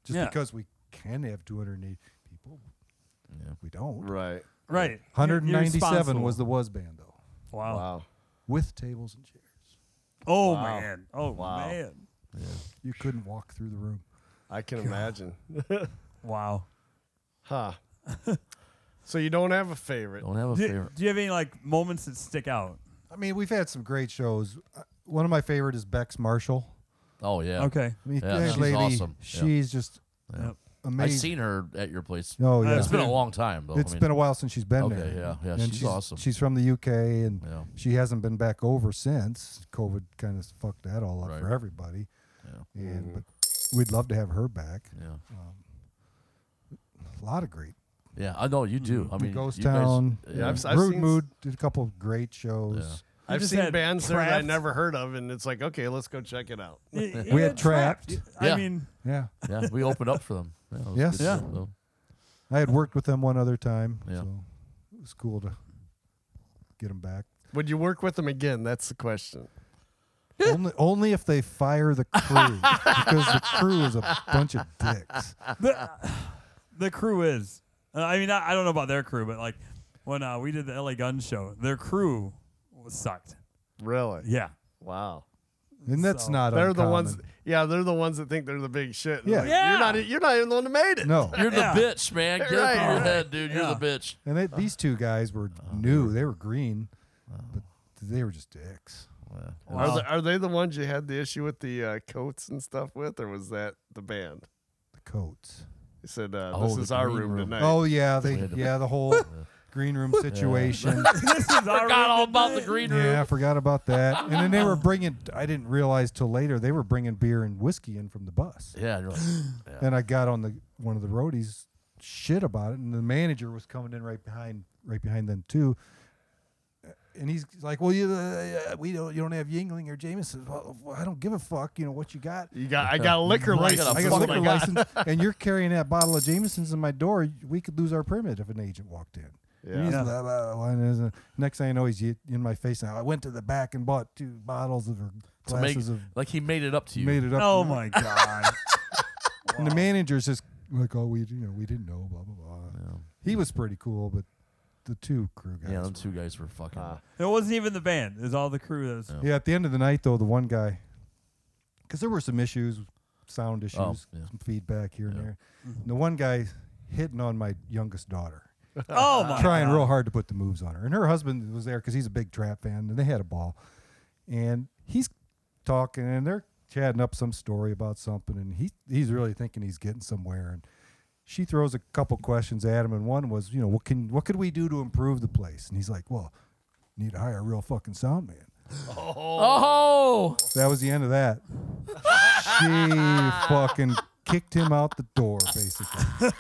just
Yeah.
because we can have 280 people. don't.
Right.
Right. You're- you're
197 was the
responsible.
was band though, Oh.
Wow.
Wow.
with tables and chairs.
Oh
Wow.
man. Oh
Wow.
man.
You couldn't walk through the room.
I can imagine.
Wow.
Huh. so you don't have a favorite.
Don't have a
Do you,
favorite.
do you have any like moments that stick out?
I mean, we've had some great shows. Uh, One of my favorite is Bex Marshall.
Oh yeah.
Okay.
I mean,
Yeah,
that
she's
lady,
awesome. Yeah.
she's just
Yep.
I've
amazing.
seen her at your place.
Oh
Uh,
yeah,
It's been a long time though.
It's
I mean,
been a while since she's been
Okay,
there.
yeah, yeah,
And
she's awesome.
She's from the UK, and
Yeah.
she hasn't been back over since COVID kind of fucked that all up
Right.
for everybody.
Yeah.
And but we'd love to have her back.
yeah.
A lot of great.
Yeah, I know you do. I mean,
Ghost
you guys-
Town,
yeah.
Yeah, I've s- I've
Rude
seen s-
Mood did a couple of great shows.
You
I've
just
seen
had
bands there that I
Kraft.
never heard of, and it's like, okay, let's go check it out.
Y- y-
We
yeah,
had Trapped.
I
Yeah.
mean,
Yeah,
yeah, we opened up for them. Yeah, it was
Yes.
good
Yeah.
stuff, though.
I had worked with them one other time,
Yeah.
so it was cool to get them back.
Would you work with them again? That's the question.
only, only if they fire the crew because the crew is a bunch of dicks.
the, uh, the crew is. Uh, I mean, I, I don't know about their crew, but like when uh, we did the LA Gun Show, their crew was sucked.
Really?
Yeah.
Wow.
And that's
So,
not
They're the ones.
uncommon.
Yeah, they're the ones that think they're the big shit. and
Yeah.
like,
Yeah.
You're not. e, You're not even the one that made it.
No.
You're the
Yeah.
bitch, man. Get it
Right,
through your
right.
head, dude. You're
Yeah.
the bitch.
And they, these two guys were new. They were green, but they were just dicks.
Are,
Wow.
the, are they the ones you had the issue with the uh, coats and stuff with, or was that the band?
The coats.
You said uh,
Oh,
this
the
is our
green
room,
room.
tonight.
Oh yeah, they
had to-
yeah the whole green room situation.
this is our
Forgot all about the green room.
Yeah, I forgot about that. And then they were bringing. I didn't realize till later they were bringing beer and whiskey in from the bus.
Yeah, you're like, yeah.
And I got on the one of the roadies shit about it, and the manager was coming in right behind, right behind them too. And he's like, "Well, you, uh, uh, we don't, you don't have Yingling or Jameson. Well, I don't give a fuck. You know what you got?
You got. I got a liquor
Right, I got
license.
a
I
Oh, fuck
got a liquor
my
license, and you're carrying that bottle of Jameson's in my door. We could lose our permit if an agent walked in.
Yeah.
He's
Yeah.
blah, blah, blah, and there's a- next thing I know, he's y- in my face. Now I went to the back and bought two bottles of or
To make,
glasses of
like he made it up to you.
made it up.
Oh my god.
And the manager's just like, oh, we you know we didn't know, blah blah blah. He was pretty cool, but the two crew guys.
yeah, them
were-
two guys were fucking.
Ah.
It wasn't even the band. It was all the crew that was.
yeah. At the end of the night, though, the one guy, because there were some issues, sound issues,
Oh, yeah.
some feedback here and there. And the one guy hitting on my youngest daughter.
Oh my.
trying
God.
real hard to put the moves on her. And her husband was there because he's a big trap fan, and they had a ball. And he's talking, and they're chatting up some story about something, and he he's really thinking he's getting somewhere. And she throws a couple questions at him, and one was, you know, what can what could we do to improve the place? And he's like, well, need to hire a real fucking sound man.
Oh,
That was the end of that. she fucking kicked him out the door, basically.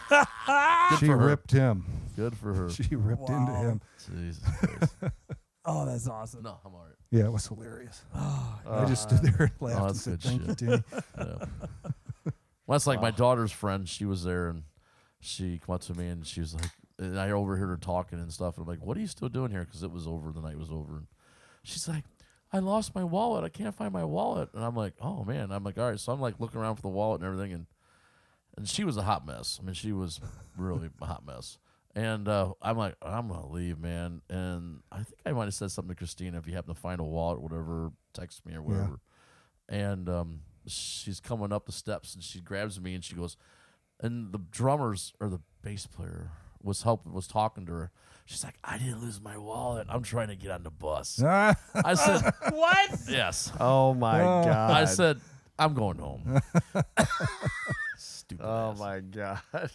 she
for her.
ripped him.
good for her.
She ripped into
Wow.
him.
Jesus Christ.
Oh, that's awesome.
No, I'm all right.
Yeah, it was hilarious. I just stood there and laughed and
Ah, oh, that's good
said, "Thank
shit.
you, Timmy."
Yeah. well, that's like my daughter's friend. She was there and she came up to me and she was like, and I overheard her talking and stuff. And I'm like, what are you still doing here? Because it was over. The night was over. And she's like, I lost my wallet. I can't find my wallet. And I'm like, oh man. I'm like, all right. So I'm like looking around for the wallet and everything. And and she was a hot mess. I mean, she was really a hot mess. And uh, I'm like, I'm gonna leave, man. And I think I might have said something to Christina. If you happen to find a wallet, or whatever, text me or whatever. And um, she's coming up the steps, and she grabs me, and she goes, and the drummers or the bass player was helping, was talking to her. She's like, I didn't lose my wallet. I'm trying to get on the bus.
Ah,
I said,
What?
yes.
Oh my
Oh.
god.
I said, I'm going home. Stupid.
Oh
ass.
my god.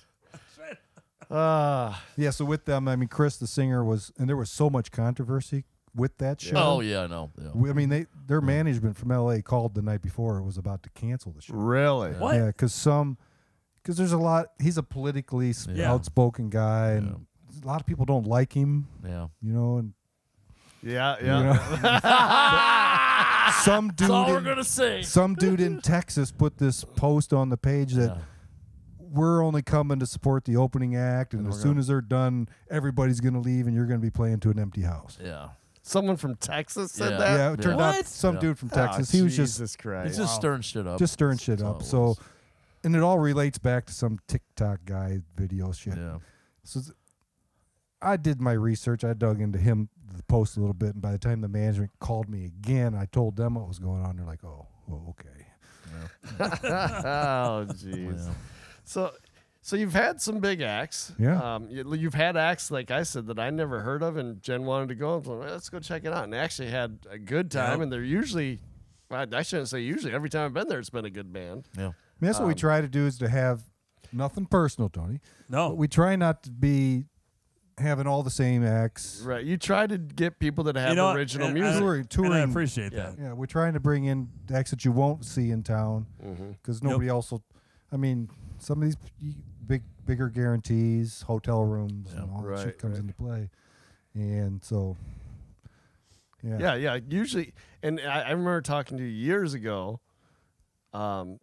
Ah.
yeah, so with them, I mean, Chris, the singer, was, and there was so much controversy with that show.
Oh yeah, I know. Yeah.
We- I mean, they their management from LA called the night before it was about to cancel the show.
really?
What?
Yeah, because some, because there's a lot. He's a politically s-
Yeah.
outspoken guy, and a lot of people don't like him,
Yeah.
you know. And
Yeah. Yeah.
you know, some dude,
That's Ah, all we're
in-
gonna say.
some dude in Texas put this post on the page that.
Yeah.
we're only coming to support the opening act, and, as soon as they're done, everybody's going to leave, and you're going to be playing to an empty house.
Yeah.
Someone from Texas said
Yeah.
that.
Yeah, it turned out
What?
some
Yeah.
dude from
Ah,
Texas. he was just
Jesus Christ.
He's just stirring shit up.
just stirring shit
That's all
up.
it
So,
was.
and it all relates back to some TikTok guy video shit.
yeah.
So th- I did my research. I dug into him the post a little bit, and by the time the management called me again, I told them what was going on. They're like, "Oh, well, okay."
oh, jeez. So, so you've had some big acts.
Yeah.
Um, you, you've had acts like I said that I never heard of, and Jen wanted to go. and so, Let's go check it out, and I actually had a good time.
Yep.
And they're usually, I, I shouldn't say usually. Every time I've been there, it's been a good band.
Yeah.
I mean, that's what we try to do is to have nothing personal, Tony.
No,
But we try not to be having all the same acts.
Right. You try to get people that have
you know what?
original
And uh, I-
music.
Touring-
And I
touring.
appreciate
Yeah.
that.
Yeah, we're trying to bring in acts that you won't see in town because nobody else will. I mean, some of these p- big, bigger guarantees, hotel rooms, and all that
Right,
shit comes
right.
into play, and so yeah,
Yeah, yeah. Usually, and I, I remember talking to you years ago. Um,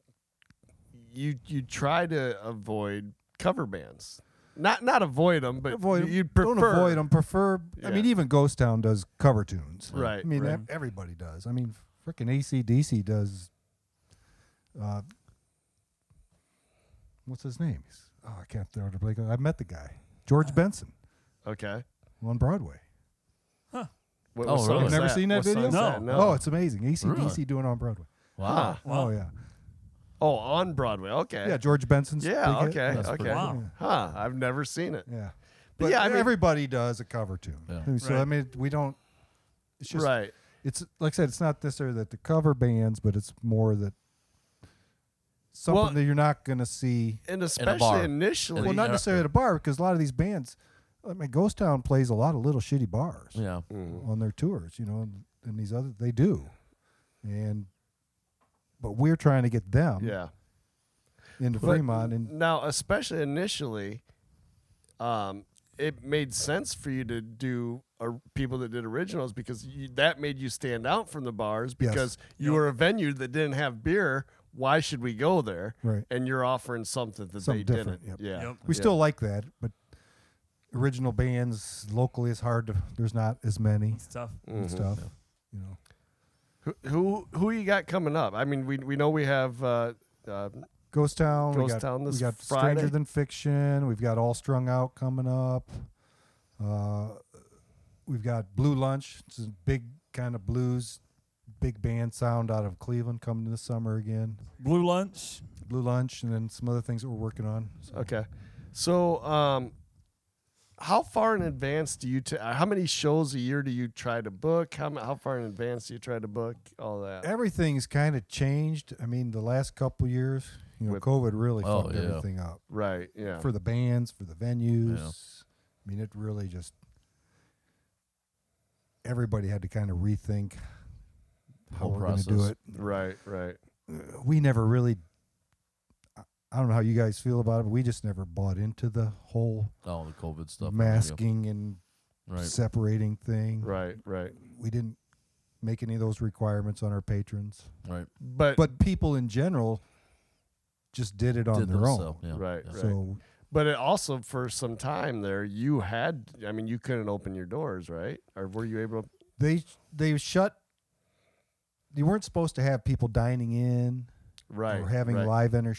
you you try to avoid cover bands, not not avoid them, but
avoid
you
'em.
you'd prefer
don't avoid them. Prefer. I mean,
Yeah.
even Ghost Town does cover tunes.
Right,
I mean,
right.
ev- everybody does. I mean, freaking ACDC does. Uh, what's his name? He's, oh, I can't throw it Blake. I met the guy, George Benson,
Okay.
on Broadway.
What,
Oh,
what song
really?
is
You've
never seen that
What song
video?
is that?
No.
Oh, it's amazing. ACDC
Really?
doing on Broadway.
Wow.
Huh.
Wow.
Oh yeah,
Oh, on Broadway. Okay.
yeah. George Benson's.
Eh. Yeah,
big hit.
okay.
That's
okay.
pretty
Wow.
cool.
Huh. I've never seen it.
Yeah,
But
but,
yeah,
yeah,
I mean-
everybody does a cover tune.
Yeah.
I mean, So I
Right.
mean, we don't. It's just
right.
it's like I said, it's not necessarily that the cover bands, but it's more that something
Well-
that you're not going to see.
And
bar.
especially initially.
Well, not
yeah.
necessarily at a bar because a lot of these bands, I mean, Ghost Town plays a lot of little shitty bars
Yeah.
on their tours, you know, and, and these other they do, and but we're trying to get them
yeah.
into
But
Fremont and
now, especially initially, um, it made sense for you to do uh, people that did originals because you, that made you stand out from the bars
Yes.
because you were a venue that didn't have beer. Why should we go there?
Right.
And you're offering something that
Something
they
different,
didn't.
yep.
Yeah.
Yep.
We
yeah.
still like that, but original bands locally is hard to. There's not as many
It's tough.
Mm-hmm.
and stuff, you know.
Who, who who you got coming up? I mean, we we know we have. Uh, uh,
Ghost Town. we
Ghost
got,
Town this
we got
Friday.
Stranger Than Fiction. We've got All Strung Out coming up. Uh, we've got Blue Lunch. It's a big kind of blues, big band sound out of Cleveland coming this summer again.
Blue lunch.
Blue Lunch, and then some other things that we're working on. So
okay. So, um, how far in advance do you? T- how many shows a year do you try to book? How m- how far in advance do you try to book all that?
Eh, everything's kind of changed. I mean, the last couple years, you know,
With-
COVID really
Oh,
fucked
yeah.
everything up.
Right. Yeah.
for the bands, for the venues. I mean, it really just everybody had to kind of rethink how
Whole
we're going to do
process.
it.
right. Right.
We never really. I- I don't know how you guys feel about it, but we just never bought into the whole
All the COVID stuff.
masking and
Right.
separating thing.
Right. Right.
We didn't make any of those requirements on our patrons,
Right.
But,
but people in general just did it on
Did
their
themselves.
own.
Yeah.
Right,
Yeah.
right.
So
but it also for some time there you had. I mean, you couldn't open your doors, right? Or were you able?
they they shut. You weren't supposed to have people dining in.
Right.
or having
right,
live enter-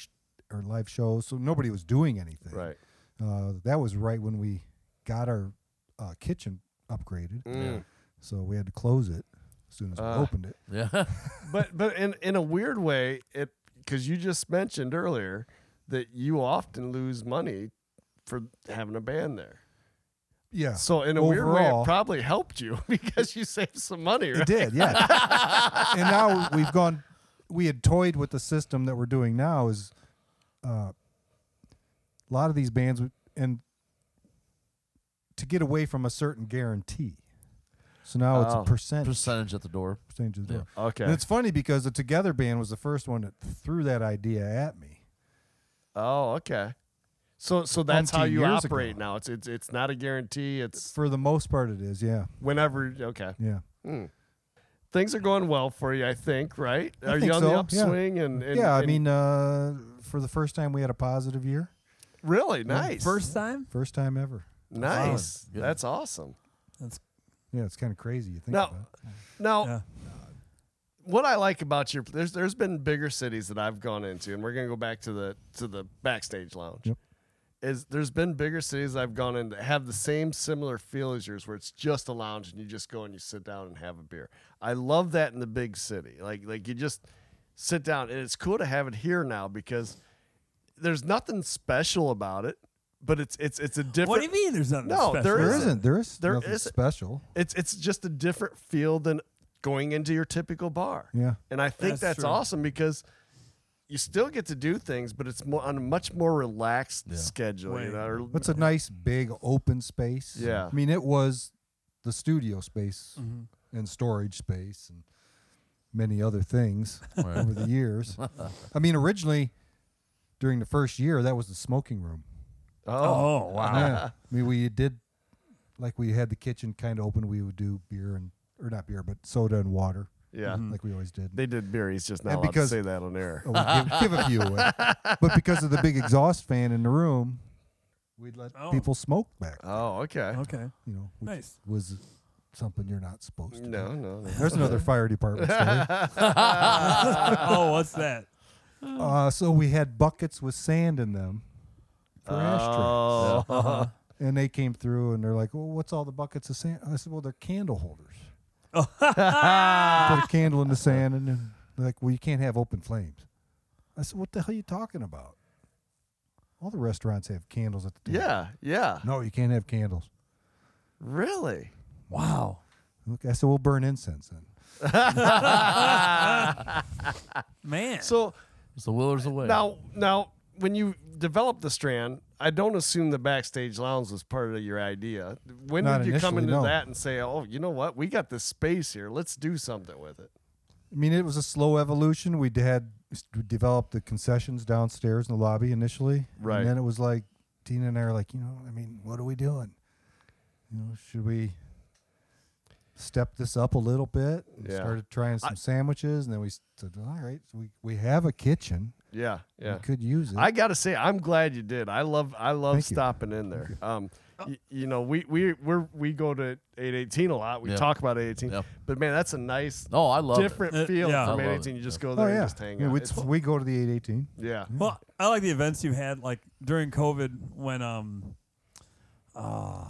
or live shows. So nobody was doing anything.
Right.
Uh, that was right when we got our uh, kitchen upgraded.
Mm.
So we had to close it as soon as
Ah.
we opened it.
Yeah.
but but in in a weird way, it because you just mentioned earlier that you often lose money for having a band there.
Yeah.
So in a weird way, it
Overall-
probably helped you because you saved some money,
It
right?
did, yeah. and now we've gone. We had toyed with the system that we're doing now. Is uh, a lot of these bands would- and to get away from a certain guarantee. So now it's
Oh.
a percentage.
Percentage at the door.
percentage of the
Yeah.
door.
Okay.
And it's funny because the Together Band was the first one that threw that idea at me.
oh, okay. So so that's how
Umpteen
you
years
operate
ago.
now. It's it's it's not a guarantee. It's
For the most part, it is. Yeah.
whenever. Okay.
Yeah.
Things are going well for you, I think. Right?
I
are
think
you on
so,
the
yeah.
upswing? And, and
yeah. I
and-
mean, uh, for the first time, we had a positive year.
really nice.
First time.
First time ever.
nice.
Wow. Good.
That's awesome.
That's
Yeah. It's kind of crazy. You think
Now-
about it.
Now,
yeah.
what I like about your there's there's been bigger cities that I've gone into, and we're gonna go back to the to the backstage lounge.
Yep.
is there's been bigger cities I've gone in that have the same similar feel as yours, where it's just a lounge and you just go and you sit down and have a beer. I love that in the big city, like like you just sit down, and it's cool to have it here now because there's nothing special about it, but it's it's it's a different.
What do you mean? There's nothing.
No,
special?
there
There
isn't.
isn't. There is
There
nothing
isn't.
special.
It's it's just a different feel than going into your typical bar.
Yeah.
And I think
That's
that's,
true.
awesome because you still get to do things, but it's more on a much more relaxed schedule.
Right.
You know, or-
It's a nice big open space.
Yeah.
I mean, it was the studio space and storage space and many other things over the years. I mean, originally during the first year, that was the smoking room.
oh,
Oh wow.
Yeah. I mean, we did like we had the kitchen kind of open. We would do beer and or not beer, but soda and water,
yeah.
like we always did.
They did beer. He's just not
And
allowed
because-
to say that on air.
Oh, we give, give a few away, but because of the big exhaust fan in the room, we'd let
Oh.
people smoke back.
Oh, okay.
Okay.
You know, which
Nice.
was something you're not supposed to.
No, no, no.
There's another fire department story.
oh, what's that?
Uh, so we had buckets with sand in them for ashtrays.
Oh,
And they came through and they're like, well, what's all the buckets of sand? I said, well, they're candle holders.
Oh.
Put a candle in the sand and then they're like, well, you can't have open flames. I said, what the hell are you talking about? All the restaurants have candles at the table.
yeah, yeah.
No, you can't have candles.
Really?
Wow.
Okay, I said, we'll burn incense then.
Man.
So
So Willer's away.
now, now, when you developed the Strand, I don't assume the backstage lounge was part of your idea. When
Not
did you come
initially, no.
into that and say, "Oh, you know what? We got this space here. Let's do something with it."
I mean, it was a slow evolution. We had we developed the concessions downstairs in the lobby initially,
Right.
And then it was like Tina and I are like, you know, I mean, what are we doing? You know, should we step this up a little bit? And
Yeah.
Started trying some sandwiches, and then we said, well, all right, so we we have a kitchen,
Yeah, yeah.
we could use it.
I gotta say, I'm glad you did. I love, I love
Thank you.
stopping in there. Um, y- you know, we we we're, we go to 818 a lot. We
Yeah.
talk about 818,
Yeah.
but man, that's a nice,
oh, I love
different
Uh,
feel
yeah. I
love
from
it.
818. You just go there
oh
and
yeah,
just hang
I mean,
out.
we,
It's-
we Mm-hmm. go to the eight eighteen.
yeah,
Well, I like the events you had, like during COVID when um, uh,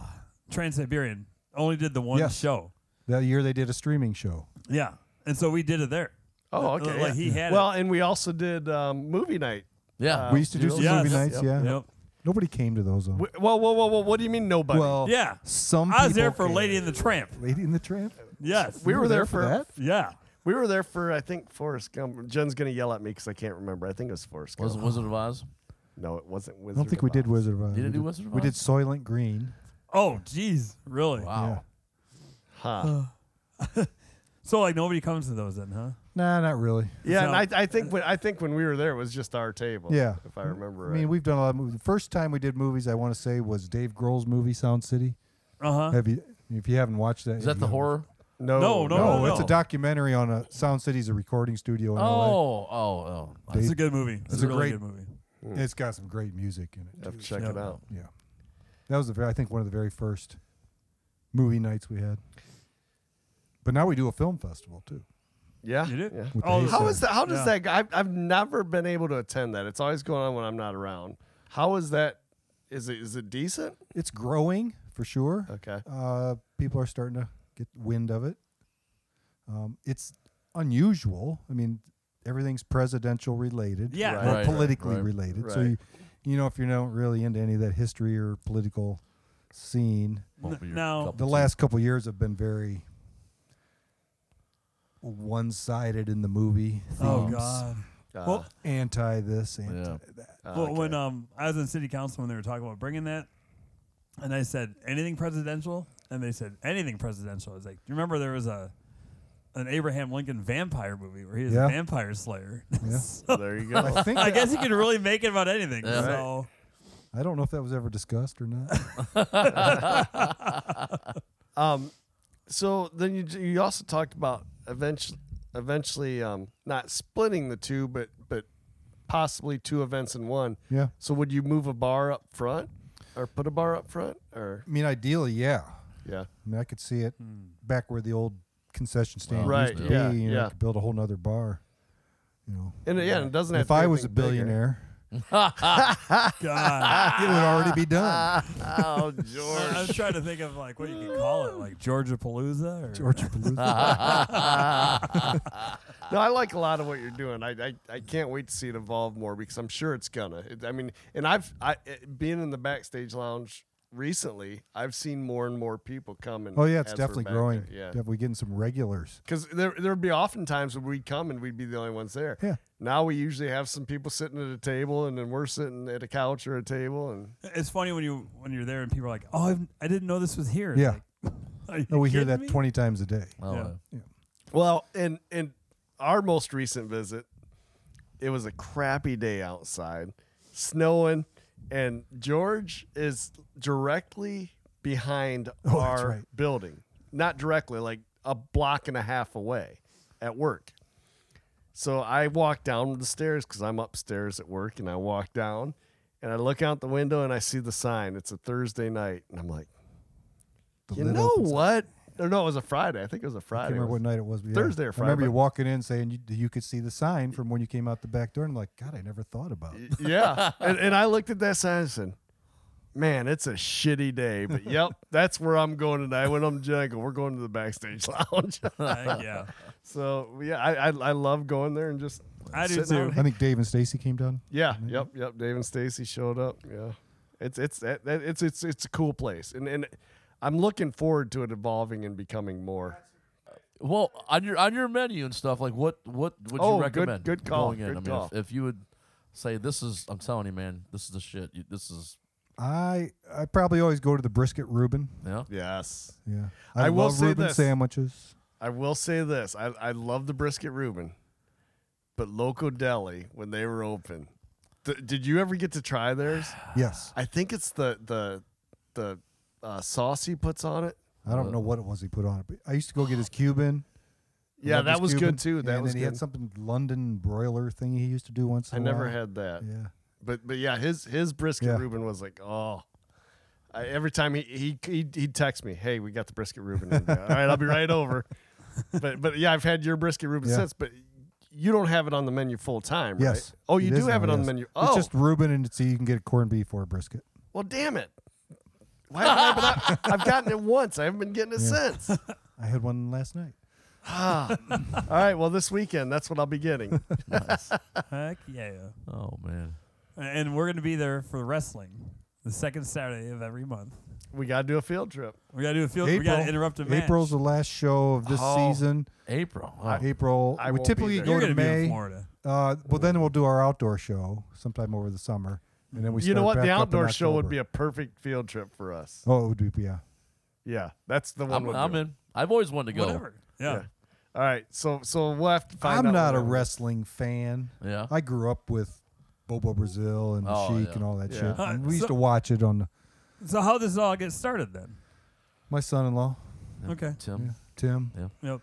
Trans Siberian only did the one
Yes.
show.
That year they did a streaming show.
Yeah, and so we did it there.
Oh,
Like,
okay.
Uh, like
yeah.
he had
well, and we also did um, movie night. Oh, uh,
Yeah.
we used to do some
Yes.
movie nights.
Yep.
Yeah,
Yep.
nobody came to those. Though.
Wh- Whoa, whoa, whoa, whoa! What do you mean nobody?
well,
Yeah.
some.
I was
people
there for
came.
Lady and the Tramp.
Lady in the Tramp.
Yes.
we
You
were, there, for,
that.
yeah.
we were there for I think Forrest Gump. Jen's gonna yell at me because I can't remember. I think it was Forrest Gump.
Was it Wizard of Oz?
no, it wasn't. Wizard
I don't think
of
we did
Oz.
Wizard of Oz.
You didn't
We
do Wizard of
We
Oz?
did Soylent Green.
Oh, jeez. Really?
Wow.
Uh,
Huh.
So like nobody comes to those then, huh?
Nah, not really.
Yeah,
So-
and I, I think when I think when we were there, it was just our table.
Yeah.
if I remember.
I mean,
right.
we've done a lot of movies. The first time we did movies, I want to say, was Dave Grohl's movie Sound City.
Uh huh.
Have you? If you haven't watched that,
Is that
you
the
haven't-
horror?
no,
No, no,
No,
no,
it's a documentary on a Sound City's a recording studio in LA.
Oh, oh, oh.
It's a good movie. It's,
It's
a,
a
really
great-
good movie.
Mm.
It's got some great music in it.
Have to check
Yeah.
it out.
Yeah, that was the very, I think one of the very first movie nights we had. But now we do a film festival too.
Yeah,
You did?
yeah.
With the
Oh,
Hayes
How
how
Center.
is that? How does
Yeah.
that? go- I've I've never been able to attend that. It's always going on when I'm not around. How is that? Is it is it decent?
It's growing for sure.
Okay.
Uh, people are starting to get wind of it. Um, it's unusual. I mean, everything's presidential related,
Yeah.
or
Right,
politically
right,
related. So
right.
you, you know, if you're not really into any of that history or political scene,
Won't be your
now-
cup of
the
tea.
last couple years have been very one-sided in the movie themes.
Oh God.
Uh,
well,
Anti this, anti
Yeah.
that.
uh,
well,
okay.
when um I was in city council when they were talking about bringing that, and I said anything presidential, and they said anything presidential. I was like, do you remember there was a an Abraham Lincoln vampire movie where he was
Yeah.
a vampire slayer?
Yeah.
there you go.
I think
I
that-
guess you could really make it about anything.
Yeah.
So
I don't know if that was ever discussed or not.
Um, so then you you also talked about eventually eventually um not splitting the two, but but possibly two events in one.
Yeah.
So would you move a bar up front, or put a bar up front, or
I mean, ideally, yeah.
yeah?
I mean, I could see it back where the old concession stand
Hmm. Right,
used to
yeah,
be. You know,
yeah.
could build a whole nother bar. You know,
And yeah, and it doesn't have
if
to be
I was a
anything bigger.
billionaire,
God.
It would already be done.
Oh,
I
George.
was trying to think of like what you could call it, like Georgia Palooza or
Georgia Palooza.
No, I like a lot of what you're doing. I, I, I can't wait to see it evolve more because I'm sure it's gonna. It- I mean, and I've I it- being in the backstage lounge recently, I've seen more and more people coming.
Oh yeah, it's definitely growing.
Yeah,
Definitely getting some regulars.
because there there'd be often times when we'd come and we'd be the only ones there.
Yeah.
Now we usually have some people sitting at a table, and then we're sitting at a couch or a table, and
It's funny when you when you're there and people are like, "Oh, I've, I didn't know this was here." It's
Yeah.
like, are you
No, we hear
kidding
that
me?
20 times a day.
Oh,
Yeah.
uh,
Well, and and our most recent visit, it was a crappy day outside, snowing, and George is directly behind
Oh, that's
our
right.
building. Not directly, like a block and a half away at work. So I walk down the stairs because I'm upstairs at work, and I walk down, and I look out the window and I see the sign. It's a Thursday night, and I'm like,
The
you
lid
know
opens.
what? Or no, it was a Friday. I think it was a
I
Friday.
can't remember what night it was. But yeah.
Thursday or
I remember
Friday.
you walking in saying you, you could see the sign from when you came out the back door, and I'm like, God, I never thought about it.
yeah. And, and I looked at that sign and said, Man, it's a shitty day, but yep, that's where I'm going tonight. When I'm jungle, we're going to the backstage lounge.
Like, yeah,
so yeah, I, I I love going there and just
I do
sitting
too.
out.
I think Dave and Stacy came down.
Yeah, yep, yep. Dave and Stacy showed up. Yeah, it's it's it- it's it's it's a cool place, and and I'm looking forward to it evolving and becoming more.
Well, on your on your menu and stuff, like what what would
Oh,
you
good-
recommend?
good call,
Going in?
good
I mean,
call.
If, if you would say this is, I'm telling you, man, this is the shit. You, this is
I I probably always go to the brisket Reuben.
yeah.
Yes,
Yeah,
I will
love
say
Reuben
this.
sandwiches.
I will say this: I I love the brisket Reuben, but Loco Deli when they were open, th- did you ever get to try theirs?
Yes,
I think it's the the the uh, sauce he puts on it.
I don't know what it was he put on it, but I used to go get his Cuban. I
Yeah,
loved
that
his
was
Cuban.
good too.
and
That
then
was
he had
good.
something London broiler thing he used to do once.
I
in a
never
while.
had that,
Yeah,
but but yeah, his his brisket
Yeah.
Reuben was like oh. I, every time he he he he'd text me, "Hey, we got the brisket Reuben. in." All right, I'll be right over." But but yeah, I've had your brisket Reuben
Yeah.
since, but you don't have it on the menu full time, right?
yes.
Oh, you
It is
do have
now,
it on the
yes.
menu. Oh,
It's just Reuben, and so you can get a corned beef or a brisket.
Well, damn it. Why haven't I been I've gotten it once. I haven't been getting it
Yeah.
since.
I had one last night.
All right. Well, this weekend, that's what I'll be getting.
Heck yeah.
Oh man.
And we're gonna be there for wrestling, the second Saturday of every month.
We got to do a field trip.
We gotta do a field. We gotta interrupt a match.
April's the last show of this
Oh.
season.
April. Oh.
April.
I
we
won't be
typically
there.
go
You're
to
gonna be in
May.
Florida.
Uh, well, then we'll do our outdoor show sometime over the summer, and then we.
you know
start
what?
Back
The
up in
outdoor show would
October.
be a perfect field trip for us.
Oh, it would be yeah.
Yeah. That's the one
I'm,
we'll
I'm
do.
in. I've always wanted to go.
Whatever. Yeah.
All right. So so we'll have to find
I'm
out.
not a
when we're-
wrestling fan.
Yeah.
I grew up with Bobo Brazil and
Oh,
Sheik
yeah.
and all that
Yeah.
shit.
Uh,
And we used
so-
to watch it on the,
So how does this all get started then?
my son-in-law
Yeah,
Okay.
Tim.
Tim.
Yep.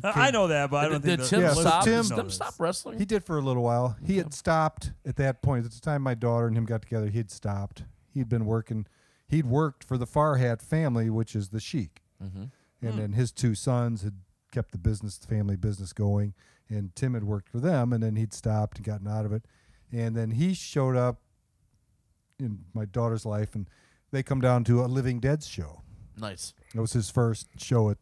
He
I- I
came-
know that, but I don't
Did, did
think
Tim
the
Yeah, so
stop?
Tim-
Tim,
listeners know this.
stop wrestling.
He did for a little while. He had stopped at that point. At the time my daughter and him got together, he had stopped. He'd been working. He'd worked for the Farhat family, which is the Sheik,
Mm-hmm.
and then his two sons had kept the business, the family business going. And Tim had worked for them, and then he'd stopped and gotten out of it. And then he showed up in my daughter's life, and they come down to a Living Dead show.
nice.
It was his first show at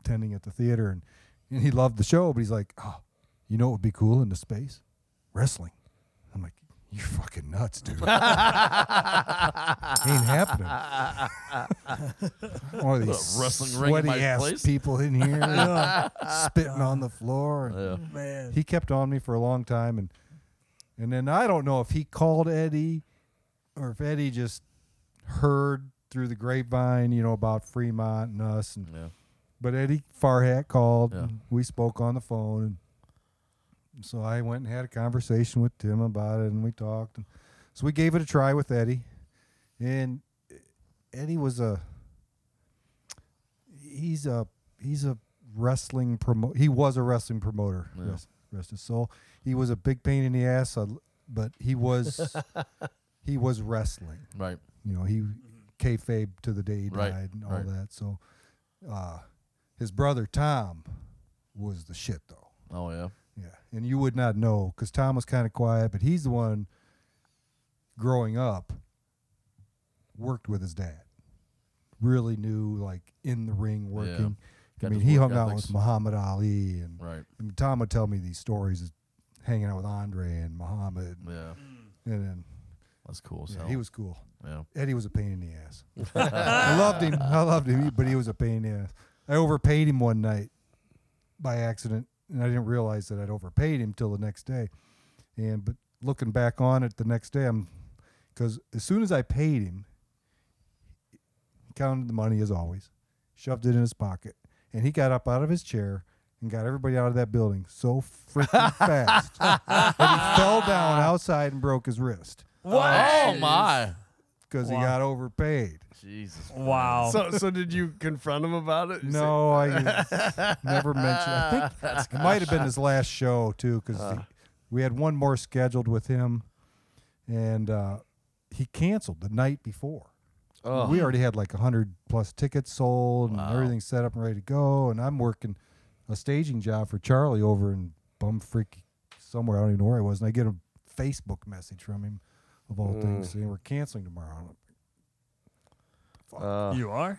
attending at the theater, and, and he loved the show. But he's like, oh, you know what would be cool in the space? Wrestling. I'm like, you're fucking nuts, dude. Ain't happening. One of these
Put a wrestling ring in
sweaty
my
ass
place?
people in here spitting on the floor.
Yeah.
Oh, Man.
He kept on me for a long time, and and then I don't know if he called Eddie or if Eddie just heard through the grapevine, you know, about Fremont and us. And,
Yeah.
But Eddie Farhat called.
Yeah.
And we spoke on the phone, and so I went and had a conversation with Tim about it, and we talked. And so we gave it a try with Eddie, and Eddie was a he's a he's a wrestling promo. He was a wrestling promoter.
Yeah.
Rest, rest his soul. He was a big pain in the ass, I l- but he was he was wrestling.
Right.
You know, he kayfabe to the day he
Right,
died and all
right.
that. So, uh, his brother Tom was the shit though.
Oh yeah.
Yeah, and you would not know because Tom was kind of quiet, but he's the one growing up worked with his dad. Really knew like in the ring working.
Got
I mean,
his
he
work
hung out
ethics.
with Muhammad Ali, and
Right.
I mean, Tom would tell me these stories, of hanging out with Andre and Muhammad,
Yeah.
and then
That's cool.
yeah,
So
he was cool.
Yeah.
Eddie was a pain in the ass. I loved him. I loved him, but he was a pain in the ass. I overpaid him one night by accident, and I didn't realize that I'd overpaid him till the next day. And but looking back on it the next day, I'm because as soon as I paid him, he counted the money as always, shoved it in his pocket, and he got up out of his chair and got everybody out of that building so freaking fast that he fell down outside and broke his wrist
Oh my.
because
Wow.
he got overpaid.
Jesus.
Wow.
So, so did you confront him about it? You said-
No, I never mentioned. I think it might have been his last show too, because we had one more scheduled with him, and uh, he canceled the night before.
Oh.
We already had like hundred plus tickets sold and everything set up and ready to go, and I'm working a staging job for Charlie over in Bumfreak somewhere. I don't even know where I was, and I get a Facebook message from him of all things saying we're canceling tomorrow. I'm like,
Uh,
you are?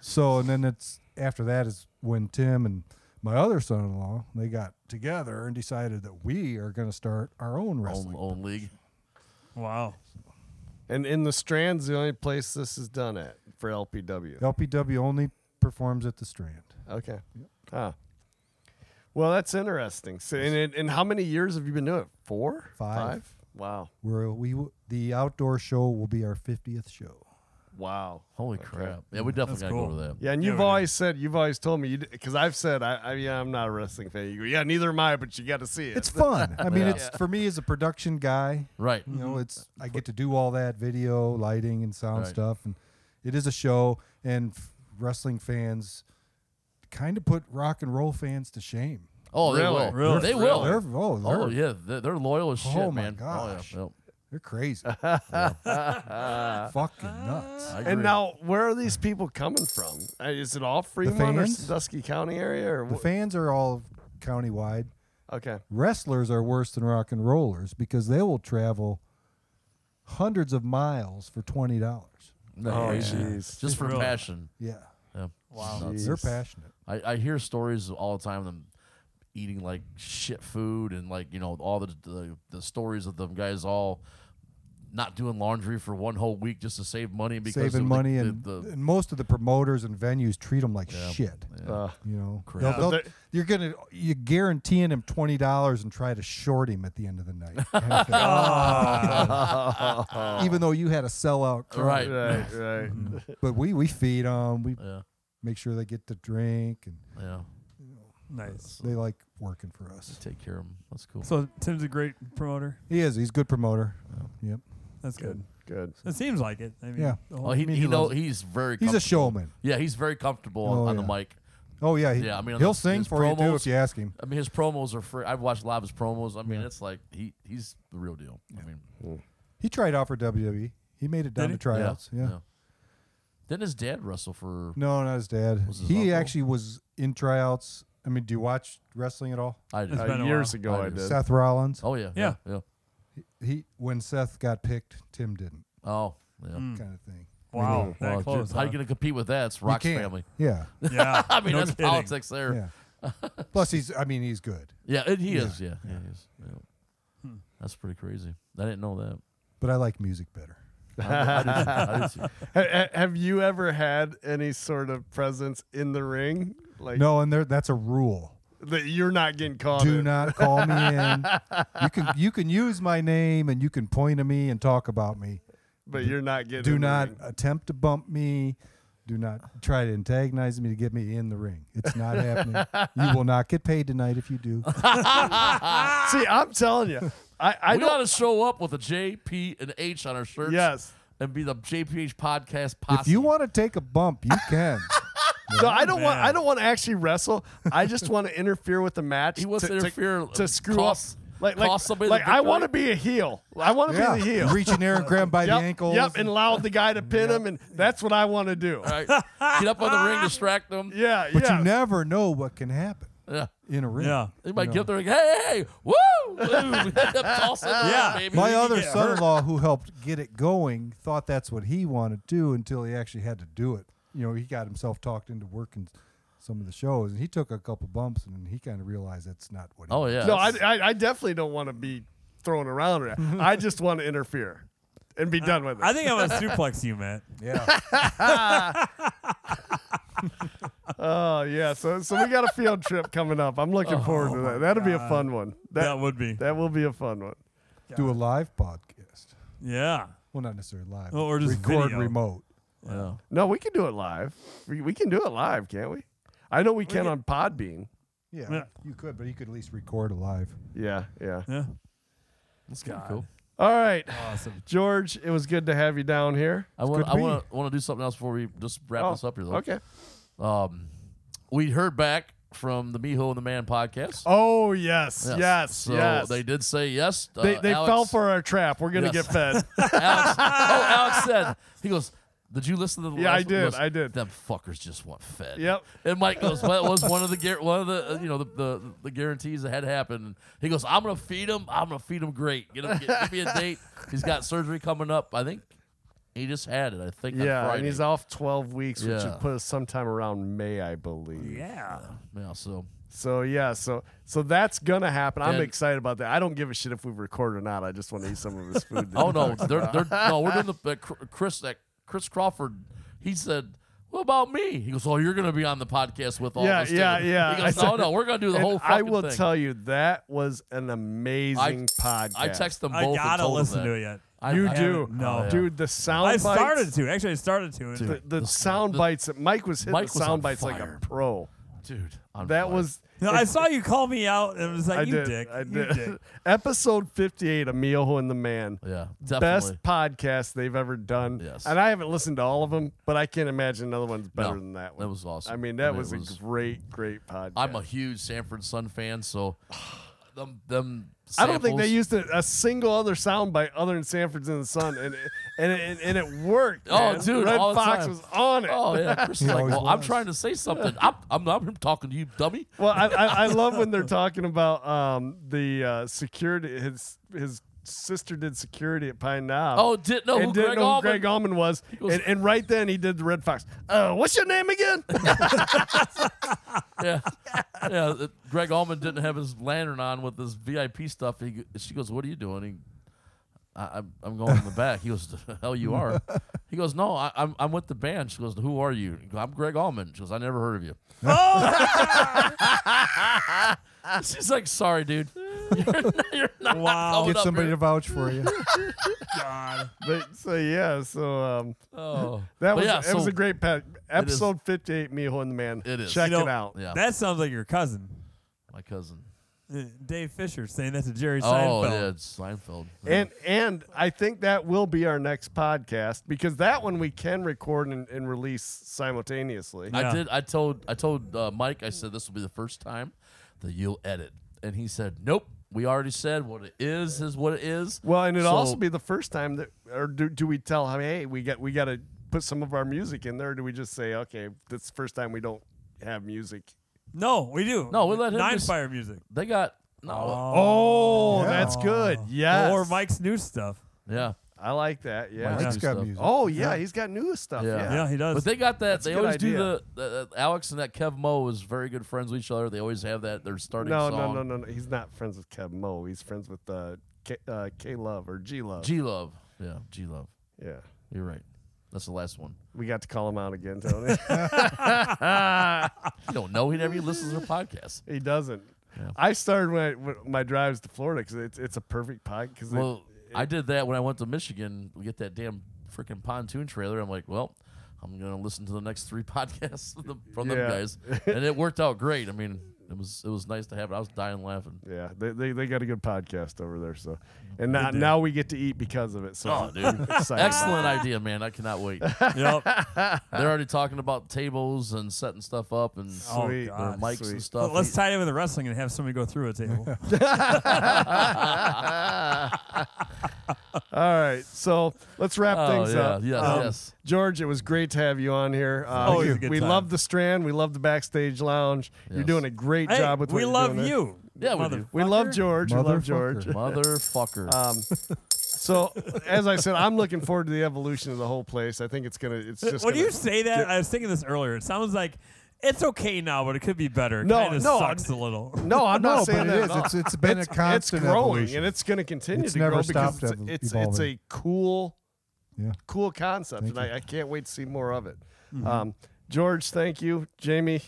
So and then it's after that is when Tim and my other son-in-law they got together and decided that we are going to start our own
Own,
wrestling.
own league.
wow.
and in the Strand's the only place this is done at for LPW.
LPW only performs at the Strand.
Okay. Huh. Well, that's interesting. So, and, and, and how many years have you been doing it? Four?
Five.
Wow.
Where we w- the outdoor show will be our 50th show.
Wow.
Holy crap. Yeah, we definitely
That's
got to
cool.
go to that.
Yeah, and
Yeah,
you've
we-
always said, you've always told me, because I've said, I, I mean, I'm not a wrestling fan. You go, yeah, neither am I, but you got to see it.
It's fun. I mean,
Yeah.
it's for me as a production guy.
Right.
You know, it's I get to do all that video, lighting, and sound
Right.
stuff, and it is a show. And f- wrestling fans kind of put rock and roll fans to shame.
Oh, they
Really?
will.
Really?
They
Really?
will.
They're, oh, they're
Oh yeah, they're, they're loyal as shit,
Oh, my
man.
gosh.
Oh yeah. Yep.
They're crazy. Fucking nuts.
I
and
agree.
now, where are these people coming from? Uh, Is it all Fremont or
fans?
Sandusky County area? Or
The
wh-
fans are all countywide.
okay.
Wrestlers are worse than rock and rollers because they will travel hundreds of miles for twenty dollars.
No,
Oh,
yeah.
jeez.
just for
Really?
passion.
Yeah,
Yeah.
Wow.
Nuts.
they're passionate.
I, I hear stories all the time of them eating like shit food and like you know all the the, the stories of them guys all not doing laundry for one whole week just to save money because
Saving
of the-
money
the-
and,
the-
and most of the promoters and venues treat them like shit.
Uh,
You know,
Correct.
They'll-
Yeah,
they'll-
they're-
you're gonna you're guaranteeing him twenty dollars and try to short him at the end of the night, even though you had a sellout. crowd.
Right.
right, right.
But we we feed them. We
yeah
make sure they get to drink and
yeah
Nice.
they like working for us.
take care of them that's cool
So Tim's a great promoter.
He is. He's a good promoter. Yep.
That's good.
Good.
It seems like it. I mean,
Yeah.
the whole-
oh, he,
I mean,
he,
he
know
loves-
he's very
He's a
comfortable.
showman.
yeah he's very comfortable on,
Oh,
on the
yeah.
mic
Oh yeah. He,
Yeah, I mean, on
he'll
the-
sing
his
for you too
promos-
if you ask him.
I mean his promos are free I've watched a lot of his promos I mean
Yeah.
it's like he he's the real deal I mean
He tried out for WWE. He made it down
he?
to tryouts. Yeah. Mm.
didn't his dad wrestle for
No, not his dad.
Was his
he
uncle?
actually was in tryouts. I mean, do you watch wrestling at all?
I did
It's
Uh,
been a
years ago,
while.
I
I
do.
did.
Seth Rollins.
oh yeah yeah yeah
He when Seth got picked, Tim didn't.
oh yeah
Kind of thing.
wow. That
Well, dude,
close.
how you
huh?
going to compete with that? It's
You
Rock's
can't.
family.
Yeah.
yeah.
I mean,
no
that's
kidding.
politics there. Yeah,
Yeah. Plus, he's. I mean, he's good.
it, he is. Yeah, yeah, he is. Yeah. That's pretty crazy. I didn't know that.
But I like music better.
I didn't see-
Ha- ha- Have you ever had any sort of presence in the ring? Like
No, and there. That's a rule.
that you're not getting caught.
Do
in?
not call me in. You can you can use my name and you can point to me and talk about me.
but you're not getting.
Do
in the
not
ring.
attempt to bump me. Do not try to antagonize me to get me in the ring. It's not happening. You will not get paid tonight if you do.
See, I'm telling you, I, I
we got to
don't.
show up with a J, P, and H on our shirts.
Yes.
and be the JPH podcast posse.
If you want to take a bump, you can.
No, I don't want.
man.
I don't want to actually wrestle. I just want to interfere with the match.
He wants to interfere, uh,
to screw
cost-
up. Like, like,
cost somebody the
like I want to
victory.
be a heel. I want to
yeah.
be the heel.
Reach in there and grab by
yep,
the ankles.
Yep, and allow the guy to pin him, and that's what I want to do.
All right. get up on the ring, distract them.
Yeah,
but
yeah.
you never know what can happen.
Yeah.
in a ring.
Yeah.
They might
You
get
know.
up there like, hey, hey, woo! Toss it around,
Yeah.
baby.
My other
get hurt.
son-in-law, who helped get it going, thought that's what he wanted to do until he actually had to do it. You know, he got himself talked into working some of the shows, and he took a couple bumps, and he kind of realized that's not what. He
Oh yeah.
No, I, I, I definitely don't want to be thrown around. or- I just want to interfere and be done with it.
I think I'm gonna suplex you, Matt.
Yeah,
oh yeah, so so we got a field trip coming up. I'm looking forward to that. That'll be a fun one.
That,
That, that,
would be.
will be a fun one.
do a live podcast.
yeah.
Well, not necessarily live.
Well,
but
or just
record
video.
remote.
Yeah.
No, we can do it live. We, we can do it live, can't we? I know we can on Podbean.
Yeah,
Yeah.
you could, but you could at least record a live.
Yeah, yeah.
Yeah.
That's kind of cool.
All right,
Awesome.
George, it was good to have you down here.
I want
good
I
to be.
want to want to do something else before we just wrap this up here though.
Oh, Okay.
Um, we heard back from the Miho and the Man podcast.
Oh yes, yes, yes.
So they did say yes. Uh,
they, they
Alex-
fell for our trap. We're gonna
Yes.
get fed.
Alex. oh, Alex said he goes. Did you listen to the?
Yeah,
last
I
one?" He
did,
goes,
I did.
Them fuckers just want fed.
Yep.
And Mike goes, well, that was one of the guar- one of the uh, you know the, the the guarantees that had happened. He goes, I'm gonna feed him. I'm gonna feed him great. Get him. Get, give me a date. He's got surgery coming up. I think he just had it. I think. on
yeah, and
Friday.
he's off twelve weeks, which
Yeah.
would put us sometime around May, I believe.
Yeah.
Yeah. So
So yeah, so so that's gonna happen. I'm
And-
excited about that. I don't give a shit if we record or not. I just want to eat some of his food.
Oh no, they're they're no. We're doing the uh, Cr- Chris that Chris Crawford. He said, "What about me?" He goes, "Oh, you're going to be on the podcast with all
Yeah,
of us." too."
yeah, yeah.
He goes,
I
"No, no, we're going to do the
And
whole fucking
I will
thing."
tell you that was an amazing podcast.
I text them
I
both.
gotta
and told
listen
them
to
that.
it yet.
I,
You
I
do,
haven't-
No.
oh, yeah.
dude. The sound.
I
bites,
started to. Actually, I started to.
the,
And
the sound
the-
bites. that Mike was hitting
Mike
the
was on
sound bites like
fire.
a pro.
dude. I'm
That
fine.
was.
No, I saw you call me out, and it was like,
I
you
did.
dick.
I
you
did.
dick.
Episode 58 of Miojo and the Man.
yeah, definitely.
Best podcast they've ever done.
Yes.
And I haven't listened to all of them, but I can't imagine another one's better
No,
than that one.
that was awesome.
I mean, that
And it
was,
was-
a great, great podcast.
I'm a huge Sanford Sun fan, so them them.
I don't think they
samples-
used a, a single other sound bite other than Sanford's in the Sun, and it, and it, and it worked.
Oh,
man.
dude,
Red
all the
Fox
time.
was on it.
Oh yeah, Chris is like,
always
well, I'm
was.
trying to say something. I'm I'm, I'm talking to you, dummy.
Well, I, I, I love when they're talking about um, the uh, security. His his sister did security at Pine Knob.
Oh, didn't know who
and didn't
Greg
know who
Allman.
Greg Allman was.
goes-
and, and right then he did the Red Fox. Uh, what's your name again?
yeah, yeah. uh, Greg Allman didn't have his lantern on with this VIP stuff. He, g- she goes, "What are you doing?" He, I, I'm, I'm going in the back. He goes, "The hell you are." He goes, "No, I, I'm, I'm with the band." She goes, "Who are you?" He goes, I'm Greg Allman. She goes, "I never heard of you." Oh! She's like, "Sorry, dude, you're not, you're not
Wow.
going
Get
up
somebody
here."
to vouch for you.
God.
but, so yeah, so um,
Oh,
that
But
was
yeah,
it
so
was a great pet. episode fifty eight. Miho and the Man.
It is.
Check
You know,
it out.
Yeah.
That sounds like your cousin,
My cousin.
Uh, Dave Fisher, saying that to Jerry
Oh,
Seinfeld.
yeah, it's Seinfeld.
And and I think that will be our next podcast because that one we can record and, and release simultaneously.
I
Yeah.
did. I told I told uh, Mike. I said this will be the first time that you'll edit, and he said, "Nope, we already said what it is is what it is."
Well, and it'll
So-
also be the first time that, or do, do we tell him, hey, we got we got to put some of our music in there? Or do we just say, okay, that's the first time we don't have music?
No, we do.
No, we let him
Nine
just-
Fire music.
They got no.
Oh, that's good. Yes,
Or Mike's new stuff.
Yeah,
I like that. Yeah.
Mike's
do
got
stuff.
music.
Oh yeah, he's got new stuff.
Yeah.
Yeah.
Yeah, he does.
but they got that. they
a good
always do
idea.
the, the uh, Alex and that Kev Mo is very good friends with each other. They always have that. Their starting
No,
song.
no, no, no, no. He's not friends with Kev Mo. He's friends with uh, K, uh, K Love or G Love.
G Love. Yeah, G Love.
yeah.
You're right. That's the last one.
We got to call him out again, Tony.
You don't know. He never even listens to their podcast.
he doesn't. I started when, I, when my drives to Florida because it's it's a perfect podcast. 'cause it-
Well, I did that when I went to Michigan. We get that damn freaking pontoon trailer. I'm like, well, I'm gonna listen to the next three podcasts from, them- from them
Yeah.
guys, and it worked out great. I mean, it was it was nice to have it. I was dying laughing.
Yeah, they, they, they got a good podcast over there. So, and now,
do.
now we get to eat because of it. So,
Oh, dude.
I'm excited about
Excellent idea, man. I cannot wait.
yep.
They're already talking about tables and setting stuff up and
it.
Oh,
Sweet.
God.
their mics and
Sweet.
stuff.
Let's tie it in with the wrestling and have somebody go through a table.
All right, so let's wrap
Oh,
things
yeah.
up.
Yes,
Um,
yes.
George, it was great to have you on here. Uh,
Always a good
we
time.
love the Strand. We love the backstage lounge. You're
Yes.
doing a great
Hey,
job with what
we
you're
love
doing there.
you.
Yeah, we do.
We love George. We love George.
Motherfucker.
Motherfucker.
Um, so, as I said, I'm looking forward to the evolution of the whole place. I think it's gonna. It's just.
When
gonna,
you say that, I was thinking this earlier. It sounds like it's okay now, but it could be better. It
No,
kinda
no,
sucks a little.
no, I'm
no,
not
but
saying that.
it
at
is.
all.
It's it's been a
it's
constant
growing
evolution.
and it's going to continue
It's
to
never
grow because
stopped
it's
ev-
it's, it's
evolving.
a cool,
Yeah.
cool concept,
Thank
and
you.
I, I can't wait to see more of it.
Mm-hmm.
Um, George, thank you, Jamie.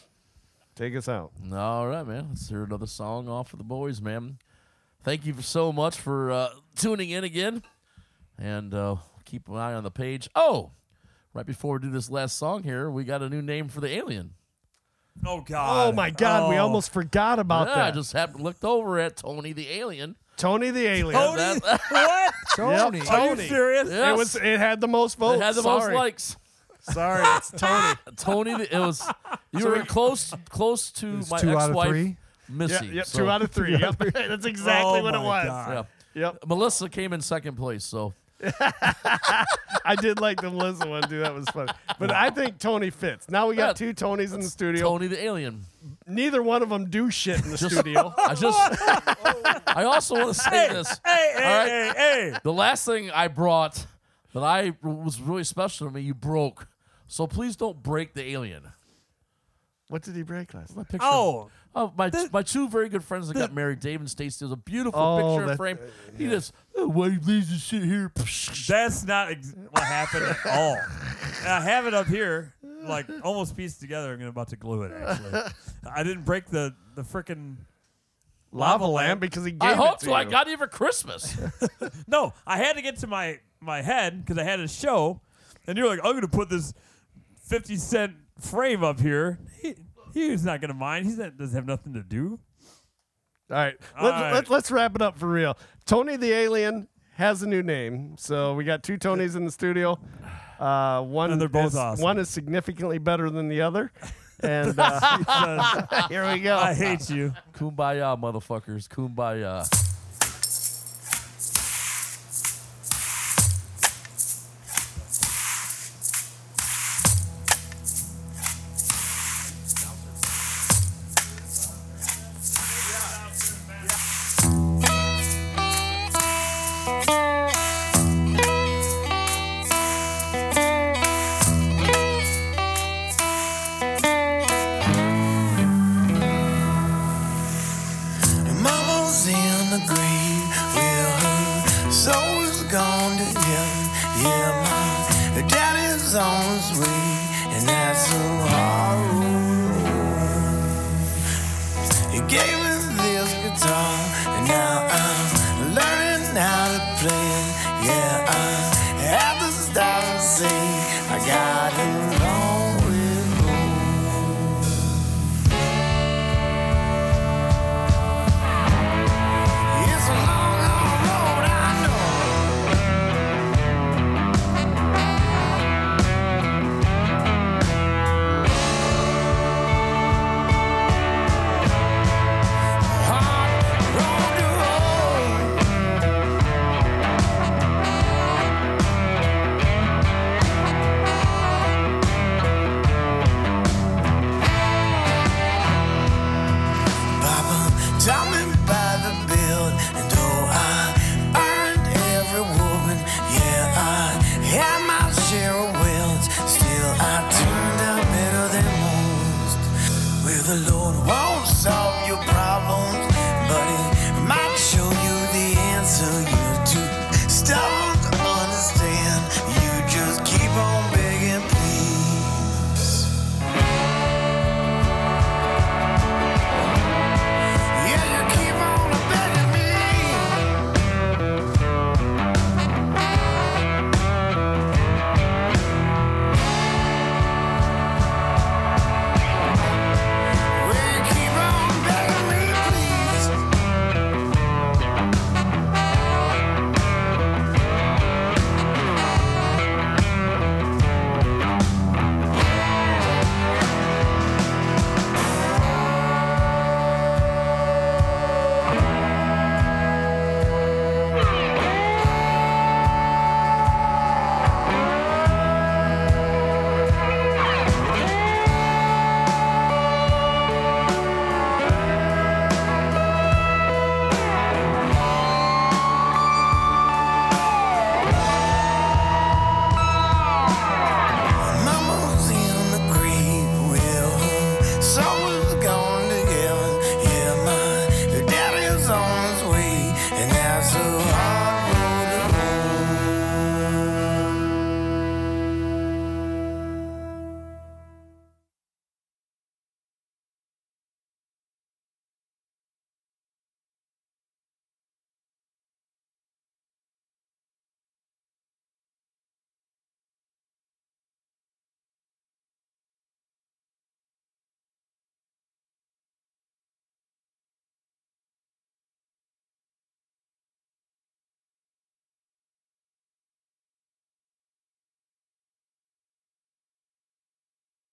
Take us out.
All right, man. Let's hear another song off of the boys, man. Thank you so much for uh, tuning in again, and uh, keep an eye on the page. Oh, right before we do this last song here, we got a new name for the alien.
Oh God.
Oh my God, we
Oh.
almost forgot about
yeah, I
that.
just happened looked over at Tony the alien.
Tony the alien.
Tony.
That-
what?
Tony.
Are you
Tony.
serious?
Yeah.
It was. It had the most votes.
It had the
Oh, Sorry.
most likes.
Sorry, it's Tony.
Tony, the, it was you were close, close to
It's
my
two out of
ex-wife
three?
yeah,
Missy.
yep,
so-
two out of three. Yep. That's exactly
Oh
what it
my
was.
God.
yeah.
Yep.
Melissa came in second place, so
I did like the Melissa one, dude. That was funny. But I think Tony fits. Now we got
Yeah.
two Tonys in the studio.
Tony the alien.
Neither one of them do shit in the studio.
I just,
Oh.
I also want to say this.
Hey, hey,
All right.
hey, hey.
The last thing I brought that I was really special to me, you broke. So please don't break the alien.
What did he break last?
My picture.
Oh,
Oh, my, my two very good friends that got married, Dave and Stacey, there's a beautiful
Oh,
picture in
that-
frame. He just, oh, why you leave this shit here?
that's not ex- what happened at all. And I have it up here, like almost pieced together. I'm about to glue it. Actually, I didn't break the the freaking.
Lava
Lava
lamp
lamp.
because he gave
I
it
hope
to
so. I
you.
got it for Christmas.
No, I had to get to my my head because I had a show, and you're like, I'm gonna put this fifty cent frame up here. He, he's not gonna mind. He's not doesn't have nothing to do.
All right. Let's,
All right.
Let, let's wrap it up for real. Tony the Alien has a new name. So we got two Tonys in the studio. Uh, one
And they're both
is,
awesome.
One is significantly better than the other. And uh, here we go.
I hate you.
Kumbaya, motherfuckers. Kumbaya.